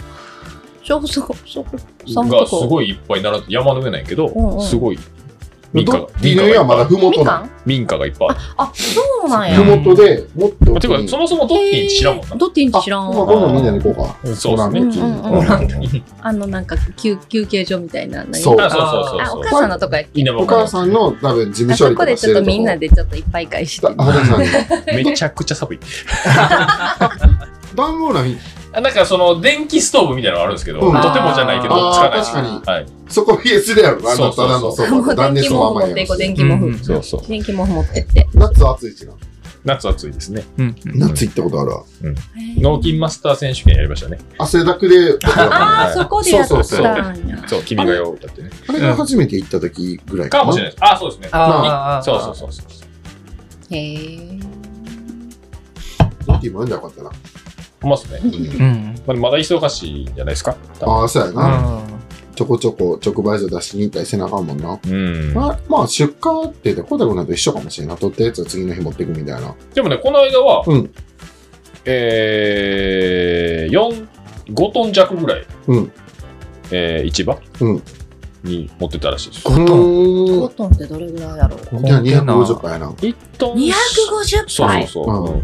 Speaker 5: ショフソコ、ショフさん
Speaker 1: が
Speaker 5: と
Speaker 1: す
Speaker 5: こ。
Speaker 1: ごいいっぱい並んで山の上なんやけど
Speaker 5: うんうん
Speaker 1: すごい民家
Speaker 2: ど
Speaker 1: が
Speaker 2: 理
Speaker 1: 民
Speaker 2: 由
Speaker 1: 家
Speaker 2: はま
Speaker 1: がい
Speaker 2: だ
Speaker 1: っぱい
Speaker 2: ふも
Speaker 5: み
Speaker 2: と
Speaker 5: か
Speaker 2: なん
Speaker 1: 民家がいっぱいある
Speaker 5: あ、そうなんや。
Speaker 2: ふ
Speaker 5: へ
Speaker 2: もとでもっと
Speaker 1: てかそもそもドッキン知らんもんな
Speaker 5: ードッティンって知らん
Speaker 2: あまあ今度みんなで行こうか、
Speaker 1: うんそうですね
Speaker 2: オラ
Speaker 1: オ
Speaker 2: ンダ
Speaker 5: うんうんうん
Speaker 1: ランダ
Speaker 5: あの、なんか、休休憩所みたいな。何
Speaker 2: そう
Speaker 1: あそう
Speaker 5: あ、
Speaker 1: そ
Speaker 5: お
Speaker 1: うそう
Speaker 5: 母
Speaker 1: そう
Speaker 5: さんのとこやっけ
Speaker 1: 稲葉
Speaker 2: お母さんの多分事
Speaker 5: あ
Speaker 2: 務処
Speaker 5: そ
Speaker 2: 理と
Speaker 5: こで
Speaker 2: か
Speaker 5: ちょっとみんな
Speaker 2: で
Speaker 5: でちょっといっぱい会してる。
Speaker 1: <laughs> めちゃくちゃ寒い
Speaker 2: 段ボールは
Speaker 1: あなんかその電気ストーブみたいなのがあるんですけど、
Speaker 2: うん
Speaker 1: とてもじゃないけど
Speaker 2: あー
Speaker 1: つかない
Speaker 2: 確かに
Speaker 1: はい、
Speaker 2: そこ冷えするやろあ
Speaker 1: そ
Speaker 2: の
Speaker 1: うそ
Speaker 2: た
Speaker 1: う
Speaker 2: だ
Speaker 1: そ
Speaker 2: の
Speaker 1: う
Speaker 2: そ
Speaker 5: も
Speaker 2: ば
Speaker 5: う
Speaker 2: 断
Speaker 5: 電
Speaker 2: 熱
Speaker 5: 気
Speaker 2: のまま
Speaker 5: 毛布持っ
Speaker 2: や
Speaker 5: ていこう、電
Speaker 2: し
Speaker 5: 気毛布。
Speaker 1: そうそう
Speaker 5: 電気毛布持ってって。
Speaker 2: 夏は暑いしな
Speaker 1: 夏暑いですね
Speaker 3: うんうん
Speaker 2: 夏行ったことあるわ
Speaker 1: 脳筋マスター選手権やりましたね
Speaker 2: 汗だくで
Speaker 5: ああ、そこでやった
Speaker 2: そうそうそうん
Speaker 5: や。
Speaker 1: そう君が代を歌ってね
Speaker 2: あれが初めて行った時ぐらい
Speaker 1: かもしれないですあそうですね
Speaker 4: あー
Speaker 1: そうそうそうそう
Speaker 5: へえ。
Speaker 2: ドッキーも読んだらよかったな
Speaker 1: ほんまっすね
Speaker 3: うん
Speaker 1: まあまだ忙しいじゃないですか多分
Speaker 2: ああそうや
Speaker 3: う
Speaker 2: なんちょこちょこ直売所出しに行ったりせなあかんもんな
Speaker 1: うん
Speaker 2: まあ、まあ、出荷って言って、コタくなんと一緒かもしれんない。取ったやつを次の日持っていくみたいな。
Speaker 1: でもねこの間は、
Speaker 2: うん
Speaker 1: えー、4 5トン弱ぐらい、
Speaker 2: うん
Speaker 1: えー市場、
Speaker 2: うん
Speaker 1: に持ってたらしいです
Speaker 2: こ
Speaker 5: コ
Speaker 2: の、
Speaker 5: トンってどれぐらいやろう
Speaker 2: じゃあ250回やな。
Speaker 1: 1トン
Speaker 5: ?250
Speaker 1: そうそう
Speaker 5: 杯。
Speaker 1: そう、
Speaker 2: はい
Speaker 1: うん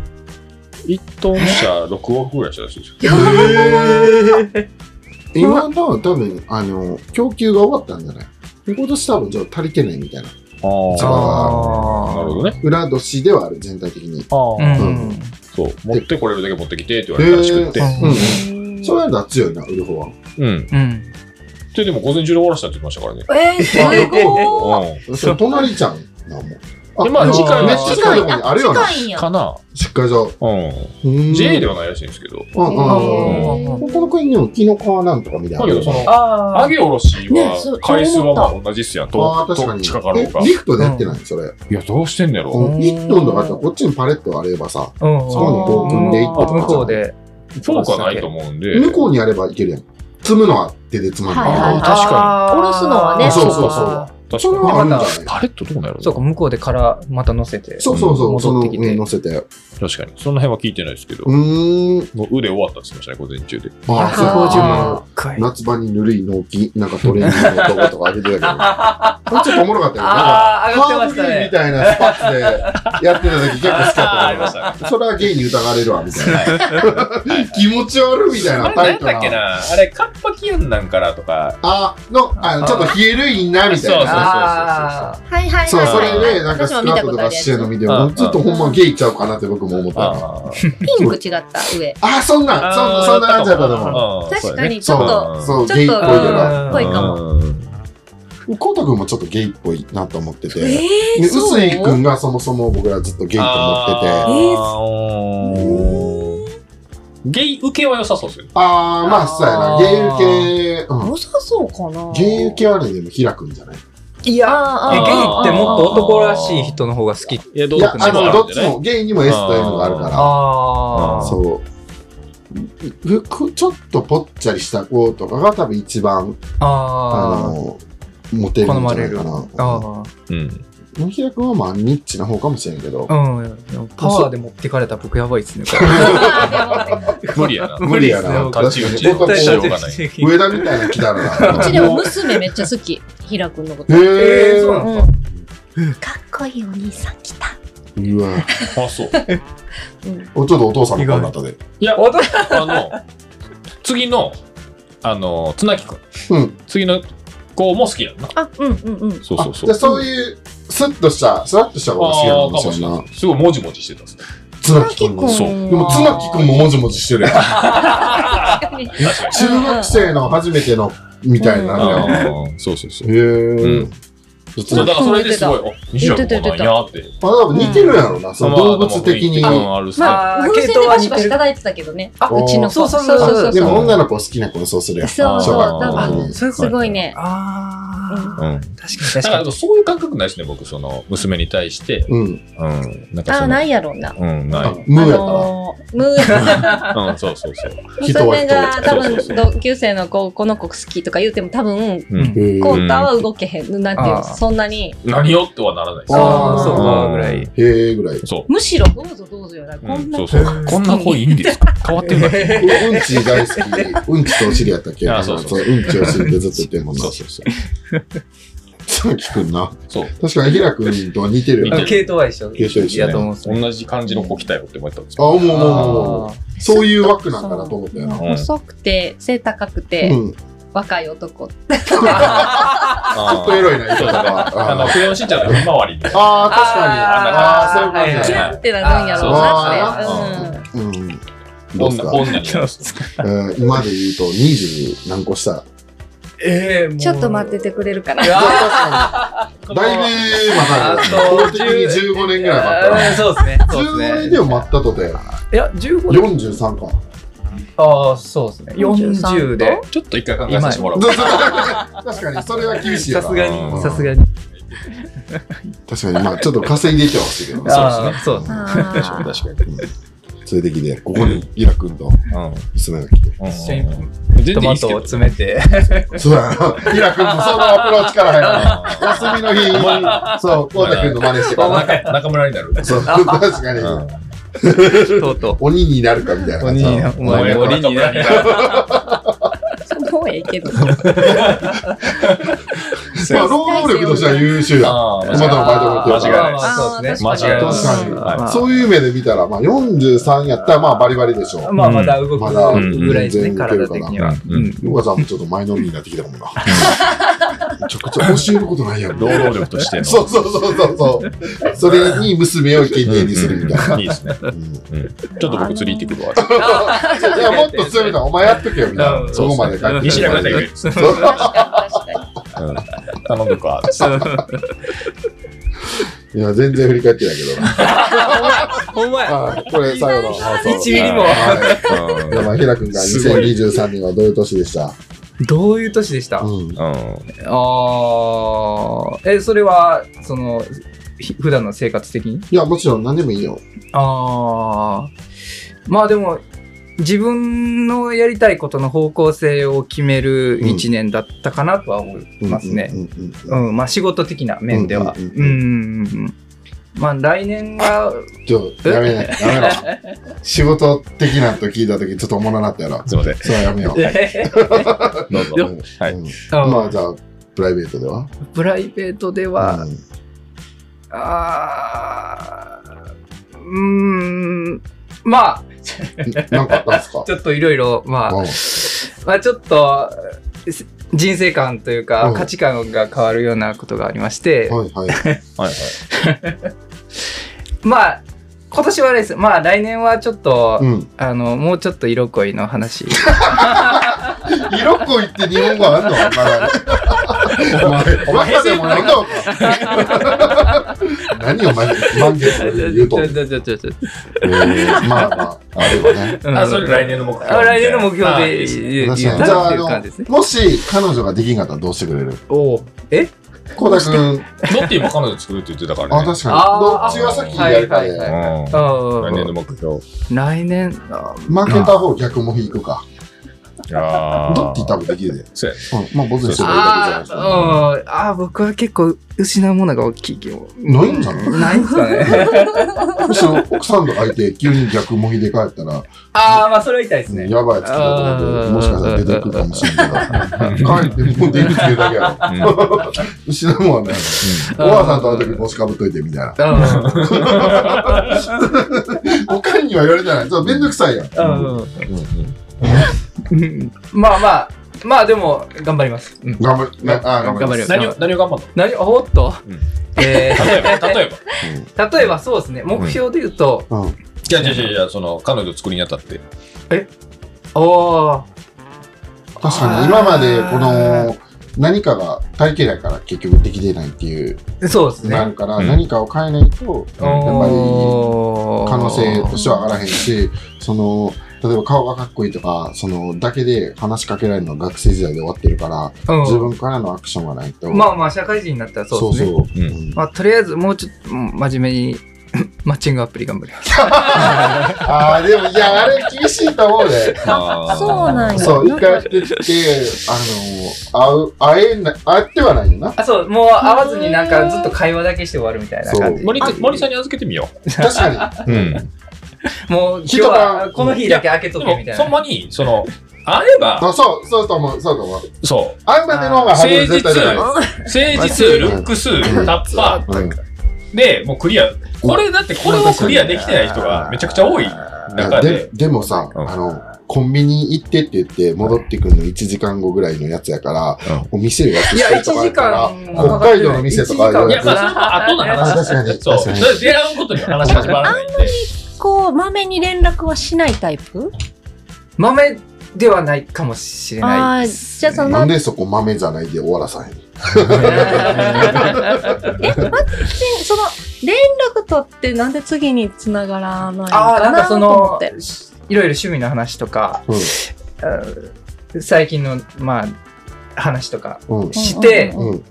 Speaker 1: 1トン車6億ぐらいしたらしいですよ
Speaker 5: やばい
Speaker 2: 今の多分、あの、供給が終わったんじゃない今年多分、じゃあ足りてないみたいな。
Speaker 1: ああ、なるほどね。
Speaker 2: 裏年ではある、全体的に。
Speaker 1: あ
Speaker 3: うん
Speaker 2: う
Speaker 3: うん
Speaker 1: そう、持ってこれるだけ持ってきてって言われたらしくって。
Speaker 2: う
Speaker 5: うん
Speaker 2: ん。そうやるのは強いな、売る方は。
Speaker 1: うん。
Speaker 3: うん
Speaker 1: で、でも午前中で終わらせたって言ってましたからね。
Speaker 5: えー、すごい。
Speaker 2: それ隣ちゃんなもん。
Speaker 1: でまあ次回は
Speaker 2: めっちゃ近いとこにあるよな。
Speaker 5: 近いん
Speaker 1: う
Speaker 5: や
Speaker 1: ん。。かな
Speaker 2: 出荷所。
Speaker 1: う。
Speaker 2: うんん
Speaker 1: JA ではないらしいんですけど。
Speaker 2: うんうんうん。
Speaker 5: へー
Speaker 2: ここの国にもキノコはなんとかみたい
Speaker 1: だ
Speaker 2: な
Speaker 1: け
Speaker 2: のある
Speaker 1: ど、
Speaker 2: よ
Speaker 1: そ
Speaker 2: な。
Speaker 1: の、
Speaker 4: あ
Speaker 1: 揚げおろし
Speaker 5: ねそ
Speaker 1: は
Speaker 5: う、
Speaker 1: 回数はまあ同じっすやん。
Speaker 2: あ
Speaker 1: と、
Speaker 2: あ、確か
Speaker 1: どっ
Speaker 2: に。
Speaker 1: ちかかろうか
Speaker 2: え。リフトでやってないそれ。
Speaker 1: いや、どうしてんねやろ。
Speaker 3: うん
Speaker 2: 1トンとかあったらこっちにパレットがあればさ、
Speaker 3: うん
Speaker 2: そこにこう組んでいって
Speaker 3: あ
Speaker 2: とか
Speaker 3: 向こうで
Speaker 1: フォークはないと思うんで。
Speaker 2: 向こうにやればいけるやん。積むのは手で積まない。
Speaker 5: はいはい
Speaker 1: ああ、確か
Speaker 5: おろすのはね
Speaker 2: そうそうそう
Speaker 1: に。確
Speaker 2: それ
Speaker 1: かに。
Speaker 2: はあるんじゃない
Speaker 1: パレットどうなんやろ
Speaker 3: そうか向こうで殻また乗せて
Speaker 2: そうそうそう、
Speaker 3: うん
Speaker 2: その
Speaker 3: 戻ってきて
Speaker 2: 上に乗せて。
Speaker 1: 確かに。その辺は聞いてないですけど。
Speaker 2: うーん。
Speaker 1: もう腕終わったって言ってましたね、午前中で。
Speaker 2: ああ、そう
Speaker 5: あ
Speaker 2: か。
Speaker 5: ー
Speaker 3: 回
Speaker 2: 夏場にぬるい納期、なんかトレーニングの動画とか上げてたけど。これちょっとおもろかったよね。なんか
Speaker 4: あー上がって
Speaker 2: ハー
Speaker 4: ま
Speaker 2: フ
Speaker 4: し
Speaker 2: ゲイ
Speaker 4: た
Speaker 2: み
Speaker 4: ね
Speaker 2: たいなスパッツでやってた時結構好き
Speaker 1: あーあ
Speaker 2: だ
Speaker 1: り
Speaker 2: っ
Speaker 1: ま
Speaker 2: た
Speaker 1: し
Speaker 2: か
Speaker 1: たね
Speaker 2: ら。それはゲイに疑われるわ、みたいな。気持ち悪いみたい
Speaker 1: あ
Speaker 2: な
Speaker 1: れ
Speaker 2: タイ
Speaker 1: 何
Speaker 2: ト
Speaker 1: だっけ
Speaker 2: な。
Speaker 1: なあれ、カッパキヤンなんからとか。
Speaker 2: あ、の、あちょっと冷えるいな、みたいな。
Speaker 4: あー
Speaker 5: はいはいはいはい。
Speaker 2: そう、それ
Speaker 1: ね
Speaker 2: で、なんかスクラップとかしてるの見て、も
Speaker 1: 私も
Speaker 2: う
Speaker 1: 見
Speaker 2: ち
Speaker 1: た
Speaker 2: ょっ
Speaker 1: ことあ
Speaker 2: と
Speaker 5: るやつ
Speaker 2: ほんまゲイちゃうかなって僕も思ったの。
Speaker 1: あ
Speaker 5: ピンク違った上。
Speaker 2: あ、そんなん、そんそんな感じだったと思う。
Speaker 1: 思
Speaker 5: 確かにちょっと、
Speaker 2: そう
Speaker 5: ちょっと
Speaker 2: ゲイっぽいよ
Speaker 5: う
Speaker 2: なん
Speaker 5: ぽいかも。
Speaker 1: も。
Speaker 2: コウタ君もちょっとゲイっぽいなと思ってて。で、
Speaker 5: えー、そう
Speaker 2: 臼井君がそもそも僕らずっとゲイと思ってて。あ
Speaker 1: 思ってて。ゲイ受けは良さそうですよね。
Speaker 2: あー、まあ、そうやな。
Speaker 4: あー
Speaker 2: ゲイ受け、うん。
Speaker 5: 良さそうかな。
Speaker 2: ゲイ受けはね、でも開くんじゃない
Speaker 4: いや
Speaker 5: あ
Speaker 3: え
Speaker 5: ー
Speaker 3: ゲ
Speaker 5: あ
Speaker 3: イ
Speaker 5: ー
Speaker 3: ってもっと男らしい人の方が好き
Speaker 1: いや、ど
Speaker 2: いや、あの、どっち
Speaker 1: も
Speaker 2: も、ゲイにも S と M があるか
Speaker 4: あ
Speaker 2: ら。
Speaker 4: ー
Speaker 2: そう。服ちょっとぽっちゃりした子とかが多分一番、
Speaker 3: あ
Speaker 2: あの、モテるんじゃないかな。
Speaker 3: ああ
Speaker 1: うん。
Speaker 2: 野平君はまあニッチな方かもしれんけど、
Speaker 3: あうんでもパワーで持ってかれたら僕やばいっすねこれ
Speaker 1: 無理
Speaker 3: <laughs>
Speaker 1: やな。
Speaker 2: 無理やな。
Speaker 1: 無理っすね
Speaker 2: 確かに
Speaker 1: 立ち打ち
Speaker 2: 僕は
Speaker 1: 絶対
Speaker 2: こ
Speaker 1: 立ち打ち
Speaker 2: う上田みたいなの来たら
Speaker 5: う
Speaker 2: な。
Speaker 5: ちでも娘めっちゃ好き。ひらくんのこと。
Speaker 2: へ
Speaker 4: えー
Speaker 2: え
Speaker 4: そう
Speaker 5: う
Speaker 4: なん
Speaker 5: ん
Speaker 4: ですか。
Speaker 5: かっこいいお兄さん来た。
Speaker 2: うわ。
Speaker 1: あ、そう。
Speaker 5: うん。
Speaker 2: おちょっとお父さんの顔になったで。
Speaker 1: いや、
Speaker 4: お父
Speaker 1: あの、次の、あの、綱木くん。
Speaker 2: うん。
Speaker 1: 次の子も好きやんな。
Speaker 5: あ、うんうんうん。
Speaker 1: そう
Speaker 2: あ
Speaker 1: そう
Speaker 2: じゃ
Speaker 1: そ
Speaker 2: あ
Speaker 1: う。
Speaker 2: そういう、スッとした、スラッとした方が
Speaker 1: ああ、か
Speaker 2: 好
Speaker 1: も
Speaker 2: きなんで
Speaker 1: し
Speaker 2: す
Speaker 1: れ
Speaker 2: よ
Speaker 1: な。。
Speaker 2: ない
Speaker 1: すごいもじもじしてたっす。
Speaker 2: つなきくんも。
Speaker 1: そう
Speaker 2: でも、つなきく
Speaker 5: <laughs>
Speaker 2: んももじもじして
Speaker 1: <laughs>
Speaker 2: るやん。
Speaker 5: 確かに。
Speaker 1: 確かに。
Speaker 2: 中学生の初めての、みたいになるやん。へ
Speaker 1: あーそうそうそう。う
Speaker 2: え
Speaker 1: ん。そう、だからそれですごい、あ、西田君なんやって。
Speaker 2: まあ多分似てるやろな、その動物的に
Speaker 1: ま。あうんあるっすね
Speaker 4: まあー
Speaker 5: 風
Speaker 4: 系
Speaker 5: 船
Speaker 4: 統
Speaker 5: で
Speaker 4: は
Speaker 5: バ
Speaker 4: 似
Speaker 5: シ
Speaker 4: て
Speaker 5: バ
Speaker 4: る
Speaker 5: シ叩いてたけどね。
Speaker 4: あ
Speaker 5: うちの子。
Speaker 4: そうそうそうそう
Speaker 2: でも、女の子好きな子はそうするやん。
Speaker 5: そう
Speaker 1: 小
Speaker 5: そう、
Speaker 1: 学校
Speaker 5: 多
Speaker 1: の
Speaker 5: 分、
Speaker 2: そ
Speaker 3: それこそ
Speaker 5: すごいね。
Speaker 3: ああ確かに
Speaker 1: うん。
Speaker 3: 確
Speaker 1: だ
Speaker 3: か
Speaker 1: か
Speaker 3: に
Speaker 1: らそういう感覚ないですね、僕、その娘に対して、
Speaker 2: う
Speaker 1: う
Speaker 2: ん。
Speaker 1: ん、なんかそ
Speaker 5: ああ、
Speaker 1: の
Speaker 5: な、いやろうな。
Speaker 1: うん、な
Speaker 2: あ
Speaker 1: い、
Speaker 2: 無
Speaker 5: あ
Speaker 2: やったな。
Speaker 5: のー、ムー
Speaker 1: うん、そうそうそう、
Speaker 2: 人は
Speaker 5: 娘が多
Speaker 1: そうそう
Speaker 5: 分
Speaker 1: そ
Speaker 5: 同級生の子、この子好きとか言うても多分、
Speaker 1: う、
Speaker 3: うん
Speaker 2: へえ
Speaker 5: コータは動けへん。なんていう
Speaker 3: あ
Speaker 5: の、
Speaker 3: ー
Speaker 5: そんなに。
Speaker 1: 何をとはならないです。
Speaker 2: あ
Speaker 3: あ
Speaker 2: ー
Speaker 3: あそう
Speaker 1: う
Speaker 3: か
Speaker 1: ん
Speaker 3: ぐらい
Speaker 2: へえぐらい。
Speaker 1: そ
Speaker 5: むしろ、どうぞどうぞよな。
Speaker 1: う、
Speaker 5: こ
Speaker 1: うんん、
Speaker 5: な
Speaker 1: そうそう、こんな子いいんですか、変わってるだ <laughs> け。
Speaker 2: ううんち大好き。うんちとお尻やったっけ
Speaker 1: あそうそう
Speaker 2: そう。うんちお尻でずっと言ってるもんな。
Speaker 1: そうそうそう、
Speaker 2: さきくんな。
Speaker 1: そう。
Speaker 2: 確かに、ひらくんとは似てるよ
Speaker 1: 似
Speaker 2: ね。
Speaker 1: て
Speaker 4: 系統は一緒。
Speaker 2: 一緒ですね
Speaker 4: やと思うんですね。
Speaker 1: 同じ感じの子来たよって思ったんです
Speaker 2: あ、
Speaker 1: よ。
Speaker 2: もうもうもう。そういう枠なんだなと思ったよな。
Speaker 5: そう細くて背高くて、
Speaker 2: うん。ち
Speaker 5: 若い男って
Speaker 1: あ
Speaker 2: ょっとエロいな、言い
Speaker 1: そう
Speaker 2: 方
Speaker 1: だね。
Speaker 2: が。
Speaker 1: あの、クレヨンしんちゃんのひまわりで。
Speaker 2: ああ、確かに。ああー、そういう感じだ
Speaker 4: は
Speaker 2: ね
Speaker 4: い
Speaker 5: キュンってなるんやろうなって。
Speaker 2: うん。どうす
Speaker 1: 女、
Speaker 2: か、
Speaker 1: 女に。
Speaker 2: うん、今で言うと20何個した。
Speaker 4: ええ、もう
Speaker 5: ちょっと待っててくれるかな。
Speaker 4: うわー
Speaker 2: だいぶ待たれ
Speaker 4: あ
Speaker 2: た。
Speaker 4: と
Speaker 2: 法的に15年ぐらい待っ
Speaker 4: うんそうですね。
Speaker 2: た。
Speaker 4: そう
Speaker 2: 15
Speaker 4: で
Speaker 2: 年
Speaker 4: す
Speaker 2: で
Speaker 4: ね。
Speaker 2: も待ったとて、
Speaker 4: いや、15で。
Speaker 2: 43か。
Speaker 4: ああ、そうですね。40
Speaker 5: 43
Speaker 4: で。
Speaker 1: ちょっと一回考えさせてもらおう。
Speaker 2: 確かに、それは厳しいよ
Speaker 4: さ
Speaker 2: な
Speaker 4: すが
Speaker 1: うん
Speaker 4: に、さすがに。
Speaker 2: 確かに、まあちょっと稼いでいってほしいけどね。
Speaker 4: ああ、そうですね。
Speaker 5: あー
Speaker 1: 確かに。
Speaker 2: そういう時で、ここにイラ君と娘が来て。
Speaker 1: うん。
Speaker 4: 一緒に
Speaker 1: 全然
Speaker 4: ト
Speaker 1: いい
Speaker 4: マ
Speaker 1: っす
Speaker 4: ト
Speaker 1: け
Speaker 4: を
Speaker 1: ど。
Speaker 4: 詰め <laughs> て。
Speaker 2: <laughs> そうやな。イラ君もそのアプローチからやな。
Speaker 1: あー
Speaker 2: 休みの日に、そう、コウタ君の真似してから。
Speaker 1: 中村になる。
Speaker 2: そう、確かに。
Speaker 4: とうと
Speaker 2: 鬼になるかみたいな感じ。
Speaker 4: 鬼になる
Speaker 2: お前
Speaker 4: お前
Speaker 2: 鬼
Speaker 4: 鬼
Speaker 1: に
Speaker 4: に
Speaker 1: な
Speaker 4: な
Speaker 1: る
Speaker 4: る。
Speaker 5: その方がええけど。
Speaker 2: まあ、労働力としては優秀や。
Speaker 1: あー
Speaker 2: トマトのバイトも
Speaker 4: う。
Speaker 1: 間違いないです
Speaker 5: あー
Speaker 4: そうですね。
Speaker 5: 確かに
Speaker 1: 間違いない
Speaker 2: です
Speaker 5: 確かに
Speaker 1: はい
Speaker 4: まあ
Speaker 2: そういう目で見たら、まあ、43やったら、まあ、バリバリでしょう。
Speaker 4: まあ、まだ動く
Speaker 2: まだ
Speaker 4: ぐらいですね、
Speaker 2: 全然いけるかな
Speaker 4: 体的に
Speaker 1: う
Speaker 4: は。
Speaker 1: ん
Speaker 4: うん
Speaker 2: ヨガさんもちょっと前のみになってきたもんな。めちゃくちゃ教えることないやん。
Speaker 1: 労働力としての。
Speaker 2: そうそうそうそうそう。それに娘を生贄にするみたいな。
Speaker 1: いいですね。
Speaker 2: うん
Speaker 1: ちょっと僕釣り行ってくるわ。
Speaker 2: いや、もっと強めたら、お前やっとけよみたいな。そこまで書いて
Speaker 1: 西田君だけ。
Speaker 2: そう
Speaker 5: 確かに確かに。
Speaker 1: 頼んどくわ。
Speaker 2: いや、全然振り返ってないけどな。
Speaker 4: ほんまや。
Speaker 2: はいこれ、最後の放送。
Speaker 4: 1ミリも
Speaker 2: はい
Speaker 1: うん
Speaker 2: では、ひらくんが2023年はどういう年でした
Speaker 4: どういう年でしたあ
Speaker 2: うん。
Speaker 1: うん。
Speaker 4: あ。え、それは、その、ひ普段の生活的に
Speaker 2: いや、もちろん何でもいいよ。
Speaker 4: ああ。まあでも、自分のやりたいことの方向性を決める1年だったかなとは思いますね
Speaker 2: う。んうんうん
Speaker 4: うん、まあ仕事的な面では。
Speaker 2: う
Speaker 4: うん
Speaker 2: うん
Speaker 4: ん
Speaker 2: う
Speaker 4: うんうん。まあ来
Speaker 2: <laughs>
Speaker 4: 年が、
Speaker 2: ちょ、やめな、やめ <laughs> ろ。仕事的なんと聞いたとき、ちょっとおもろなったやろ。
Speaker 1: すいません。
Speaker 2: それはやめよう。
Speaker 1: どうぞ。は
Speaker 2: う
Speaker 1: い。
Speaker 2: んま
Speaker 4: あ
Speaker 2: あ、じゃあ、プライベートでは
Speaker 4: プライベートでは、
Speaker 2: うん
Speaker 4: あーうーん、まあ、
Speaker 2: なんかあ <laughs> ったんすか
Speaker 4: ちょっといろいろ、まあ、
Speaker 2: うん
Speaker 4: まあちょっと、す人生観という
Speaker 2: う
Speaker 4: か
Speaker 2: ん
Speaker 4: 価値観が変わるようなことがありまして、
Speaker 2: はいはい。
Speaker 1: はいはい。
Speaker 4: まあ、今年はあれです。まあ来年はちょっと、
Speaker 2: <laughs> うん。
Speaker 4: あの、もうちょっと色恋の話。
Speaker 2: 色恋って日本語あんのまだ。お前、お前でもなんだお前何お前、満月 <laughs> 言うと。え
Speaker 4: ちょちょちょちょ
Speaker 2: ーまあまあ、 <laughs> あれはね。
Speaker 4: うん
Speaker 1: あ、それ来年の目標。
Speaker 4: あ来年の目標
Speaker 1: あ
Speaker 4: で
Speaker 1: いい
Speaker 4: い
Speaker 1: すね
Speaker 4: いいい
Speaker 2: じ
Speaker 4: 言
Speaker 2: ゃ
Speaker 4: うたら
Speaker 2: あ、
Speaker 4: っ
Speaker 2: あ
Speaker 4: ていう感じです
Speaker 2: の、
Speaker 4: ね。
Speaker 2: もし彼女ができんかったらどうしてくれる
Speaker 4: おうえ
Speaker 2: コ田君、
Speaker 1: ロッティも彼女作るって言ってたから
Speaker 2: あ、
Speaker 1: ね。
Speaker 2: 確かに。
Speaker 4: あー
Speaker 2: どっちが先やるか
Speaker 4: はい
Speaker 2: で
Speaker 4: は、
Speaker 1: うん来
Speaker 4: あ
Speaker 1: 年の
Speaker 4: あ
Speaker 1: 目標。
Speaker 4: 来年、あ
Speaker 2: 負けた方逆も引くか。
Speaker 1: あ
Speaker 2: どっち多分できるで。
Speaker 1: そうや
Speaker 2: うんまあ、ボツにしてもいいだ
Speaker 4: あ
Speaker 2: けじゃない
Speaker 4: あうんあー僕は結構失うものが大きいけど。
Speaker 2: ないんじゃ
Speaker 4: <laughs>
Speaker 2: ない
Speaker 4: ないんですか
Speaker 2: <laughs>
Speaker 4: ね。
Speaker 2: ですか。むしろ奥さんと相手、急に逆も引で帰ったら、
Speaker 4: ああ、まあそれは痛いですね。
Speaker 2: やばいやつ来たと思って、もしかしたら出てくるかもしれんけど、帰ってもう出るっていうだけ
Speaker 4: <laughs>
Speaker 2: やろ。
Speaker 1: うん
Speaker 2: 失うもんはない。おばあさんと会う時帽子かぶっといてみたいな。
Speaker 4: う
Speaker 2: おかんには言われてない。そう、めんどくさいやん。
Speaker 4: んうんうんまあまあ、まあでも、頑張ります。うん
Speaker 2: 頑張る。なあー、
Speaker 4: 頑張るよ。
Speaker 1: 何を、何を頑張る
Speaker 4: 何おっと
Speaker 1: うん。
Speaker 4: え
Speaker 1: の例えば、例えば。
Speaker 4: ー <laughs> 例えばそうですね、目標で言うと、
Speaker 2: うん。
Speaker 1: いやいやいやいや、その、彼女作りにあたって。
Speaker 4: おー、
Speaker 2: 確かに、今までこの、何かが体験だから結局できてないっていう、
Speaker 4: そうです
Speaker 2: な
Speaker 4: ね。
Speaker 2: るから、
Speaker 1: うん
Speaker 2: 何かを変えないと、
Speaker 1: うんやっ
Speaker 2: ぱり
Speaker 4: おー
Speaker 2: 可能性としては上がらへんし、その、例えば顔がかっこいいとか、その、だけで話しかけられるのは学生時代で終わってるから、
Speaker 4: うん
Speaker 2: 自分からのアクションがないと。
Speaker 4: まあまあ、社会人になったらそうですね。
Speaker 2: そうそう
Speaker 1: う
Speaker 2: うん
Speaker 4: まあ、とりあえずもうちょっとうん真面目に <laughs> マッチングアプリ頑張ります。
Speaker 2: ああ、でも、いや、あれ厳しいと思うね。
Speaker 1: あ
Speaker 5: そうなんや。
Speaker 2: そう、一回やってて、あの、会う、会えな、会ってはないよな。
Speaker 4: あ、そう、もう会わずになんかずっと会話だけして終わるみたいな感
Speaker 2: そ
Speaker 4: じ。
Speaker 2: う
Speaker 4: <laughs>
Speaker 1: 森さんに預けてみよ
Speaker 2: 確か
Speaker 1: う。うん。
Speaker 4: もう今日はこの日だけ開けと
Speaker 1: で
Speaker 4: けみ
Speaker 1: も
Speaker 4: たい
Speaker 1: ほん
Speaker 4: な。
Speaker 1: まにその会えば
Speaker 2: あそう、そうと思う、そうと思う。
Speaker 1: そ
Speaker 2: あんまでの方がハードル絶対じゃない。
Speaker 1: う誠実ルックスタッパ
Speaker 2: うん
Speaker 1: ーでもうクリアこれだってこれをクリアできてない人がめちゃくちゃ多い中
Speaker 2: で
Speaker 1: で
Speaker 2: でもさ、
Speaker 1: うん
Speaker 2: あのコンビニ行ってって言って戻ってくるの1時間後ぐらいのやつやから、お店予約
Speaker 4: い
Speaker 2: し
Speaker 4: や
Speaker 2: て、る
Speaker 4: 1
Speaker 2: とか
Speaker 4: 時
Speaker 2: やから
Speaker 4: 間
Speaker 2: 北海道の店とか
Speaker 4: 1
Speaker 2: いろ
Speaker 1: い
Speaker 2: い
Speaker 1: や
Speaker 2: ろ
Speaker 1: まあそれは後の
Speaker 2: あ
Speaker 1: 話
Speaker 2: 確かに
Speaker 1: そう
Speaker 2: 確か
Speaker 1: そ
Speaker 2: に
Speaker 1: れ出会うことには話が始まらないんで
Speaker 5: こう、まめに連絡はしないタイプ
Speaker 4: 豆ではないかもしれ
Speaker 5: あ
Speaker 4: な
Speaker 5: あ
Speaker 4: い。
Speaker 5: ー、じゃあそ
Speaker 2: なん
Speaker 5: の、
Speaker 2: でそこ豆じゃないで終わらさへん
Speaker 4: <laughs>
Speaker 5: え、待って、その、連絡取ってなんで次に繋がらないの
Speaker 4: ああ、なんか
Speaker 5: かな
Speaker 4: そ
Speaker 5: と思
Speaker 4: の
Speaker 5: っ
Speaker 4: い
Speaker 5: て。、
Speaker 4: ろいろ趣味の話とか、
Speaker 2: うん
Speaker 4: あ最近の、まあ、話とか
Speaker 2: うん
Speaker 4: して、
Speaker 5: うん
Speaker 2: うん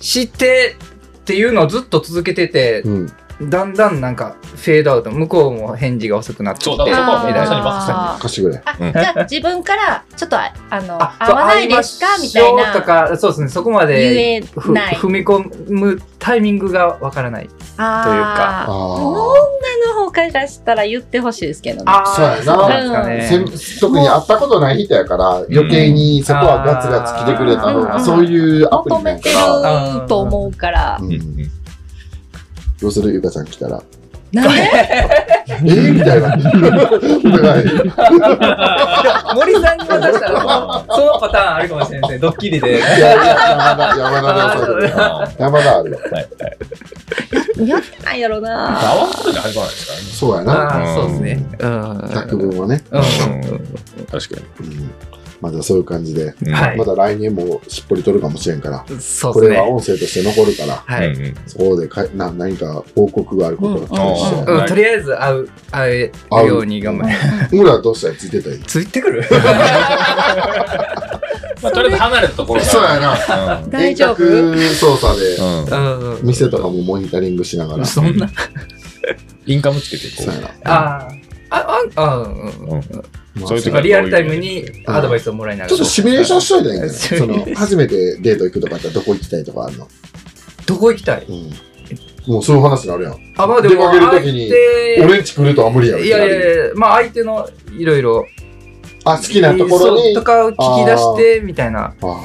Speaker 4: してっていうのをずっと続けてて、
Speaker 2: うん
Speaker 4: だんだんなんかフェードアウト、向こうも返事が遅くなってきて、
Speaker 1: そう
Speaker 4: み
Speaker 1: だ
Speaker 4: た
Speaker 1: か
Speaker 4: い
Speaker 1: らそこはもうまさ
Speaker 4: な。
Speaker 1: にマスさ
Speaker 5: あ
Speaker 2: 貸してくれ
Speaker 5: あじゃあ自分から、ちょっと、ああの、
Speaker 4: あ
Speaker 5: 合わないですかみたい
Speaker 4: そう会ましょうと
Speaker 5: な。
Speaker 4: か、そうですね、そこま
Speaker 5: 言
Speaker 4: で
Speaker 5: え
Speaker 4: ふ
Speaker 5: ない。
Speaker 4: 踏み込むタイミングがわからない。
Speaker 5: ああ。
Speaker 2: あ
Speaker 5: 女の方からしたら言んですけどね言ってほしいですけどね。
Speaker 4: あ
Speaker 2: そうやな
Speaker 4: なん
Speaker 2: あ、
Speaker 4: です
Speaker 2: せ
Speaker 4: か
Speaker 2: ん
Speaker 4: ね。
Speaker 2: 特に会ったことない人やから余計にそこはガツガツ来てくれたの
Speaker 5: う
Speaker 2: が
Speaker 5: ん
Speaker 2: そういうアプ
Speaker 5: 求
Speaker 2: リな
Speaker 5: め
Speaker 2: ん
Speaker 5: て
Speaker 2: か
Speaker 5: る
Speaker 2: ら、
Speaker 5: と思うから。
Speaker 2: う
Speaker 1: うん
Speaker 2: んどうするゆかちゃん来たら
Speaker 5: なんで
Speaker 2: えー、み
Speaker 1: <laughs>
Speaker 2: たいなはい
Speaker 4: 森さんに渡したら、そのパターンあるかもしれないですね。ドッキリで。
Speaker 2: いやいや山田山田でそうだけど
Speaker 1: あー
Speaker 2: 山田あるわ
Speaker 5: やってないやろな。
Speaker 1: 合わすことには始まらないですからね
Speaker 2: そうやな
Speaker 4: ああ、そうですね。うん。
Speaker 2: 作文はね、
Speaker 1: うん確か
Speaker 2: うん、まあじゃあそういう感じで、
Speaker 1: に。
Speaker 4: はい
Speaker 2: また来年もしっぽり取るかもしれんから、
Speaker 4: うん。そう
Speaker 2: こ
Speaker 4: です
Speaker 2: れは
Speaker 4: ね。
Speaker 2: 音声として残るから
Speaker 4: はい。
Speaker 1: うんうん
Speaker 2: そこでかな何か報告があることが期待して、
Speaker 1: うん
Speaker 4: うんとりあえず会う、会えるように頑張る。
Speaker 2: 俺らはどうしたらついてたらいい
Speaker 4: ついてくる
Speaker 1: まあとりあえず離れたところ
Speaker 2: そうや
Speaker 1: か
Speaker 2: な
Speaker 1: ら。うん
Speaker 5: 大丈夫
Speaker 2: 遠隔操作で
Speaker 1: うん
Speaker 4: うん。
Speaker 2: 店とかもモニタリングしながら、
Speaker 4: そんな。
Speaker 1: インカムつけていこ
Speaker 2: そうやな
Speaker 4: ああ。あ、あ、あ、うん。
Speaker 2: まあ
Speaker 1: そういう時
Speaker 4: まあリアルタイムにアドバイスをもらいな
Speaker 2: ちょ
Speaker 4: が
Speaker 2: っと
Speaker 4: ら。
Speaker 2: シミュレーションしといたらいいんじゃない
Speaker 4: シ
Speaker 2: そ
Speaker 4: ミュレーショ
Speaker 2: の初めてデート行くとかやったらどこ行きたいとかあるの、
Speaker 4: どこ行きたい
Speaker 2: うん、もうそういう話になるやん
Speaker 4: あ、まあでも、
Speaker 2: 出
Speaker 4: 相
Speaker 2: かける時に
Speaker 4: 手、
Speaker 2: 俺んち来るとは無理やろ
Speaker 4: いやいやいや、まあ相手のいろいろ
Speaker 2: あ好きなところ
Speaker 4: そう
Speaker 2: に
Speaker 4: とかを聞き出してみたい
Speaker 2: あ
Speaker 4: な
Speaker 2: あ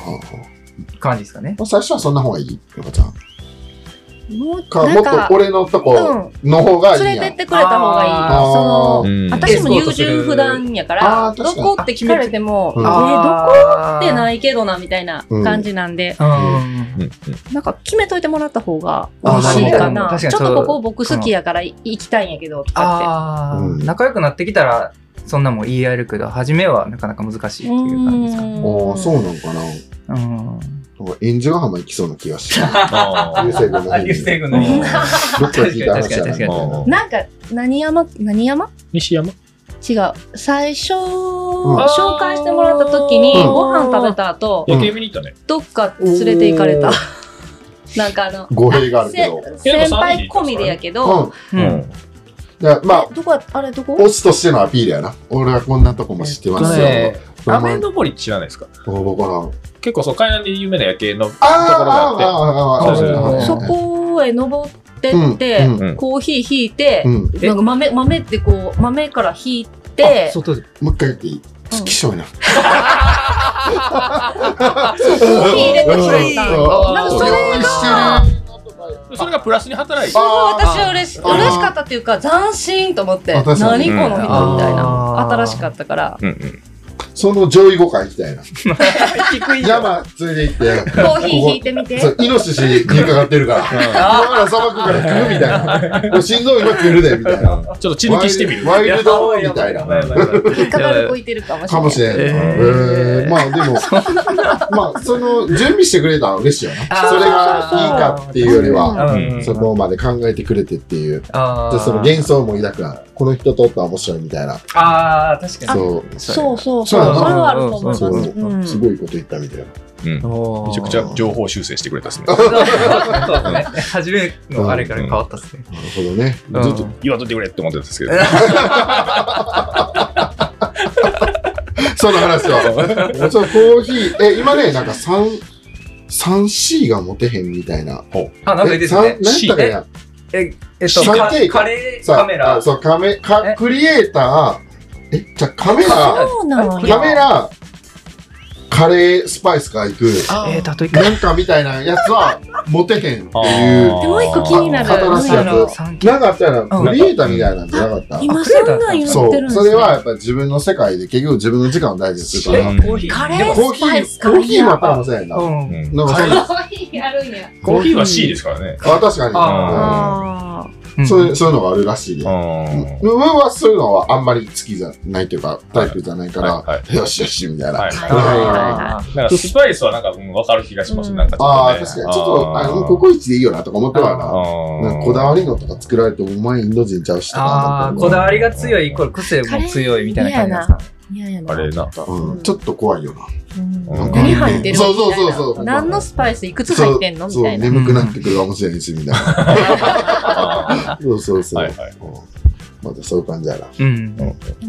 Speaker 4: 感じですかね。
Speaker 2: 最初はそんな方がいいよかちゃん
Speaker 5: もう
Speaker 2: か
Speaker 5: な
Speaker 2: もっ
Speaker 5: ん
Speaker 2: と
Speaker 5: か、
Speaker 2: 俺のとこ
Speaker 5: う
Speaker 2: の方がい
Speaker 5: ん。
Speaker 2: いやん
Speaker 5: 連れてってくれた方がいい。
Speaker 4: あ
Speaker 2: ー
Speaker 5: その
Speaker 1: う。うん
Speaker 5: 私も優柔不断やか
Speaker 2: あ
Speaker 5: ら、
Speaker 2: ー
Speaker 5: ど
Speaker 2: 確かに
Speaker 5: こって聞かれても、
Speaker 2: あ
Speaker 5: え
Speaker 2: 決めて
Speaker 5: ー、どこ
Speaker 4: こ。
Speaker 5: ってないいけどな、みたいな感じなんで、
Speaker 4: うん。
Speaker 1: うんうん
Speaker 5: なんか決めといてもらった方が
Speaker 2: あー
Speaker 5: 欲しいか
Speaker 4: なるほど
Speaker 5: な。ちょ
Speaker 4: 確かに
Speaker 5: っ
Speaker 4: そう
Speaker 5: とここ僕好きやから行きたいんやけど、とか
Speaker 4: ああ、
Speaker 2: うん
Speaker 4: 仲良くなってきたら、そんなもん言い合えるけど、初めはなかなか難し
Speaker 5: っ。
Speaker 4: いってていう感じですかね。
Speaker 2: ああそう
Speaker 5: う
Speaker 2: なのかな
Speaker 4: うん。
Speaker 2: なんか演じが浜行きそうな気がして
Speaker 1: あ
Speaker 2: 流
Speaker 1: ー
Speaker 2: 星群の日に
Speaker 4: 君
Speaker 1: の日
Speaker 2: どっか聞いた話じゃない
Speaker 4: 確かに確かに確かに
Speaker 2: うん
Speaker 5: ーんなんか、何山、何山
Speaker 1: 西山
Speaker 5: 違う。最初、
Speaker 2: ん
Speaker 5: 紹介してもらった時に、
Speaker 2: うん
Speaker 5: ご飯食べた後、
Speaker 1: 夜景見に行ったね。
Speaker 5: どっか連れて行かれ
Speaker 2: お
Speaker 5: た
Speaker 2: ー。
Speaker 5: <laughs> なんかあの、
Speaker 2: 語弊があるけど
Speaker 5: せ先輩込みでやけど、
Speaker 2: う
Speaker 4: うん。うん。
Speaker 2: んいやまあ
Speaker 5: えどこやあれどこ
Speaker 2: オスとしてのアピールやな俺はこんなとこも知ってますよ、
Speaker 1: えっ
Speaker 2: 名
Speaker 1: 雨
Speaker 2: 前
Speaker 1: のぼり知らないですか
Speaker 2: おばからん
Speaker 1: 結構そう海岸で有名な夜景のところ
Speaker 2: あー
Speaker 1: が
Speaker 2: あー
Speaker 1: あっ
Speaker 2: あーあーあー
Speaker 1: そうそう
Speaker 2: はいはいはい
Speaker 5: そこへ登ってって、
Speaker 2: うん
Speaker 1: うん
Speaker 5: コーヒー引いて、
Speaker 2: うん、
Speaker 4: え
Speaker 5: なんか豆豆ってこう豆から引い
Speaker 4: あ
Speaker 5: て
Speaker 4: 外で。
Speaker 2: もう一回言っていい
Speaker 5: うん
Speaker 2: 好き性な。
Speaker 5: コーヒー入れてくれた
Speaker 2: うん
Speaker 5: なんかそれ
Speaker 2: 用意してる
Speaker 5: が
Speaker 1: てそれがプラスに働いて
Speaker 5: すごい私は嬉し
Speaker 2: あー
Speaker 5: 嬉しかったっていうか斬新と思って
Speaker 2: あ
Speaker 5: 何こ
Speaker 2: 確か
Speaker 5: の人
Speaker 2: に
Speaker 5: みたい
Speaker 4: あー
Speaker 5: な新しかったから
Speaker 1: うんうん
Speaker 2: その上位互換行きたいな。
Speaker 4: 低い。
Speaker 2: 山連れて行っ
Speaker 5: コーヒー引いてみて
Speaker 2: て、そうイノシシにかかってるから、今から砂漠から来るみたいな。もう心臓今来るで、みたいな。
Speaker 1: ちょっと血抜きしてみる
Speaker 2: ワイルドみたいな。
Speaker 5: 引っかかる子いてるかもし
Speaker 2: か
Speaker 5: れ
Speaker 2: も
Speaker 5: ない
Speaker 2: しれん。
Speaker 4: え
Speaker 2: え
Speaker 4: ー
Speaker 2: ーまあでも、まあその準備してくれたら嬉しいよな。
Speaker 4: あー
Speaker 2: それがいいかっていうよりは、
Speaker 4: うん。
Speaker 2: そこまで考えてくれてっていう。
Speaker 4: あ
Speaker 2: で
Speaker 4: あ。
Speaker 2: その幻想も抱くな。この人とったら面白いみたいな。
Speaker 4: ああ、確かに。
Speaker 2: そう。
Speaker 5: そうそう
Speaker 2: そ
Speaker 5: そうう
Speaker 2: や
Speaker 5: そ
Speaker 2: な
Speaker 5: れはあると思います
Speaker 2: そうう、
Speaker 5: うん
Speaker 2: すごいこと言ったみたいな。
Speaker 1: うん
Speaker 4: おー
Speaker 1: めちゃくちゃ情報修正してくれたですね
Speaker 4: そうですね。初めのあれから変わったっすね。
Speaker 2: なるほど
Speaker 4: <laughs>
Speaker 2: ね。
Speaker 1: ずっと言わんといてくれって思ってたんですけど
Speaker 2: その話は。そう、コーヒー、え、今ね、なんか三三 c が持てへんみたいな。
Speaker 4: あ、なんかいいですね
Speaker 2: え。三何やったかな
Speaker 4: え、えっと、
Speaker 2: 下
Speaker 4: カ
Speaker 2: 定
Speaker 4: カレーカメラ
Speaker 2: あ。そう、カメ、カ
Speaker 4: え
Speaker 2: クリエイター、え、じゃあカメラ、
Speaker 5: そうなの
Speaker 2: カ
Speaker 5: よ。
Speaker 2: メラ、カレースパイスから行く、
Speaker 3: えー、例えか。
Speaker 2: なんかみたいなやつは持てへんっていう。
Speaker 5: でもう一個気になる。
Speaker 2: あ新しいやつ
Speaker 5: なんやろ
Speaker 4: 三
Speaker 2: なんかあったら、クリエイターみたいなんじゃなかった、
Speaker 5: 今そんなんやって
Speaker 2: そ
Speaker 5: るん
Speaker 2: う、
Speaker 5: です
Speaker 2: そ
Speaker 5: よ
Speaker 2: れはやっぱ自分の世界で結局自分の時間を大事にするから。
Speaker 1: うん
Speaker 4: コーヒー。
Speaker 5: カレ
Speaker 4: で
Speaker 5: ー
Speaker 4: も
Speaker 2: コー
Speaker 5: ス
Speaker 2: ヒ
Speaker 5: パイス
Speaker 2: ー、
Speaker 5: か
Speaker 2: コーヒー
Speaker 5: な
Speaker 2: も多分そうやんな。な
Speaker 4: うん。
Speaker 1: うん
Speaker 2: んかそういうの
Speaker 5: コーヒーあるんや。
Speaker 1: コーヒーは C ですからね。
Speaker 2: あ、確かに。
Speaker 4: あ
Speaker 5: あ
Speaker 4: うん
Speaker 2: そういうそういうのがあるらしいで。
Speaker 1: うん
Speaker 2: 上はそういうのはあんまり好きじゃないというか、タイプじゃないから、
Speaker 1: はいはい
Speaker 2: よしよしみたいな。
Speaker 1: はい
Speaker 5: あ。
Speaker 2: はい
Speaker 5: は
Speaker 1: なんかスパイスはなんか、うん、分かる気がします、
Speaker 5: うん
Speaker 1: なんかちょ
Speaker 2: あ
Speaker 1: っ
Speaker 2: あ、
Speaker 1: とね。
Speaker 2: 確かに。ちょっと、あの、ココイチでいいよなとか思ってはな。
Speaker 1: あ
Speaker 2: なんかこだわりのとか作られても、お前インド人ちゃうしと
Speaker 4: あ
Speaker 2: か
Speaker 4: あ、
Speaker 2: なんか
Speaker 4: こだわりが強いイコール個性も強いみたいな感じなんですか
Speaker 5: いはい。いやいや
Speaker 1: あれな
Speaker 5: ちょっと
Speaker 2: う、
Speaker 5: うんん
Speaker 2: ちょっと怖いよな。
Speaker 1: な
Speaker 5: うんん
Speaker 1: か
Speaker 5: 何入ってる
Speaker 2: そうそうそうそう
Speaker 5: みたいな何のスパイスいくつ
Speaker 2: そう
Speaker 5: 入ってんのみたいな。
Speaker 2: そう、眠くなってくるかもしれんし、みたいな。
Speaker 1: <laughs> あ
Speaker 2: そうそうそう。
Speaker 1: はいはい
Speaker 2: うんまたそういう感じやな。
Speaker 4: うん。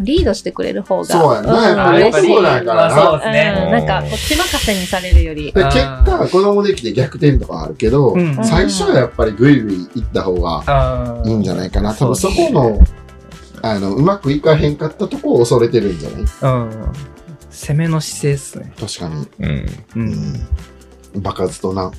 Speaker 5: リードしてくれる方が。
Speaker 2: そうやな、
Speaker 5: ん
Speaker 2: やっぱり。
Speaker 5: 嬉しい
Speaker 2: そうなんやから
Speaker 4: まあそ
Speaker 2: な
Speaker 4: う。ですね。
Speaker 5: うんなんかこっち任せにされるよ
Speaker 2: で。
Speaker 5: り
Speaker 2: 結果、子供できて逆転とかあるけど、
Speaker 4: うん
Speaker 2: 最初はやっぱりグイグイ行った方が
Speaker 4: あ
Speaker 2: いいんじゃないかな。多分そこの、あの、うまくいかへんかったとこを恐れてるんじゃない
Speaker 4: あ、うん。攻めの姿勢ですね。
Speaker 2: 確かに。
Speaker 1: うん。
Speaker 4: うん。
Speaker 2: うん。バカずとな。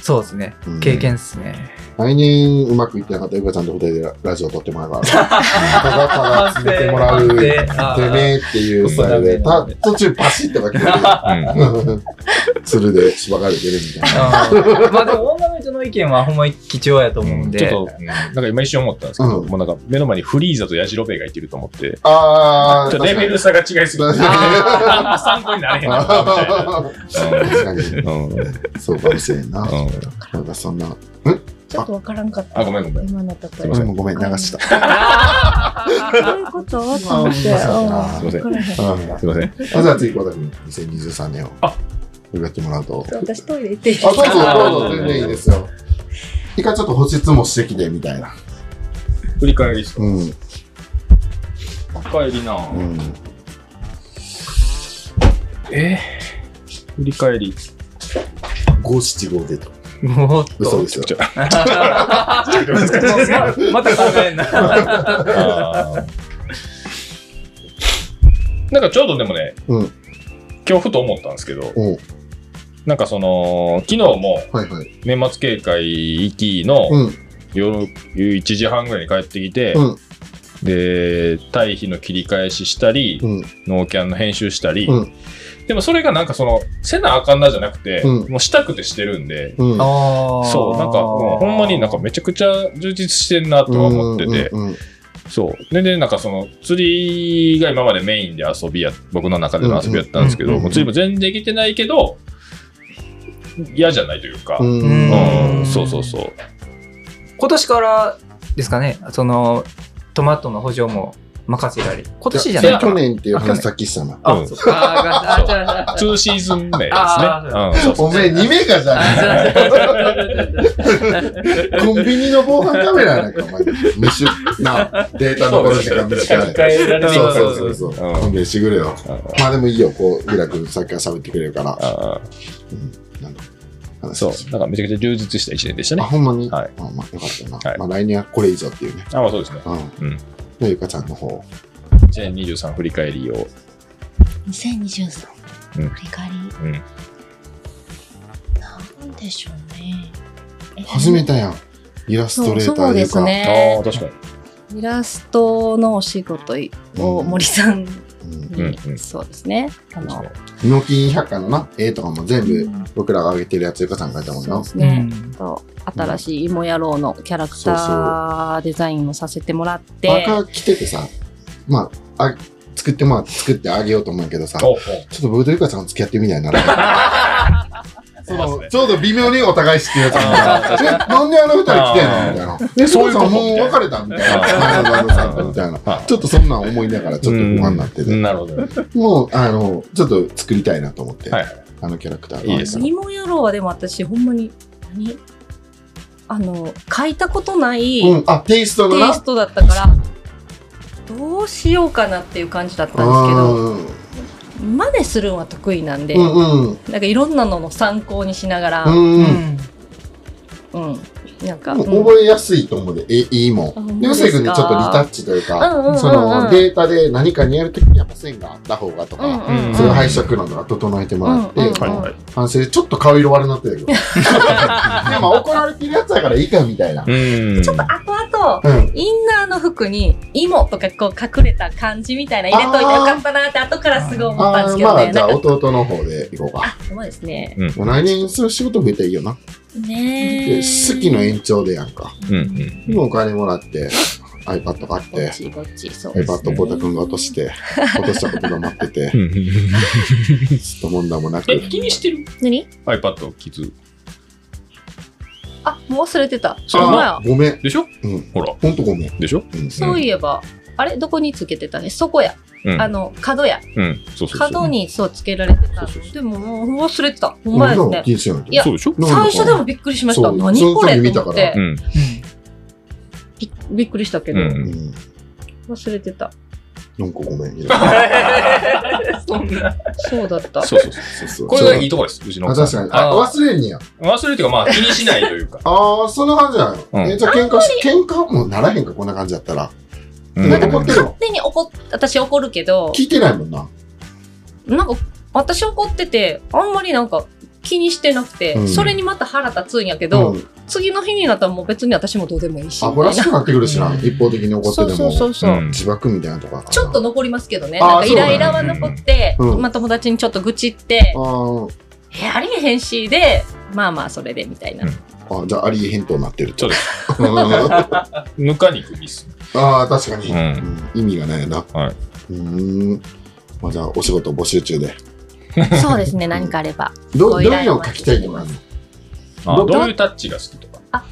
Speaker 4: そうですね
Speaker 2: うん。
Speaker 4: 経験ですね。
Speaker 2: 来年うまくいってなかったら、ゆかちゃんと二人でラジオ撮ってもら <laughs> うから。ただただ続けてもらう。て
Speaker 4: あ
Speaker 2: ねっていうスタイル <laughs> で、た途中パシッとかけて、
Speaker 1: うん
Speaker 2: <laughs> 鶴でしばかれてるみたいな。
Speaker 4: あまあでも、女の人の意見はほんまに貴重やと思うんで。
Speaker 1: ちょっと、うんなんか今一瞬思ったんですけど、
Speaker 2: うん
Speaker 1: もうなんか目の前にフリーザとヤジロベエがいてると思って、
Speaker 2: あ
Speaker 1: ちょ
Speaker 2: ー、
Speaker 1: っとレベル差が違いすぎて、
Speaker 2: <laughs> 確
Speaker 4: あ
Speaker 1: あんま参考になれへんな、み
Speaker 2: 確
Speaker 1: たいな。
Speaker 2: かに。
Speaker 1: うんうんうん
Speaker 2: そうかもしれんな。なんかそんな、
Speaker 5: ちょっとわからんかった。
Speaker 1: あ、ごめんごめん。
Speaker 5: 今のとこ
Speaker 1: すい
Speaker 5: ろ。
Speaker 1: ま
Speaker 5: ど
Speaker 1: せ
Speaker 2: 俺
Speaker 1: ん
Speaker 2: もごめん、流した。
Speaker 5: ういうことと思って。
Speaker 2: まあ
Speaker 5: う
Speaker 1: すいません
Speaker 5: わからへん
Speaker 2: うん
Speaker 1: すいません。
Speaker 2: あじゃあ次、小田君、2023年を
Speaker 1: あ
Speaker 2: 伺ってもらうと。
Speaker 5: 私トイレ行っていい
Speaker 2: あ、どうぞ、どうぞ、全然いいですよ。一回ちょっと保湿もしてきて、みたいな。
Speaker 1: 振り返りですか
Speaker 2: うん、
Speaker 1: 振り返りなぁ
Speaker 2: うん。
Speaker 1: えー振り返り。
Speaker 2: 五七五でと。
Speaker 4: もっと。
Speaker 2: 嘘
Speaker 4: <laughs>
Speaker 2: ですよ。
Speaker 4: また考えんな。
Speaker 1: あーなんかちょうどでもね、
Speaker 2: うん
Speaker 1: 今日ふと思ったんですけど、
Speaker 2: うん。
Speaker 1: なんかその、昨日も
Speaker 2: はいはい。
Speaker 1: 年末警戒行きの
Speaker 2: うん。
Speaker 1: 夜1時半ぐらいに帰ってきて、
Speaker 2: うん
Speaker 1: で、退避の切り返ししたり、
Speaker 2: うん。
Speaker 1: ノーキャンの編集したり、
Speaker 2: うん
Speaker 1: でもそれがなんかその、せなあかんなじゃなくて、
Speaker 2: うん
Speaker 1: もうしたくてしてるんで、
Speaker 2: うん。
Speaker 1: そう、なんかもうほんまになんかめちゃくちゃ充実してんなとは思ってて、
Speaker 2: うんうん
Speaker 1: そう。で、で、なんかその、釣りが今までメインで遊びや、僕の中での遊びやったんですけ
Speaker 2: うん
Speaker 1: ど、
Speaker 2: うん
Speaker 1: もう釣りも全然できてないけど、嫌じゃないというか、
Speaker 2: うん
Speaker 1: う
Speaker 4: うん
Speaker 1: ん、そうそうそう。
Speaker 4: 今年からですかね、その、トマトの補助も任せたり。今年じゃないか
Speaker 2: 去
Speaker 4: な。
Speaker 2: 年っていう話さっきしたな。
Speaker 1: あ去年
Speaker 4: あ、そっか。あ、
Speaker 1: そう
Speaker 4: 違う
Speaker 1: 2シーズン目ですね。
Speaker 4: あ
Speaker 1: うんそうそう
Speaker 2: おめえ2メガじゃないコンビニの防犯カメラやなんか、お前。無視な、データ残る時間短い。
Speaker 1: えら
Speaker 4: れてる
Speaker 2: そうそうそうそう。
Speaker 1: うん
Speaker 2: 勘弁してくれよ。まあでもいいよ、こう、平君さっきから喋ってくれるから。
Speaker 1: あ
Speaker 2: うんなんか
Speaker 1: あ
Speaker 2: 話
Speaker 1: そう
Speaker 2: し。て
Speaker 1: なんかめちゃくちゃ充実した1年でした
Speaker 2: あ、
Speaker 1: ね。
Speaker 2: ほんまに、
Speaker 1: はい
Speaker 2: まあまあよかったな。
Speaker 1: はい
Speaker 2: まあ来年はこれ以上っていうね。
Speaker 1: あ、まあそうですね。
Speaker 2: う
Speaker 1: うんん。
Speaker 2: で、ゆかちゃんの方。
Speaker 1: 2023振り返りを。
Speaker 5: 2023
Speaker 1: うん
Speaker 5: 振り返り、
Speaker 1: うん
Speaker 5: なんでしょうねえ
Speaker 2: 始めたやん。イラス
Speaker 5: そ
Speaker 2: ト
Speaker 5: う
Speaker 2: レータ
Speaker 5: そ
Speaker 2: ーで
Speaker 5: うで
Speaker 2: ゆ
Speaker 5: す
Speaker 2: か。
Speaker 1: あ
Speaker 5: ね
Speaker 1: あ、確かに。
Speaker 5: イラストのお仕事を森さん
Speaker 2: う
Speaker 5: に、
Speaker 2: ん
Speaker 1: うんうん
Speaker 5: そうですねあの
Speaker 2: のきん百科のな、絵とかも全部
Speaker 5: うん
Speaker 2: 僕らが上げてるやつ、ゆかちゃんが描いたもん
Speaker 5: そう
Speaker 2: な
Speaker 5: で。す
Speaker 4: う
Speaker 5: ね、
Speaker 4: ん
Speaker 5: と新しい芋野郎のキャラクターデザインをさせてもらって
Speaker 2: パーカー着ててさ、まあ、あ作ってもらって作ってあげようと思うんやけどさ、ちょ
Speaker 1: おお
Speaker 2: っと僕とゆかちゃん付き合ってみたいに
Speaker 1: <laughs>
Speaker 2: なら
Speaker 1: そうですね
Speaker 2: ちょうど微妙にお互い知ってるやつ
Speaker 1: あー確
Speaker 2: えなんであの二人来てんのみたいな。で、
Speaker 1: そ
Speaker 2: そうう
Speaker 1: いう
Speaker 2: さ
Speaker 1: こと
Speaker 2: んもう別れたみたいな。前のバンドさんとみたいな。
Speaker 1: はい
Speaker 2: ちょっとそんなん思いながらちょっと不安になって
Speaker 1: うん
Speaker 2: て。
Speaker 1: なるほど。
Speaker 2: もう、あの、ちょっと作りたいなと思って
Speaker 1: はい。
Speaker 2: あのキャラクター。
Speaker 1: いいですね
Speaker 5: 芋野郎はでも私ほんまに何あの書いたことない、
Speaker 2: うん、あ、テイストの
Speaker 5: テ
Speaker 2: な。
Speaker 5: イストだったからどうしようかなっていう感じだったんで
Speaker 2: うん
Speaker 5: すけど真似するんは得意なんで、
Speaker 2: うんうん。
Speaker 5: なんかいろんなのの参考にしながら、
Speaker 2: う
Speaker 5: う
Speaker 2: ん
Speaker 5: ん
Speaker 4: う
Speaker 2: うん。
Speaker 4: ん。
Speaker 5: うんなんか、
Speaker 2: もう
Speaker 5: うん
Speaker 2: 覚えやすいと思うで、えいいも
Speaker 5: あ
Speaker 2: ん。で、う
Speaker 5: 本当ですか
Speaker 2: せくんね、ちょっとリタッチという
Speaker 5: うんうんうんう
Speaker 2: か、
Speaker 5: ん
Speaker 2: そのデータで何かにやるときにやっぱ線があった方がと
Speaker 5: うん
Speaker 2: か、
Speaker 5: うんうん
Speaker 2: それを配色などが整えてもらって
Speaker 5: うんうんうん、
Speaker 1: はいはい。
Speaker 2: 反省でちょっと顔色悪なってた
Speaker 5: <laughs>
Speaker 2: けど。でも怒られてるやつだからいいかみたいな。
Speaker 1: うん。ちょっと
Speaker 5: あとあと、
Speaker 2: うん。
Speaker 5: インナーの服に「芋」とかこう隠れた感じみたいな入れといてよかったなって後からすごい思ったんで
Speaker 2: あ
Speaker 5: す
Speaker 2: ー
Speaker 5: けど
Speaker 2: ま
Speaker 5: ね。
Speaker 2: あ、じゃ
Speaker 5: な
Speaker 2: あ
Speaker 5: んか
Speaker 2: 弟の方で行こうか。
Speaker 5: あそうですね。
Speaker 2: もう来年する仕事増えたらいいよな。
Speaker 5: ね
Speaker 2: で
Speaker 5: え。
Speaker 2: 好きの延長でやんか。
Speaker 1: うんうん。
Speaker 2: でもお金もらって、iPad 買っ、
Speaker 5: ぼってちぼっちそうですね
Speaker 2: iPad ポータ君が落と
Speaker 5: <laughs>
Speaker 2: して、落としたことが待ってて、ちょっと問題もなく。
Speaker 1: え、気にしてる
Speaker 5: 何
Speaker 1: ?iPad を傷。
Speaker 5: あもう忘れてた
Speaker 1: それは
Speaker 5: ほんまや
Speaker 2: ごめん。
Speaker 1: でしょ
Speaker 2: うん。
Speaker 1: ほら。
Speaker 2: ほんとごめん。
Speaker 1: でしょ
Speaker 2: うん
Speaker 5: そういえば、あれどこにつけてたねそこや、
Speaker 1: うん。
Speaker 5: あの角や
Speaker 1: うん。そうそうそう。
Speaker 5: 角にそうつけられてたの
Speaker 1: そうそうそう
Speaker 5: でももう忘れてたほんま
Speaker 2: 俺ら
Speaker 5: やです
Speaker 2: も
Speaker 5: ね
Speaker 2: 気にしてないと
Speaker 5: いや
Speaker 1: そうでしょ
Speaker 2: なんだか
Speaker 5: 最初でもびっくりしました
Speaker 2: そう
Speaker 5: 何
Speaker 2: その
Speaker 5: これ
Speaker 2: 時見
Speaker 5: と
Speaker 2: た
Speaker 5: 思
Speaker 2: か
Speaker 5: っ
Speaker 2: ら
Speaker 5: て
Speaker 1: うん。
Speaker 5: びびっくりしたけど、
Speaker 1: うん
Speaker 2: うん。
Speaker 5: 忘れてた
Speaker 2: なんかごめん。
Speaker 5: そんなそうだった
Speaker 1: そうそうそう。
Speaker 2: そうそう
Speaker 1: これがいいとこです、うちの
Speaker 2: あ、
Speaker 1: 奥さん。
Speaker 2: 確かに。あ、
Speaker 1: あ
Speaker 2: 忘れんねや。。
Speaker 1: 忘れていうか、まあ、気にしないというか
Speaker 2: ああ、そんな感じなの。
Speaker 1: うん
Speaker 2: え、じゃあ喧嘩し、喧嘩もならへんか、こんな感じだったら。
Speaker 1: うん
Speaker 2: なんか怒ってるの
Speaker 5: 勝手に怒っ私怒るけど
Speaker 2: 聞いてないもんな。
Speaker 5: なんか私怒っててあんまりなんか気にしてなくて、
Speaker 2: うん
Speaker 5: それにまた腹立つんやけど、
Speaker 2: ん。
Speaker 5: 次の日になったらもう別に私もどうでもいいし
Speaker 2: ア
Speaker 5: み
Speaker 2: ホ
Speaker 5: た
Speaker 2: ら
Speaker 5: い
Speaker 2: し
Speaker 5: な
Speaker 2: くなってくるしな。一方的に怒っ
Speaker 5: そ
Speaker 2: てて
Speaker 5: うそう
Speaker 2: も
Speaker 5: そ。うそう、
Speaker 1: うん
Speaker 2: 自爆みたいなとか。
Speaker 5: ちょっと。残りますけどね
Speaker 2: あー
Speaker 5: なんかイライ
Speaker 2: そうだ
Speaker 5: ラ
Speaker 2: ね
Speaker 5: は残って、
Speaker 2: うん
Speaker 5: まあ、友達にちょっと愚痴って、
Speaker 2: あ
Speaker 5: えありえへんしでまあまあそれでみたいな、
Speaker 1: うん
Speaker 2: ーあ、じゃあありえへんとなってる
Speaker 1: ちょ
Speaker 2: と
Speaker 1: っ。と、
Speaker 2: あ
Speaker 1: ぬかに首っす。
Speaker 2: あー、確かに。
Speaker 1: う
Speaker 2: うん
Speaker 1: ん。
Speaker 2: 意味がないな。
Speaker 1: はいう
Speaker 2: ーん。まあじゃあお仕事募集中で。
Speaker 5: そうですね何かあれば
Speaker 2: ど、ど
Speaker 5: ご
Speaker 2: う
Speaker 5: 依頼
Speaker 2: いうのを書きたいとかあるの
Speaker 1: あ
Speaker 2: ど
Speaker 1: どういうタッチが好きとか。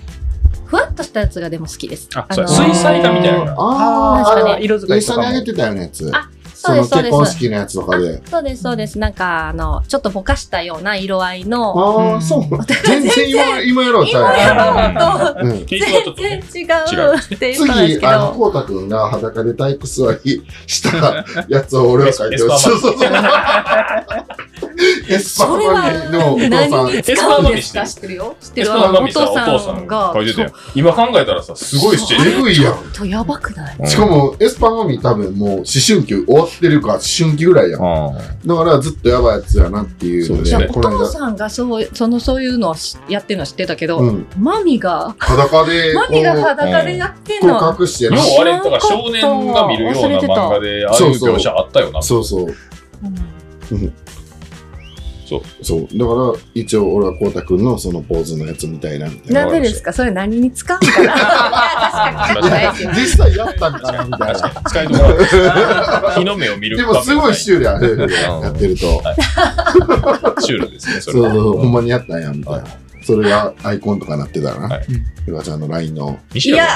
Speaker 5: ふわっとしたやつがでも好きです
Speaker 1: あそうや
Speaker 5: の
Speaker 1: 水彩画みたい
Speaker 2: <laughs>
Speaker 1: な
Speaker 2: あーあ
Speaker 5: 確
Speaker 2: ー、
Speaker 5: か
Speaker 2: あれ
Speaker 5: に
Speaker 3: 色
Speaker 2: イ
Speaker 3: 使
Speaker 2: ン
Speaker 3: い
Speaker 2: ス
Speaker 3: と
Speaker 2: タ
Speaker 3: かも
Speaker 2: に上げてたようなやつ。
Speaker 5: あそ
Speaker 2: そうの
Speaker 5: ですそ
Speaker 2: 結
Speaker 5: うで
Speaker 2: 婚
Speaker 5: す
Speaker 2: 式のやつとかで。
Speaker 5: そうですそうですなんかあのちょっとぼかしたような色合いの
Speaker 2: あ
Speaker 3: う
Speaker 2: あ、
Speaker 3: ん
Speaker 2: そう。全然今、今やろうち
Speaker 5: 今
Speaker 2: ゃう。
Speaker 5: やろうと
Speaker 2: うん
Speaker 1: テイストはちょ
Speaker 5: 全
Speaker 1: っとね。
Speaker 5: 然違うっていうことなんです
Speaker 2: 次、
Speaker 5: け
Speaker 2: あの、
Speaker 5: ど
Speaker 2: こうたくんが裸で体育座りしたやつを俺は書いて
Speaker 1: エ
Speaker 2: る。
Speaker 1: スパ
Speaker 2: そ
Speaker 1: ー
Speaker 2: うそうそう。エスパ
Speaker 5: それ
Speaker 2: ーマミのお父さ
Speaker 5: は
Speaker 2: ん
Speaker 5: 何。に使うんですか知ってるよ知って
Speaker 1: エス
Speaker 5: る
Speaker 1: パー
Speaker 5: あの
Speaker 1: マ
Speaker 5: お
Speaker 1: ミさん、
Speaker 5: 父
Speaker 1: お
Speaker 5: さ
Speaker 1: 父さん
Speaker 5: んが
Speaker 1: が書いてた
Speaker 5: ち
Speaker 1: よ。今考えたらさ、すごいスチー
Speaker 2: えぐいや
Speaker 5: ょ
Speaker 2: ん。
Speaker 5: っとやばくない
Speaker 2: しかも、エスパーマミ多分もう思春期終わってるか、思春期ぐらいやん。
Speaker 1: う
Speaker 2: だからずっとやばいやつやなっていうの
Speaker 1: そうです
Speaker 5: じゃあ
Speaker 1: ね
Speaker 2: で、
Speaker 5: お父さんがそうそのそういうのをしやってるのは知ってたけど、
Speaker 2: うん、
Speaker 5: マミが
Speaker 2: 裸で、
Speaker 5: マミが
Speaker 2: こ
Speaker 5: 裸でやってん
Speaker 2: う
Speaker 5: の
Speaker 2: こう隠して
Speaker 1: ん。
Speaker 2: な
Speaker 1: よ。うあれ、だから少年が見るような漫画で、ああいう描写あったよな。
Speaker 2: そうそう。
Speaker 1: そう。
Speaker 2: そう。だから、一応俺はこうたくんのそのポーズのやつみたいなみたいな。
Speaker 5: なんでですかそれ何に使うのかないや確かに書くないですよ
Speaker 2: 実際やったんかなみたい
Speaker 1: 確
Speaker 2: な。
Speaker 1: かに使いどころ
Speaker 2: <laughs>
Speaker 1: だ日の目を見る
Speaker 2: でもすごいシュール
Speaker 1: <laughs>
Speaker 2: やね、やってると。
Speaker 1: シュールですね、それ
Speaker 2: そう
Speaker 1: は。
Speaker 2: そうそう、ほんまにやったんや、みたいな
Speaker 1: は。
Speaker 2: それがアイコンとかなってたら
Speaker 1: は
Speaker 2: な。
Speaker 1: い
Speaker 2: ゆかちゃんの LINE の。
Speaker 1: 西
Speaker 5: い
Speaker 1: 野
Speaker 5: や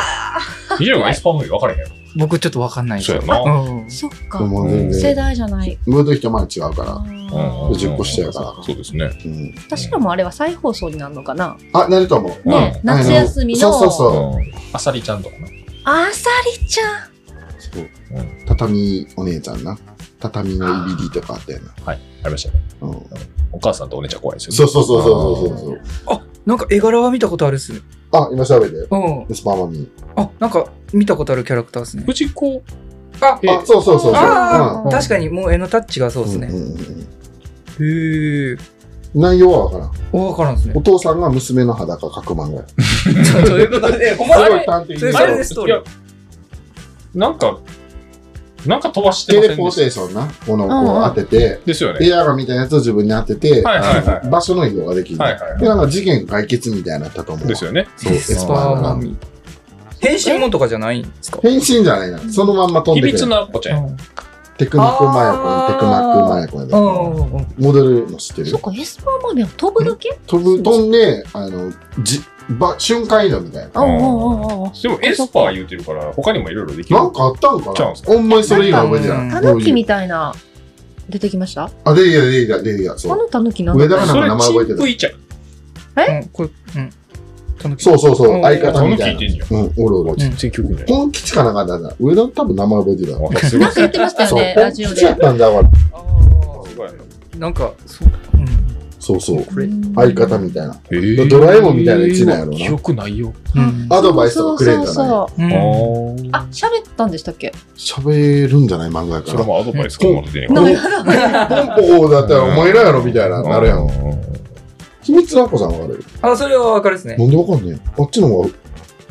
Speaker 1: 君、西野君エスパーマミ分からへんやろ。
Speaker 3: 僕ちょっとわかんないですよ
Speaker 1: そうや
Speaker 3: うん
Speaker 5: そっか
Speaker 2: もう全
Speaker 5: 世
Speaker 2: 然。
Speaker 5: 代じゃない
Speaker 2: ムード人前違うから。
Speaker 1: うん
Speaker 2: 10個下やから
Speaker 1: そうですね。
Speaker 2: うん。
Speaker 5: 私らもあれは再放送になるのかな、
Speaker 2: あ、なると思う。
Speaker 1: うん
Speaker 5: ね夏休みの
Speaker 2: そうそうそう。
Speaker 1: あさりちゃんとかな。
Speaker 5: あさりちゃん
Speaker 2: そう
Speaker 1: う
Speaker 2: 畳お姉ちゃんな。畳のいびりとかあったよな。
Speaker 1: ありましたね。
Speaker 2: うん
Speaker 1: お母さんとお姉ちゃん怖いですよね。
Speaker 2: そうそうそうそうそうそう。
Speaker 3: なんか絵柄は見たことあるっすね
Speaker 2: あ、今調べて。
Speaker 3: うん
Speaker 2: エスパーマミー。
Speaker 3: あなんか見たことあるキャラクターですね
Speaker 1: 藤子。
Speaker 3: あ
Speaker 1: え
Speaker 2: あ、そうそうそうそう。
Speaker 3: あ
Speaker 2: う
Speaker 3: あ
Speaker 2: ん
Speaker 3: 確かにもう絵のタッチがそうです
Speaker 2: う
Speaker 3: ね
Speaker 2: んうんうん
Speaker 3: へえ
Speaker 2: 内容はわからん。
Speaker 3: わからんですね
Speaker 2: お父さんが娘の裸描く漫画や。す
Speaker 3: ということでお
Speaker 2: ごい
Speaker 3: 前
Speaker 2: 端的
Speaker 3: それ
Speaker 2: に。
Speaker 3: それですストーリー
Speaker 1: いやなんか、なんか飛ばして
Speaker 2: テ
Speaker 1: ま
Speaker 2: レ
Speaker 1: せん
Speaker 2: ポ
Speaker 1: で
Speaker 2: ー
Speaker 1: した
Speaker 2: テーションな。この、
Speaker 5: うん
Speaker 2: こ
Speaker 5: うん
Speaker 2: う当てて、
Speaker 1: ですよね。
Speaker 2: エアロみたいなやつを自分に当てて、
Speaker 1: はいはいはい
Speaker 2: あの場所の移動ができる。
Speaker 1: はいはいはい
Speaker 2: で、なんか事件解決みたいなのやったと思う。
Speaker 1: ですよね。
Speaker 2: そう、エス
Speaker 3: ス
Speaker 2: パ
Speaker 3: パー
Speaker 2: ーマ
Speaker 3: マ
Speaker 2: ミー。
Speaker 3: ミ変身もんとかじゃないんですか
Speaker 2: 変身じゃないな。そのまんま飛
Speaker 1: 秘
Speaker 2: んでく
Speaker 1: 密
Speaker 2: る。
Speaker 1: のアッコちゃんや。
Speaker 2: テクマクマヤコン、
Speaker 3: あー
Speaker 2: テクマクマヤコンやで
Speaker 3: うんうんうん
Speaker 2: モデルの知って
Speaker 5: そ
Speaker 2: る
Speaker 5: っかエスパーマミは飛ぶだけ
Speaker 2: 飛ぶ、飛んで、あの、じ、ば、瞬間移動みたいな。
Speaker 5: あああああ
Speaker 1: でもエスパー言うてるから、他にもいろいろできる。
Speaker 2: なんかあったんか
Speaker 1: ちゃうん
Speaker 2: な
Speaker 1: すか
Speaker 2: ほんまにそれ以外覚えて
Speaker 3: う
Speaker 2: なんい。
Speaker 5: たぬきみたいな出てきました
Speaker 2: あ、でいや、でいや、でいや、そ
Speaker 5: こ
Speaker 2: う。
Speaker 5: のたぬきなんだ
Speaker 2: 上田がな
Speaker 1: そ
Speaker 2: んか
Speaker 1: れ
Speaker 2: 名前
Speaker 1: チ
Speaker 2: 覚えて
Speaker 1: ップ
Speaker 2: る。
Speaker 1: イちゃん。
Speaker 3: うんこれうんたぬき
Speaker 2: そうそうそうう、
Speaker 3: ん
Speaker 2: 相方みた
Speaker 1: その聞いて
Speaker 2: い
Speaker 1: んじ
Speaker 2: な。うん、おるおる。
Speaker 3: 全
Speaker 1: 然曲ない。
Speaker 2: 本吉かなんかだな。上田多分名前覚えてるよ。
Speaker 1: すご
Speaker 5: ないんか言ってましたよ
Speaker 2: そう、
Speaker 5: ねラ
Speaker 2: 本
Speaker 5: ジオ
Speaker 2: 吉やっ
Speaker 5: で
Speaker 2: たんだわ。
Speaker 3: あーなんかそううん
Speaker 2: そうそう。
Speaker 4: これ
Speaker 2: 相方みたいな。
Speaker 1: えー
Speaker 2: ドラえもんみたいなやつなんやろな
Speaker 1: 記憶ないよ。
Speaker 4: うん
Speaker 2: アドバイスとかくれるんじゃない
Speaker 5: そうそうそう
Speaker 4: う
Speaker 1: あ
Speaker 4: ん
Speaker 1: ー
Speaker 5: あ、喋ったんでしたっけ
Speaker 2: 喋るんじゃない漫画やか
Speaker 1: それ
Speaker 2: ら。
Speaker 1: もアドバイスからまだ出
Speaker 5: な
Speaker 1: ね
Speaker 5: んか
Speaker 2: ポンポだったらお前らやろみたいな、なるやん。
Speaker 1: ん。
Speaker 2: 秘密のアッコさんわかる
Speaker 4: あ、それはわかるですね。
Speaker 2: なんでわかんねえあっちの方が。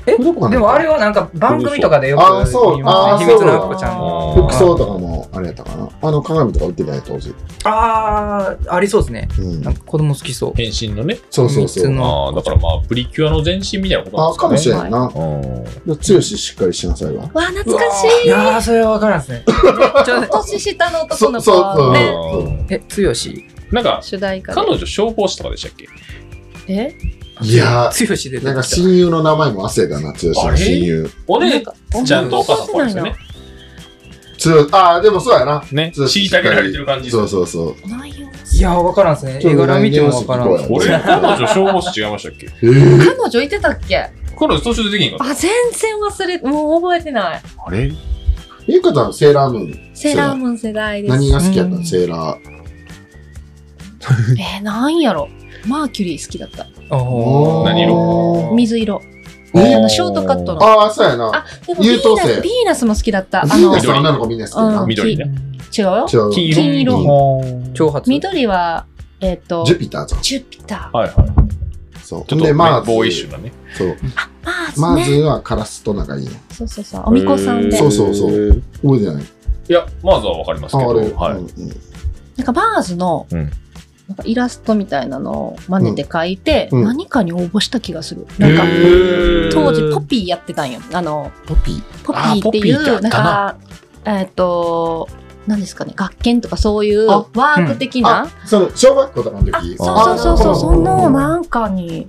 Speaker 4: え
Speaker 2: これどこかな
Speaker 4: でもあれはなんか番組とかでよく
Speaker 2: あそう
Speaker 4: 見ますね
Speaker 2: あ
Speaker 4: 秘
Speaker 2: そう
Speaker 4: 密のアッコちゃんの。
Speaker 1: あー
Speaker 2: 服装とかもあれやったかな。あの鏡とか売ってたやつ、当時。
Speaker 4: あー、ありそうですね。
Speaker 2: うん
Speaker 4: なん。か子供好きそう。
Speaker 1: 変身のね。
Speaker 2: そうそうそ
Speaker 4: 秘
Speaker 2: う。
Speaker 4: 密の
Speaker 1: ああ、だからまあ、プリキュアの前身みたいなことなん
Speaker 2: あ、かも
Speaker 1: です
Speaker 2: し
Speaker 1: かね。
Speaker 2: れんな。
Speaker 1: もし
Speaker 2: 強ししっかりしなさいわ。
Speaker 5: わ、懐かしい。
Speaker 4: いやー、それはわからんですね。ちょっと
Speaker 5: 年下の男の子
Speaker 2: そうそうそう
Speaker 5: ね、
Speaker 4: え、つよし
Speaker 1: なんか、
Speaker 5: 主題歌
Speaker 1: 彼女消防士とかでしたっけ
Speaker 5: で。え
Speaker 2: いや
Speaker 4: つよしで
Speaker 2: ー、なんか親友の名前も忘れたな、強しの親友。
Speaker 1: お
Speaker 5: な
Speaker 1: 姉
Speaker 5: んか
Speaker 1: ちゃんとお母さんそうですよね。
Speaker 2: 強ああ、でもそうやな。
Speaker 1: ね、
Speaker 2: 強し
Speaker 1: 虐げられてる感じです
Speaker 2: そ
Speaker 1: よ
Speaker 2: うそうそう。
Speaker 5: 内容
Speaker 4: いやー、わからんですね。絵柄見てもわからん。
Speaker 1: 俺、彼女消防士違いましたっけ
Speaker 2: えー
Speaker 5: 彼女いてたっけ
Speaker 1: 彼女途中でできんかっ
Speaker 5: あ、全然忘れ、もう覚えてない。
Speaker 1: た。あれ
Speaker 2: ゆうかちゃん、セーラームーン。
Speaker 5: セーラームーン世代です。
Speaker 2: 何が好きやった
Speaker 4: うん
Speaker 2: のセーラー。
Speaker 5: えー、なんやろマーキュリー好きだった。
Speaker 4: おー
Speaker 1: 何
Speaker 2: 色
Speaker 5: 水色。
Speaker 2: えー
Speaker 5: あの、ショートカットの。
Speaker 2: ああ、そうやな。
Speaker 5: あ、でもビ
Speaker 2: 優等
Speaker 5: ーナ
Speaker 2: 生
Speaker 5: ス、ビーナスも好きだった。あ
Speaker 2: みん
Speaker 5: の、
Speaker 2: な
Speaker 5: 違う
Speaker 2: そう女の子みんな好きやな
Speaker 5: うん。
Speaker 1: 緑ね。
Speaker 5: よ。
Speaker 2: 違
Speaker 1: 金
Speaker 2: う
Speaker 5: 色金色
Speaker 4: 長髪。
Speaker 5: 緑は、えっ、と
Speaker 2: ジ、ュピターじゃん。
Speaker 5: ジュピター。
Speaker 1: はいはい。
Speaker 2: そう。
Speaker 1: ちょっ
Speaker 2: で、
Speaker 1: と、
Speaker 2: マーズ。
Speaker 1: ボーイッシュなね。。
Speaker 2: そう。
Speaker 5: マーズ
Speaker 2: マーズ
Speaker 5: ね。
Speaker 2: はカラスと仲いいね。
Speaker 5: そうそうそう。おみこさんで
Speaker 2: へー。そうそうそう覚えてない
Speaker 1: いや、まずはわかります
Speaker 2: あ
Speaker 1: けど、
Speaker 2: あれ。
Speaker 1: は
Speaker 2: う
Speaker 1: い。
Speaker 2: んうん
Speaker 5: なんかマーズの、
Speaker 1: うん
Speaker 5: なんかイラストみたいなのを真似て書いて、
Speaker 2: うんうん
Speaker 5: 何かに応募した気がする。なんか、当時ポピーやってたんよ。あの、
Speaker 2: ポピー。
Speaker 5: ポピ
Speaker 1: あー
Speaker 5: ーってい
Speaker 1: ポピー
Speaker 5: う、
Speaker 1: ってあ
Speaker 5: な
Speaker 1: っ
Speaker 5: ん
Speaker 1: た
Speaker 5: か、えっ、と、何ですかね、学研とかそういうワーク的な、
Speaker 2: あ、その、小学校とかの
Speaker 5: あ
Speaker 2: 時。
Speaker 5: そうそうそうそう、
Speaker 2: あ
Speaker 5: そのなんかに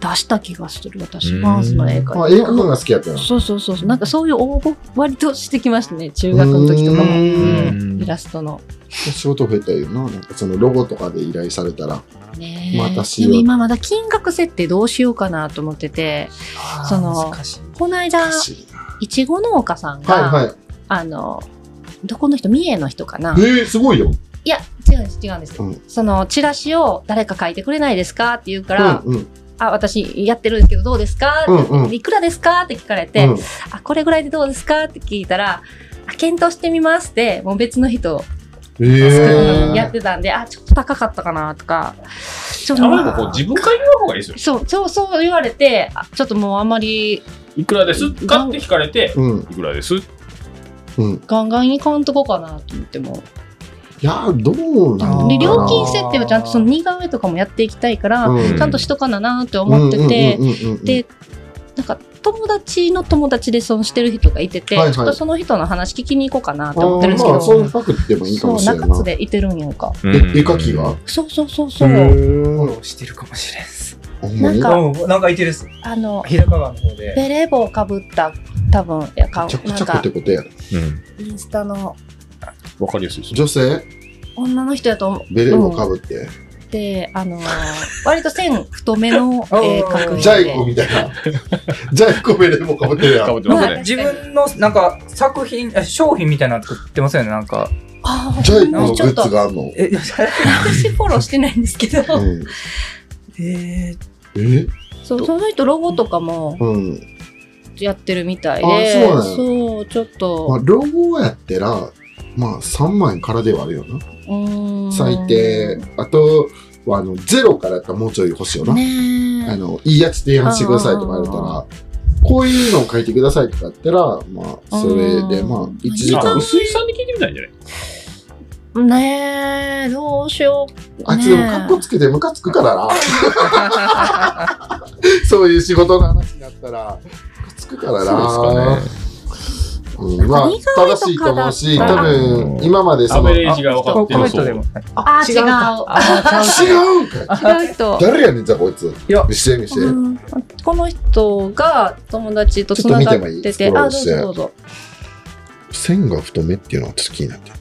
Speaker 5: 出した気がする、私、
Speaker 1: うん
Speaker 5: マーズの映画
Speaker 2: あ、
Speaker 5: に
Speaker 2: 映画のが好きやったよ。
Speaker 5: そうそうそうそう、なんかそういう応募、割としてきましたね、中学の時とか
Speaker 2: う
Speaker 5: も。
Speaker 2: ーん
Speaker 5: イラストの。
Speaker 2: 仕事増えたよな。なんかそのロゴとかで依頼されたら。
Speaker 5: ねえ
Speaker 2: 私
Speaker 5: で
Speaker 2: は
Speaker 5: も今まだ金額設定どうしようかなと思ってて、その
Speaker 4: 難しい
Speaker 5: この間
Speaker 2: 難、しいな。
Speaker 5: いちご農家さんが、
Speaker 2: はいはい。
Speaker 5: あの、どこの人、三重の人かな。
Speaker 2: えー、すごいよ。
Speaker 5: いや、違うんです、違うんです。
Speaker 2: うん
Speaker 5: その、チラシを誰か書いてくれないですかって言うから、
Speaker 2: うんうん。
Speaker 5: あ、私やってるんですけどどうですか、
Speaker 2: うんうん。
Speaker 5: いくらですかって聞かれて、
Speaker 2: うん
Speaker 5: あ、これぐらいでどうですかって聞いたら、あ検討してみますって、もう別の人
Speaker 2: えー。
Speaker 5: やってたんで、あ、ちょっと高かったかなとか、ちょっ
Speaker 1: あ
Speaker 5: と、
Speaker 1: まりこう、自分から言う方がいいですよ。
Speaker 5: そう、そう、そう言われて、あちょっともうあんまり
Speaker 1: いくらですかって聞かれて、
Speaker 2: うん
Speaker 1: いくらです
Speaker 2: うん。い
Speaker 5: ガンガンいかんとこかなと思っても。
Speaker 2: やー、どうなの
Speaker 4: あ
Speaker 5: で、
Speaker 4: ー
Speaker 5: 料金設定はちゃんとその似顔絵とかもやっていきたいから、
Speaker 2: うん
Speaker 5: ちゃんとしとかななって思ってて、
Speaker 2: で
Speaker 5: で、なんか友達の友達で損してる人がいてて、
Speaker 2: はいはい
Speaker 5: ちょっとその人の話聞きに行こうかなと思ってるんですけ
Speaker 2: まあ、
Speaker 5: ど、
Speaker 2: そういうパクってもいいか
Speaker 5: そ
Speaker 2: も
Speaker 5: う、
Speaker 2: しれんない
Speaker 5: 中津でいてるんやんか。
Speaker 2: え、絵描きが
Speaker 5: そうそうそうそう。
Speaker 4: フォ
Speaker 2: ー
Speaker 4: ローしてるかもしれんっす。
Speaker 2: ほんまに
Speaker 5: なんか
Speaker 4: うん、なんかいてるっす。
Speaker 5: あの、
Speaker 4: 日高川の方で。
Speaker 5: ベレー帽をかぶった、多分いや顔
Speaker 2: めちゃく
Speaker 5: なん
Speaker 2: ちゃコ
Speaker 5: か
Speaker 2: テ、コテやろ
Speaker 1: うん。
Speaker 5: インスタの
Speaker 1: わかりやすいです。
Speaker 2: 女性
Speaker 5: 女の人やと思
Speaker 2: ベレー帽かぶって、
Speaker 5: って、あのー、割と線太
Speaker 2: <laughs>
Speaker 5: めの絵描く人で
Speaker 2: ジャイコみたい
Speaker 5: <laughs>
Speaker 2: なジャイコベレー帽かぶってるや
Speaker 1: か
Speaker 2: ん
Speaker 1: ぶってます
Speaker 5: ま
Speaker 1: ね。
Speaker 4: 自分のなんか作品、あ商品みたいなの作ってますよね、なんか。
Speaker 5: ああ、
Speaker 2: ジャイコ
Speaker 5: な
Speaker 2: の
Speaker 5: ん
Speaker 2: グ
Speaker 5: かちょっ
Speaker 2: ッ
Speaker 5: と
Speaker 2: ズ、があるの、
Speaker 4: え、
Speaker 5: 私フォローしてないんですけど、
Speaker 2: うん、
Speaker 4: え
Speaker 2: え
Speaker 5: そうその人ロゴとかも
Speaker 2: うん、
Speaker 5: やってるみたい
Speaker 2: あ
Speaker 5: で、
Speaker 2: そうなんや
Speaker 5: そうちょっと、
Speaker 2: まあ、ロゴやったらまあ3万円からではあるよな
Speaker 5: うーん
Speaker 2: 最低あとはあのゼロからやったらもうちょい欲しいよな、あ
Speaker 5: ね
Speaker 2: のいいやつ提案してくださいとか言われたらこういうのを書いてくださいとかやったらまあそれでまあ
Speaker 5: うん
Speaker 2: 1時
Speaker 1: あ
Speaker 2: 間
Speaker 1: 薄井さんに聞いてみたいんじゃない
Speaker 5: え。ねえ、どうしよう。
Speaker 2: あいつでもカッコつけてムカつくからな
Speaker 4: ー、
Speaker 2: <laughs> そういう仕事の話になったら、つくからな。うんまあ、
Speaker 5: 似顔絵とかだったら
Speaker 2: 正しいと思うし、多分、今まで
Speaker 1: ア
Speaker 2: その、
Speaker 1: ベ
Speaker 2: 違
Speaker 1: レージが分か
Speaker 4: コ
Speaker 1: ってる
Speaker 4: メン
Speaker 1: そ
Speaker 4: トで
Speaker 1: う
Speaker 4: も。
Speaker 5: あー、違う。
Speaker 2: うんかい
Speaker 5: 違う人。
Speaker 2: 誰やねん、じゃあこいつ。
Speaker 4: いや
Speaker 2: 見して見して。
Speaker 5: うんこの人が友達とつながってて
Speaker 2: ちょっと見てもいい
Speaker 5: あどうぞどうぞ
Speaker 2: 線が太めっていうのはちょっと気になった。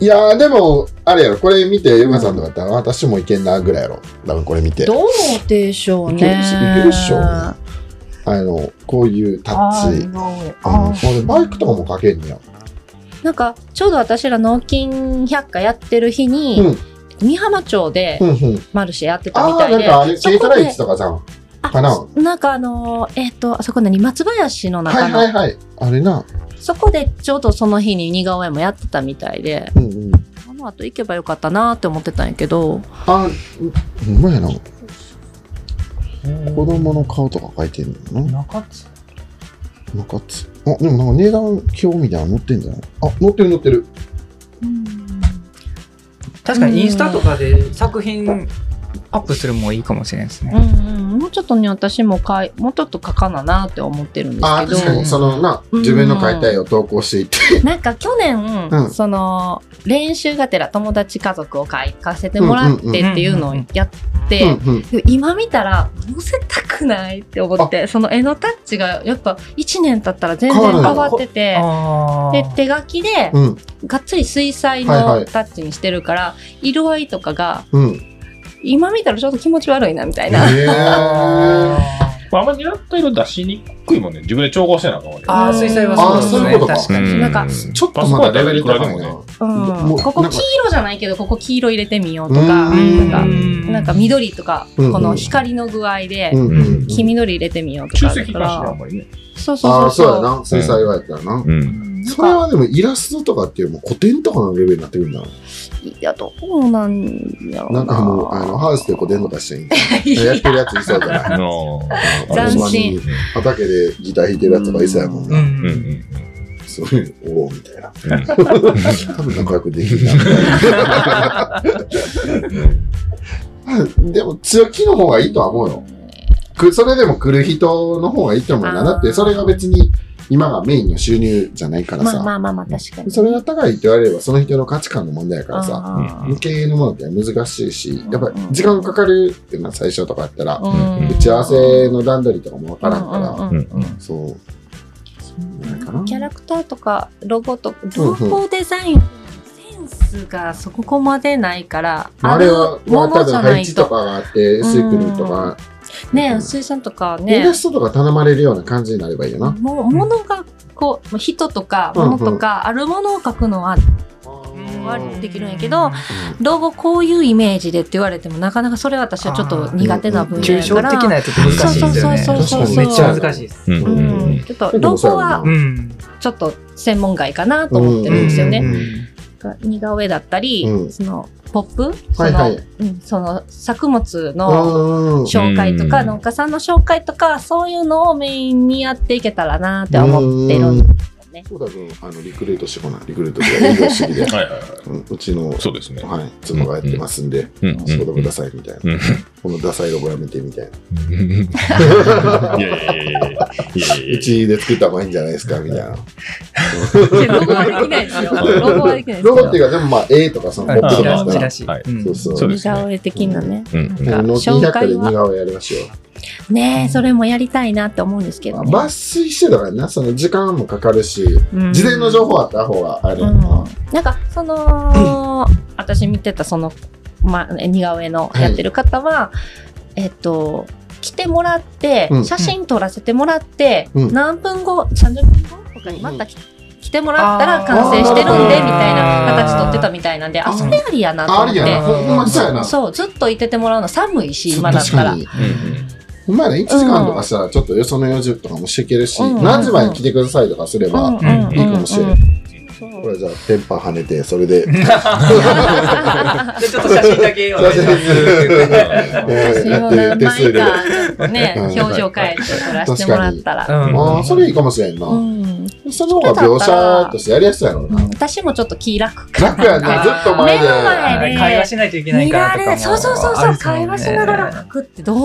Speaker 2: いやー、でも、あれやろ、これ見て、ゆまさんとかやって、あ私もいけんな、ぐらいやろ。多分これ見て。
Speaker 5: どうでしょう
Speaker 2: いける
Speaker 5: ね
Speaker 2: しいけるっしょあの、こういうタ
Speaker 5: あ
Speaker 2: ッチ
Speaker 5: ー。似顔絵
Speaker 2: あ
Speaker 5: あ
Speaker 2: の
Speaker 5: ー
Speaker 2: 俺、バイクとかもかけんねや。
Speaker 5: なんかちょうど私ら納金百科やってる日
Speaker 2: う
Speaker 5: に
Speaker 2: ん。
Speaker 5: 美浜町で
Speaker 2: うんうん。
Speaker 5: マルシェやってた
Speaker 2: あ
Speaker 5: み
Speaker 2: あ、
Speaker 5: た
Speaker 2: ないん
Speaker 5: で、
Speaker 2: かあれ、
Speaker 5: そ
Speaker 2: 軽ト
Speaker 5: こ
Speaker 2: ラ
Speaker 5: で
Speaker 2: 市とかさ。
Speaker 5: あ
Speaker 2: かな
Speaker 5: なんかあのーえっ、とあそこ何松林の
Speaker 2: は
Speaker 5: 中
Speaker 2: い
Speaker 5: の、
Speaker 2: はいはい。あれな。
Speaker 5: そこでちょうどその日に似顔絵もやってたみたいで
Speaker 2: うんうん。
Speaker 5: あの後行けばよかったなーって思ってたんやけど
Speaker 2: あ、うまいな。子供の顔とか書いてんのよな。
Speaker 4: 中津
Speaker 2: 中津。あ、でもなんか値段表みたいなの載ってんじゃないあ、載ってる載ってる。
Speaker 4: 確かにインスタとかで作品アップするのもいいかもしれないです
Speaker 5: う
Speaker 4: ね。
Speaker 5: んうんもうちょっとね私もかいもうちょっと書かななーって思ってるんで
Speaker 2: あ、
Speaker 5: す
Speaker 2: 確
Speaker 5: け
Speaker 2: か
Speaker 5: ど
Speaker 2: に、そのな、自分の書いた絵を投稿していって。
Speaker 5: なんか去年、
Speaker 2: うん
Speaker 5: その練習がてら友達家族を書かせてもらってっていうのをやって、
Speaker 2: うんうん。
Speaker 5: でも今見たら載せたくないって思ってその絵のタッチがやっぱ1年経ったら全然変わってて
Speaker 4: あ
Speaker 5: で手書きで
Speaker 2: うん
Speaker 5: がっつり水彩
Speaker 2: はいは
Speaker 5: の
Speaker 2: い
Speaker 5: タッチにしてるから、色合いとかが
Speaker 2: うん。
Speaker 5: 今見たらちょっと気持ち悪いなみた
Speaker 2: え
Speaker 5: いな。
Speaker 2: ー。
Speaker 1: まああんまり狙った色出しにくいもんね。自分で調合してなあかんもんね。
Speaker 4: あー、水彩はそうです
Speaker 2: あーそういうこと
Speaker 4: ね。
Speaker 2: か
Speaker 4: 確かに。
Speaker 5: になんか
Speaker 2: ちょっとまだレベル高い
Speaker 1: で
Speaker 2: な
Speaker 1: もね。
Speaker 5: うん
Speaker 2: もう
Speaker 5: ここ
Speaker 2: なん
Speaker 5: 黄
Speaker 2: か
Speaker 5: 色じゃないけどここ黄色入れてみようとか
Speaker 2: う
Speaker 5: なん
Speaker 2: ん
Speaker 5: か
Speaker 4: うん
Speaker 5: なんか緑とか、
Speaker 2: うん
Speaker 5: この光の具合で
Speaker 2: うんうん。
Speaker 5: 黄緑入れてみようと
Speaker 1: 中
Speaker 5: か
Speaker 1: 石
Speaker 5: だ
Speaker 1: 化しな
Speaker 5: か
Speaker 1: あ
Speaker 5: ら
Speaker 1: んまりね。
Speaker 5: そう
Speaker 2: あ
Speaker 5: そう
Speaker 2: あ、そう
Speaker 5: そ
Speaker 2: う
Speaker 5: そ
Speaker 2: や
Speaker 5: う
Speaker 2: な。水彩画やったらな。
Speaker 1: うん。
Speaker 5: なん
Speaker 2: それ
Speaker 5: か
Speaker 2: はでもイラストとかっていうよりも古典とかのレベルになってくるんだ
Speaker 5: いやどうなんやろう
Speaker 2: な
Speaker 5: なん
Speaker 2: かもう、あの、ハウスで古典とかしていいんだ
Speaker 5: い
Speaker 2: や
Speaker 5: や
Speaker 2: ってるやついそうじゃない
Speaker 1: あのー
Speaker 5: 斬新
Speaker 2: あの畑でギター弾いてるやつとかいそうやもん
Speaker 4: う
Speaker 2: な。
Speaker 1: うんうん
Speaker 4: ん。
Speaker 2: そういう、おおみたいな。
Speaker 1: うん。
Speaker 2: 多分仲良くできるなみたいな。でも強気の方がいいとは思うよ。くそれでも来る人の方がいいと思うな。
Speaker 5: あー
Speaker 2: だってそれが別に今がメインの収入じゃないから
Speaker 5: <laughs> まあま
Speaker 2: さ。
Speaker 5: あまあまあ確かに
Speaker 2: それが高いって言われればその人の価値観の問題やからさ。
Speaker 5: あー
Speaker 2: 無形のものって難しいし、やっぱ時間かかるっていうのは最初とかやったら、
Speaker 1: ん
Speaker 2: 打ち合わせの段取りとかもわからんか
Speaker 5: う
Speaker 2: ら、
Speaker 5: んうんうん
Speaker 2: そう。そうなんかな
Speaker 5: キャラクターとかロゴとか
Speaker 2: うん
Speaker 5: ロゴデザインセンスがそこまでないから
Speaker 2: あれは、
Speaker 5: るも
Speaker 2: まあ多
Speaker 5: のじ
Speaker 2: 分
Speaker 5: ゃな
Speaker 2: 配
Speaker 5: い
Speaker 2: 置とか
Speaker 5: と
Speaker 2: があって、シークルとか、
Speaker 5: ね薄井さんとか
Speaker 2: イ
Speaker 5: ね
Speaker 2: ラストとか頼まれるような感じになればいいよな。
Speaker 5: もう物がこう人とか
Speaker 2: うんうん
Speaker 5: 物とかあるものを描くのは
Speaker 2: うん
Speaker 5: できるんやけどロゴこういうイメージでって言われてもなかなかそれ私はちょっと苦手な分野
Speaker 4: 抽
Speaker 5: や
Speaker 4: 象
Speaker 5: から
Speaker 4: 的なやつって難しいんですよね。
Speaker 5: そう
Speaker 2: そうそうそう
Speaker 4: 確かにめっちゃ難しいです。
Speaker 1: うんうんうん
Speaker 5: うんちょっとロゴは
Speaker 4: うん。
Speaker 5: ちょっと専門外かなと思ってるんですよね
Speaker 2: うん。
Speaker 5: 似顔絵だったり、
Speaker 2: うん
Speaker 5: そのポップそ
Speaker 2: はい
Speaker 5: の,、
Speaker 2: はい
Speaker 5: うん、その作物の
Speaker 2: うん
Speaker 5: 紹介と
Speaker 1: う
Speaker 5: か
Speaker 1: ん、
Speaker 5: 農家さんの紹介とかそういうのをメインにやっていけたらなって思ってるんですよね。
Speaker 2: そうだ君、あの、リクルートしてこない。リクルートって営業主義で
Speaker 1: <laughs> はいはいは
Speaker 2: うんうちの
Speaker 1: い。、そうですね。
Speaker 2: はい、妻がやってますんで、
Speaker 1: うん
Speaker 2: そこでくださいみたいな。
Speaker 1: うん
Speaker 2: このダサいロゴやめてみたいな。
Speaker 1: うんいやいやいやいやいやいやいや
Speaker 2: うちで作った方がいいんじゃないですかみたいな。
Speaker 5: ロゴはできないですよ。ロゴはできないです
Speaker 2: ロゴってい
Speaker 5: よ。
Speaker 2: うか、でもまあ、絵とかそのポップ
Speaker 4: チ
Speaker 2: とか
Speaker 4: ラ
Speaker 2: さ
Speaker 4: シ、チラシ。
Speaker 1: はい
Speaker 4: うん
Speaker 2: そうそう。
Speaker 1: そうで
Speaker 5: 似
Speaker 1: すね
Speaker 5: 顔絵的なね。
Speaker 1: うんうん
Speaker 5: なんか
Speaker 2: の
Speaker 5: 紹
Speaker 2: 200
Speaker 5: 介
Speaker 2: で似
Speaker 5: は
Speaker 2: 顔絵やりましょ
Speaker 5: ねえそれもやりたいなって思うんですけど
Speaker 2: う。
Speaker 5: ね。
Speaker 2: 抜粋してたからな、その時間もかかるし、
Speaker 5: うん
Speaker 2: 事前の情報あった方があれや
Speaker 5: うん
Speaker 2: な。
Speaker 5: なんか
Speaker 2: <laughs>
Speaker 5: その、私見てたその、ま、似顔絵のやってる方は、えっと来てもらって、
Speaker 2: うん
Speaker 5: 写真撮らせてもらって、
Speaker 2: うん
Speaker 5: 何分後30分後とかにまた来,、来てもらったら
Speaker 4: あー
Speaker 5: 完成してるんでみたいな
Speaker 4: あー
Speaker 5: 形撮ってたみたいなんであ
Speaker 2: あー
Speaker 5: それありやなと
Speaker 2: あ
Speaker 5: 思
Speaker 2: あ
Speaker 5: っ
Speaker 2: りやな。
Speaker 5: て。
Speaker 2: ほんまにそうやな。
Speaker 5: そうずっといててもらうの寒いし今だっ
Speaker 2: 確か
Speaker 5: た
Speaker 2: らに。
Speaker 1: うん
Speaker 2: ほんまやな、1時間とかしたら、ちょっとよその用事とかもしていけるし、
Speaker 5: うん
Speaker 2: 何時までに来てくださいとかすれば、
Speaker 5: うんうん
Speaker 2: いいかもしれ
Speaker 5: うん
Speaker 2: な
Speaker 5: う
Speaker 2: い
Speaker 5: <laughs> ん。
Speaker 2: これじゃあ、テンパ跳ねて、それ
Speaker 5: <laughs>
Speaker 2: で。
Speaker 4: でちょっと写真だけお願いします
Speaker 2: えー
Speaker 5: 私
Speaker 2: や
Speaker 5: も
Speaker 2: ってる
Speaker 5: 何
Speaker 2: 手数
Speaker 5: 枚
Speaker 2: 料。
Speaker 5: かちょっとね
Speaker 2: うん
Speaker 5: 表情変えて撮らせてもらったら。
Speaker 4: うん
Speaker 2: ああ、それいいかもしれんな。
Speaker 5: うん
Speaker 2: その方が描写としてやりやすいやろう
Speaker 5: うん
Speaker 2: な。
Speaker 5: 私もちょっと気楽かな
Speaker 2: 楽やな、ずっと前で。
Speaker 5: 目の前で
Speaker 4: 会話しないといけない
Speaker 5: 見
Speaker 4: かららとか
Speaker 5: れ
Speaker 4: も。
Speaker 5: そうそうそうそう、会話しながら書くってどう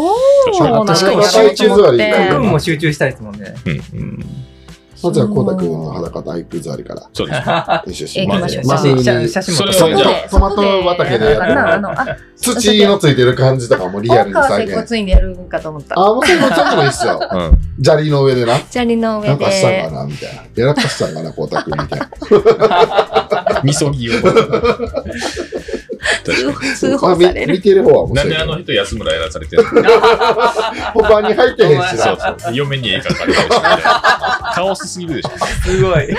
Speaker 5: なの
Speaker 4: 確かに
Speaker 5: と思っ
Speaker 2: 集中座り
Speaker 5: て
Speaker 4: 僕も集中したいですもんね。
Speaker 1: うんうん
Speaker 2: まずはコウタ君の裸とアイクズありから
Speaker 1: そうですね。
Speaker 2: 練習し
Speaker 5: 行
Speaker 2: ま
Speaker 5: き
Speaker 2: す
Speaker 5: ましょう
Speaker 2: まず
Speaker 4: 写写真も
Speaker 5: そ
Speaker 1: そ
Speaker 5: こ
Speaker 1: れ
Speaker 5: で
Speaker 1: をじゃあ、
Speaker 5: そこ
Speaker 2: トマト畑でやった
Speaker 5: なあのあ
Speaker 2: 土のついてる感じとかもリア
Speaker 5: 大
Speaker 2: ルに
Speaker 5: 川
Speaker 2: 再
Speaker 5: 接
Speaker 2: 現。
Speaker 5: 骨院でやるんかと思った
Speaker 2: ああ、もうそれもちょっともいいっすよ。
Speaker 1: うん
Speaker 2: 砂利の上でな。
Speaker 5: 砂利の
Speaker 2: な
Speaker 5: <laughs> 上
Speaker 2: んかしたんか
Speaker 5: で
Speaker 2: なみたいな。やらかしたんかな、コウタ君みたいな。
Speaker 1: みそぎを。
Speaker 5: 通
Speaker 2: まあ
Speaker 5: 報
Speaker 2: み
Speaker 5: される。
Speaker 2: 見てる方は面
Speaker 1: な
Speaker 2: 白
Speaker 1: ん
Speaker 2: い
Speaker 1: で
Speaker 2: け
Speaker 1: あ
Speaker 2: ど
Speaker 1: の人安村やらされてるの
Speaker 2: 他に入ってへんし
Speaker 1: そ
Speaker 2: な
Speaker 1: うそう。嫁に絵描かれたりして顔すすぎるでしょ。
Speaker 4: すごい。 <laughs>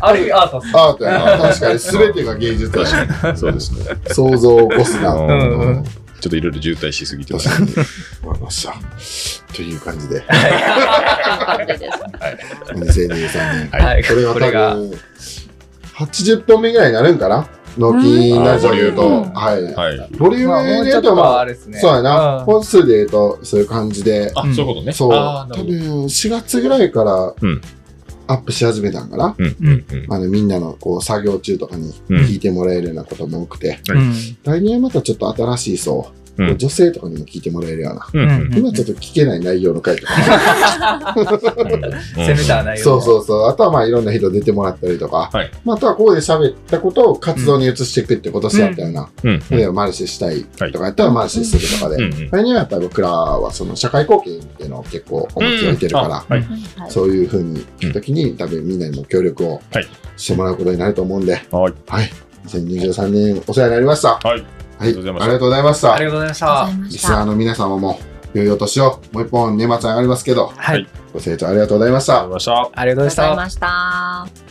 Speaker 4: ある意味アートっす。
Speaker 2: アートやな確かに全てが芸術だし
Speaker 1: 確かに。そうですね。ちょ
Speaker 2: 想像を起こすな、
Speaker 1: うん
Speaker 4: うん
Speaker 1: っといろいろ渋滞しすぎてま
Speaker 2: 確
Speaker 1: す。
Speaker 2: かにわかりましたという感じで2023年
Speaker 1: は
Speaker 4: はい、
Speaker 2: これは
Speaker 4: これが
Speaker 2: 多分80本目ぐらいになるんかなのきラジオで言うと、
Speaker 5: うん
Speaker 2: はい、
Speaker 1: はい。
Speaker 2: ボリュ
Speaker 4: まあ、も
Speaker 2: ーム
Speaker 4: う
Speaker 2: で
Speaker 4: ち
Speaker 2: 言
Speaker 4: ょっ
Speaker 2: うと
Speaker 4: と
Speaker 2: ま
Speaker 4: は
Speaker 2: あ
Speaker 4: あれですね。
Speaker 2: そうやな、
Speaker 4: ん
Speaker 2: 本数で言うとそういう感じで
Speaker 1: あ、そういうことね。
Speaker 2: そう
Speaker 1: あ
Speaker 2: 多
Speaker 1: ーなるほど。
Speaker 2: 分4月ぐらいから
Speaker 1: うん
Speaker 2: アップし始めたんかな、
Speaker 1: うんうんうん。
Speaker 2: あのみんなのこう作業中とかに
Speaker 1: うん
Speaker 2: 聞いてもらえるようなことも多くて、来年はまたちょっと新しい層、
Speaker 1: うん
Speaker 2: 女性とかにも聞いてもらえるような、
Speaker 1: う
Speaker 4: うんん。
Speaker 1: う
Speaker 4: うんん。
Speaker 2: 今ちょっと聞けない内容の回とか、
Speaker 4: 攻めた内容。。
Speaker 2: そうそううそうあとはまあいろんな人出てもらったりとか、
Speaker 1: はい
Speaker 2: まあ、あとはここで喋ったことを活動に移していくってことしやったような、
Speaker 1: うん。
Speaker 2: 例えばマルシェしたいとかやったらマルシェするとかで、
Speaker 1: うんうん。
Speaker 2: 来年はやっぱり僕らはその社会貢献っていうのを結構思い置いてるから、
Speaker 1: あはい。
Speaker 2: そういうふうに聞くときに、多分みんなにも協力を
Speaker 1: はい
Speaker 2: してもらうことになると思うんで、
Speaker 1: はい。
Speaker 2: 2023年お世話になりました。
Speaker 1: はい。
Speaker 2: はい、あ
Speaker 1: あ
Speaker 2: り
Speaker 1: り
Speaker 2: が
Speaker 1: が
Speaker 2: と
Speaker 1: と
Speaker 2: う
Speaker 1: うございました
Speaker 2: ございました
Speaker 4: あり。がとうございました。
Speaker 2: リスナーの皆様も、良いお年を、もう一本年末上がりますけど、
Speaker 4: はい。
Speaker 2: ご清聴ありがとうございました
Speaker 1: ありがとうございました。
Speaker 4: ありがとうございました。
Speaker 5: ました。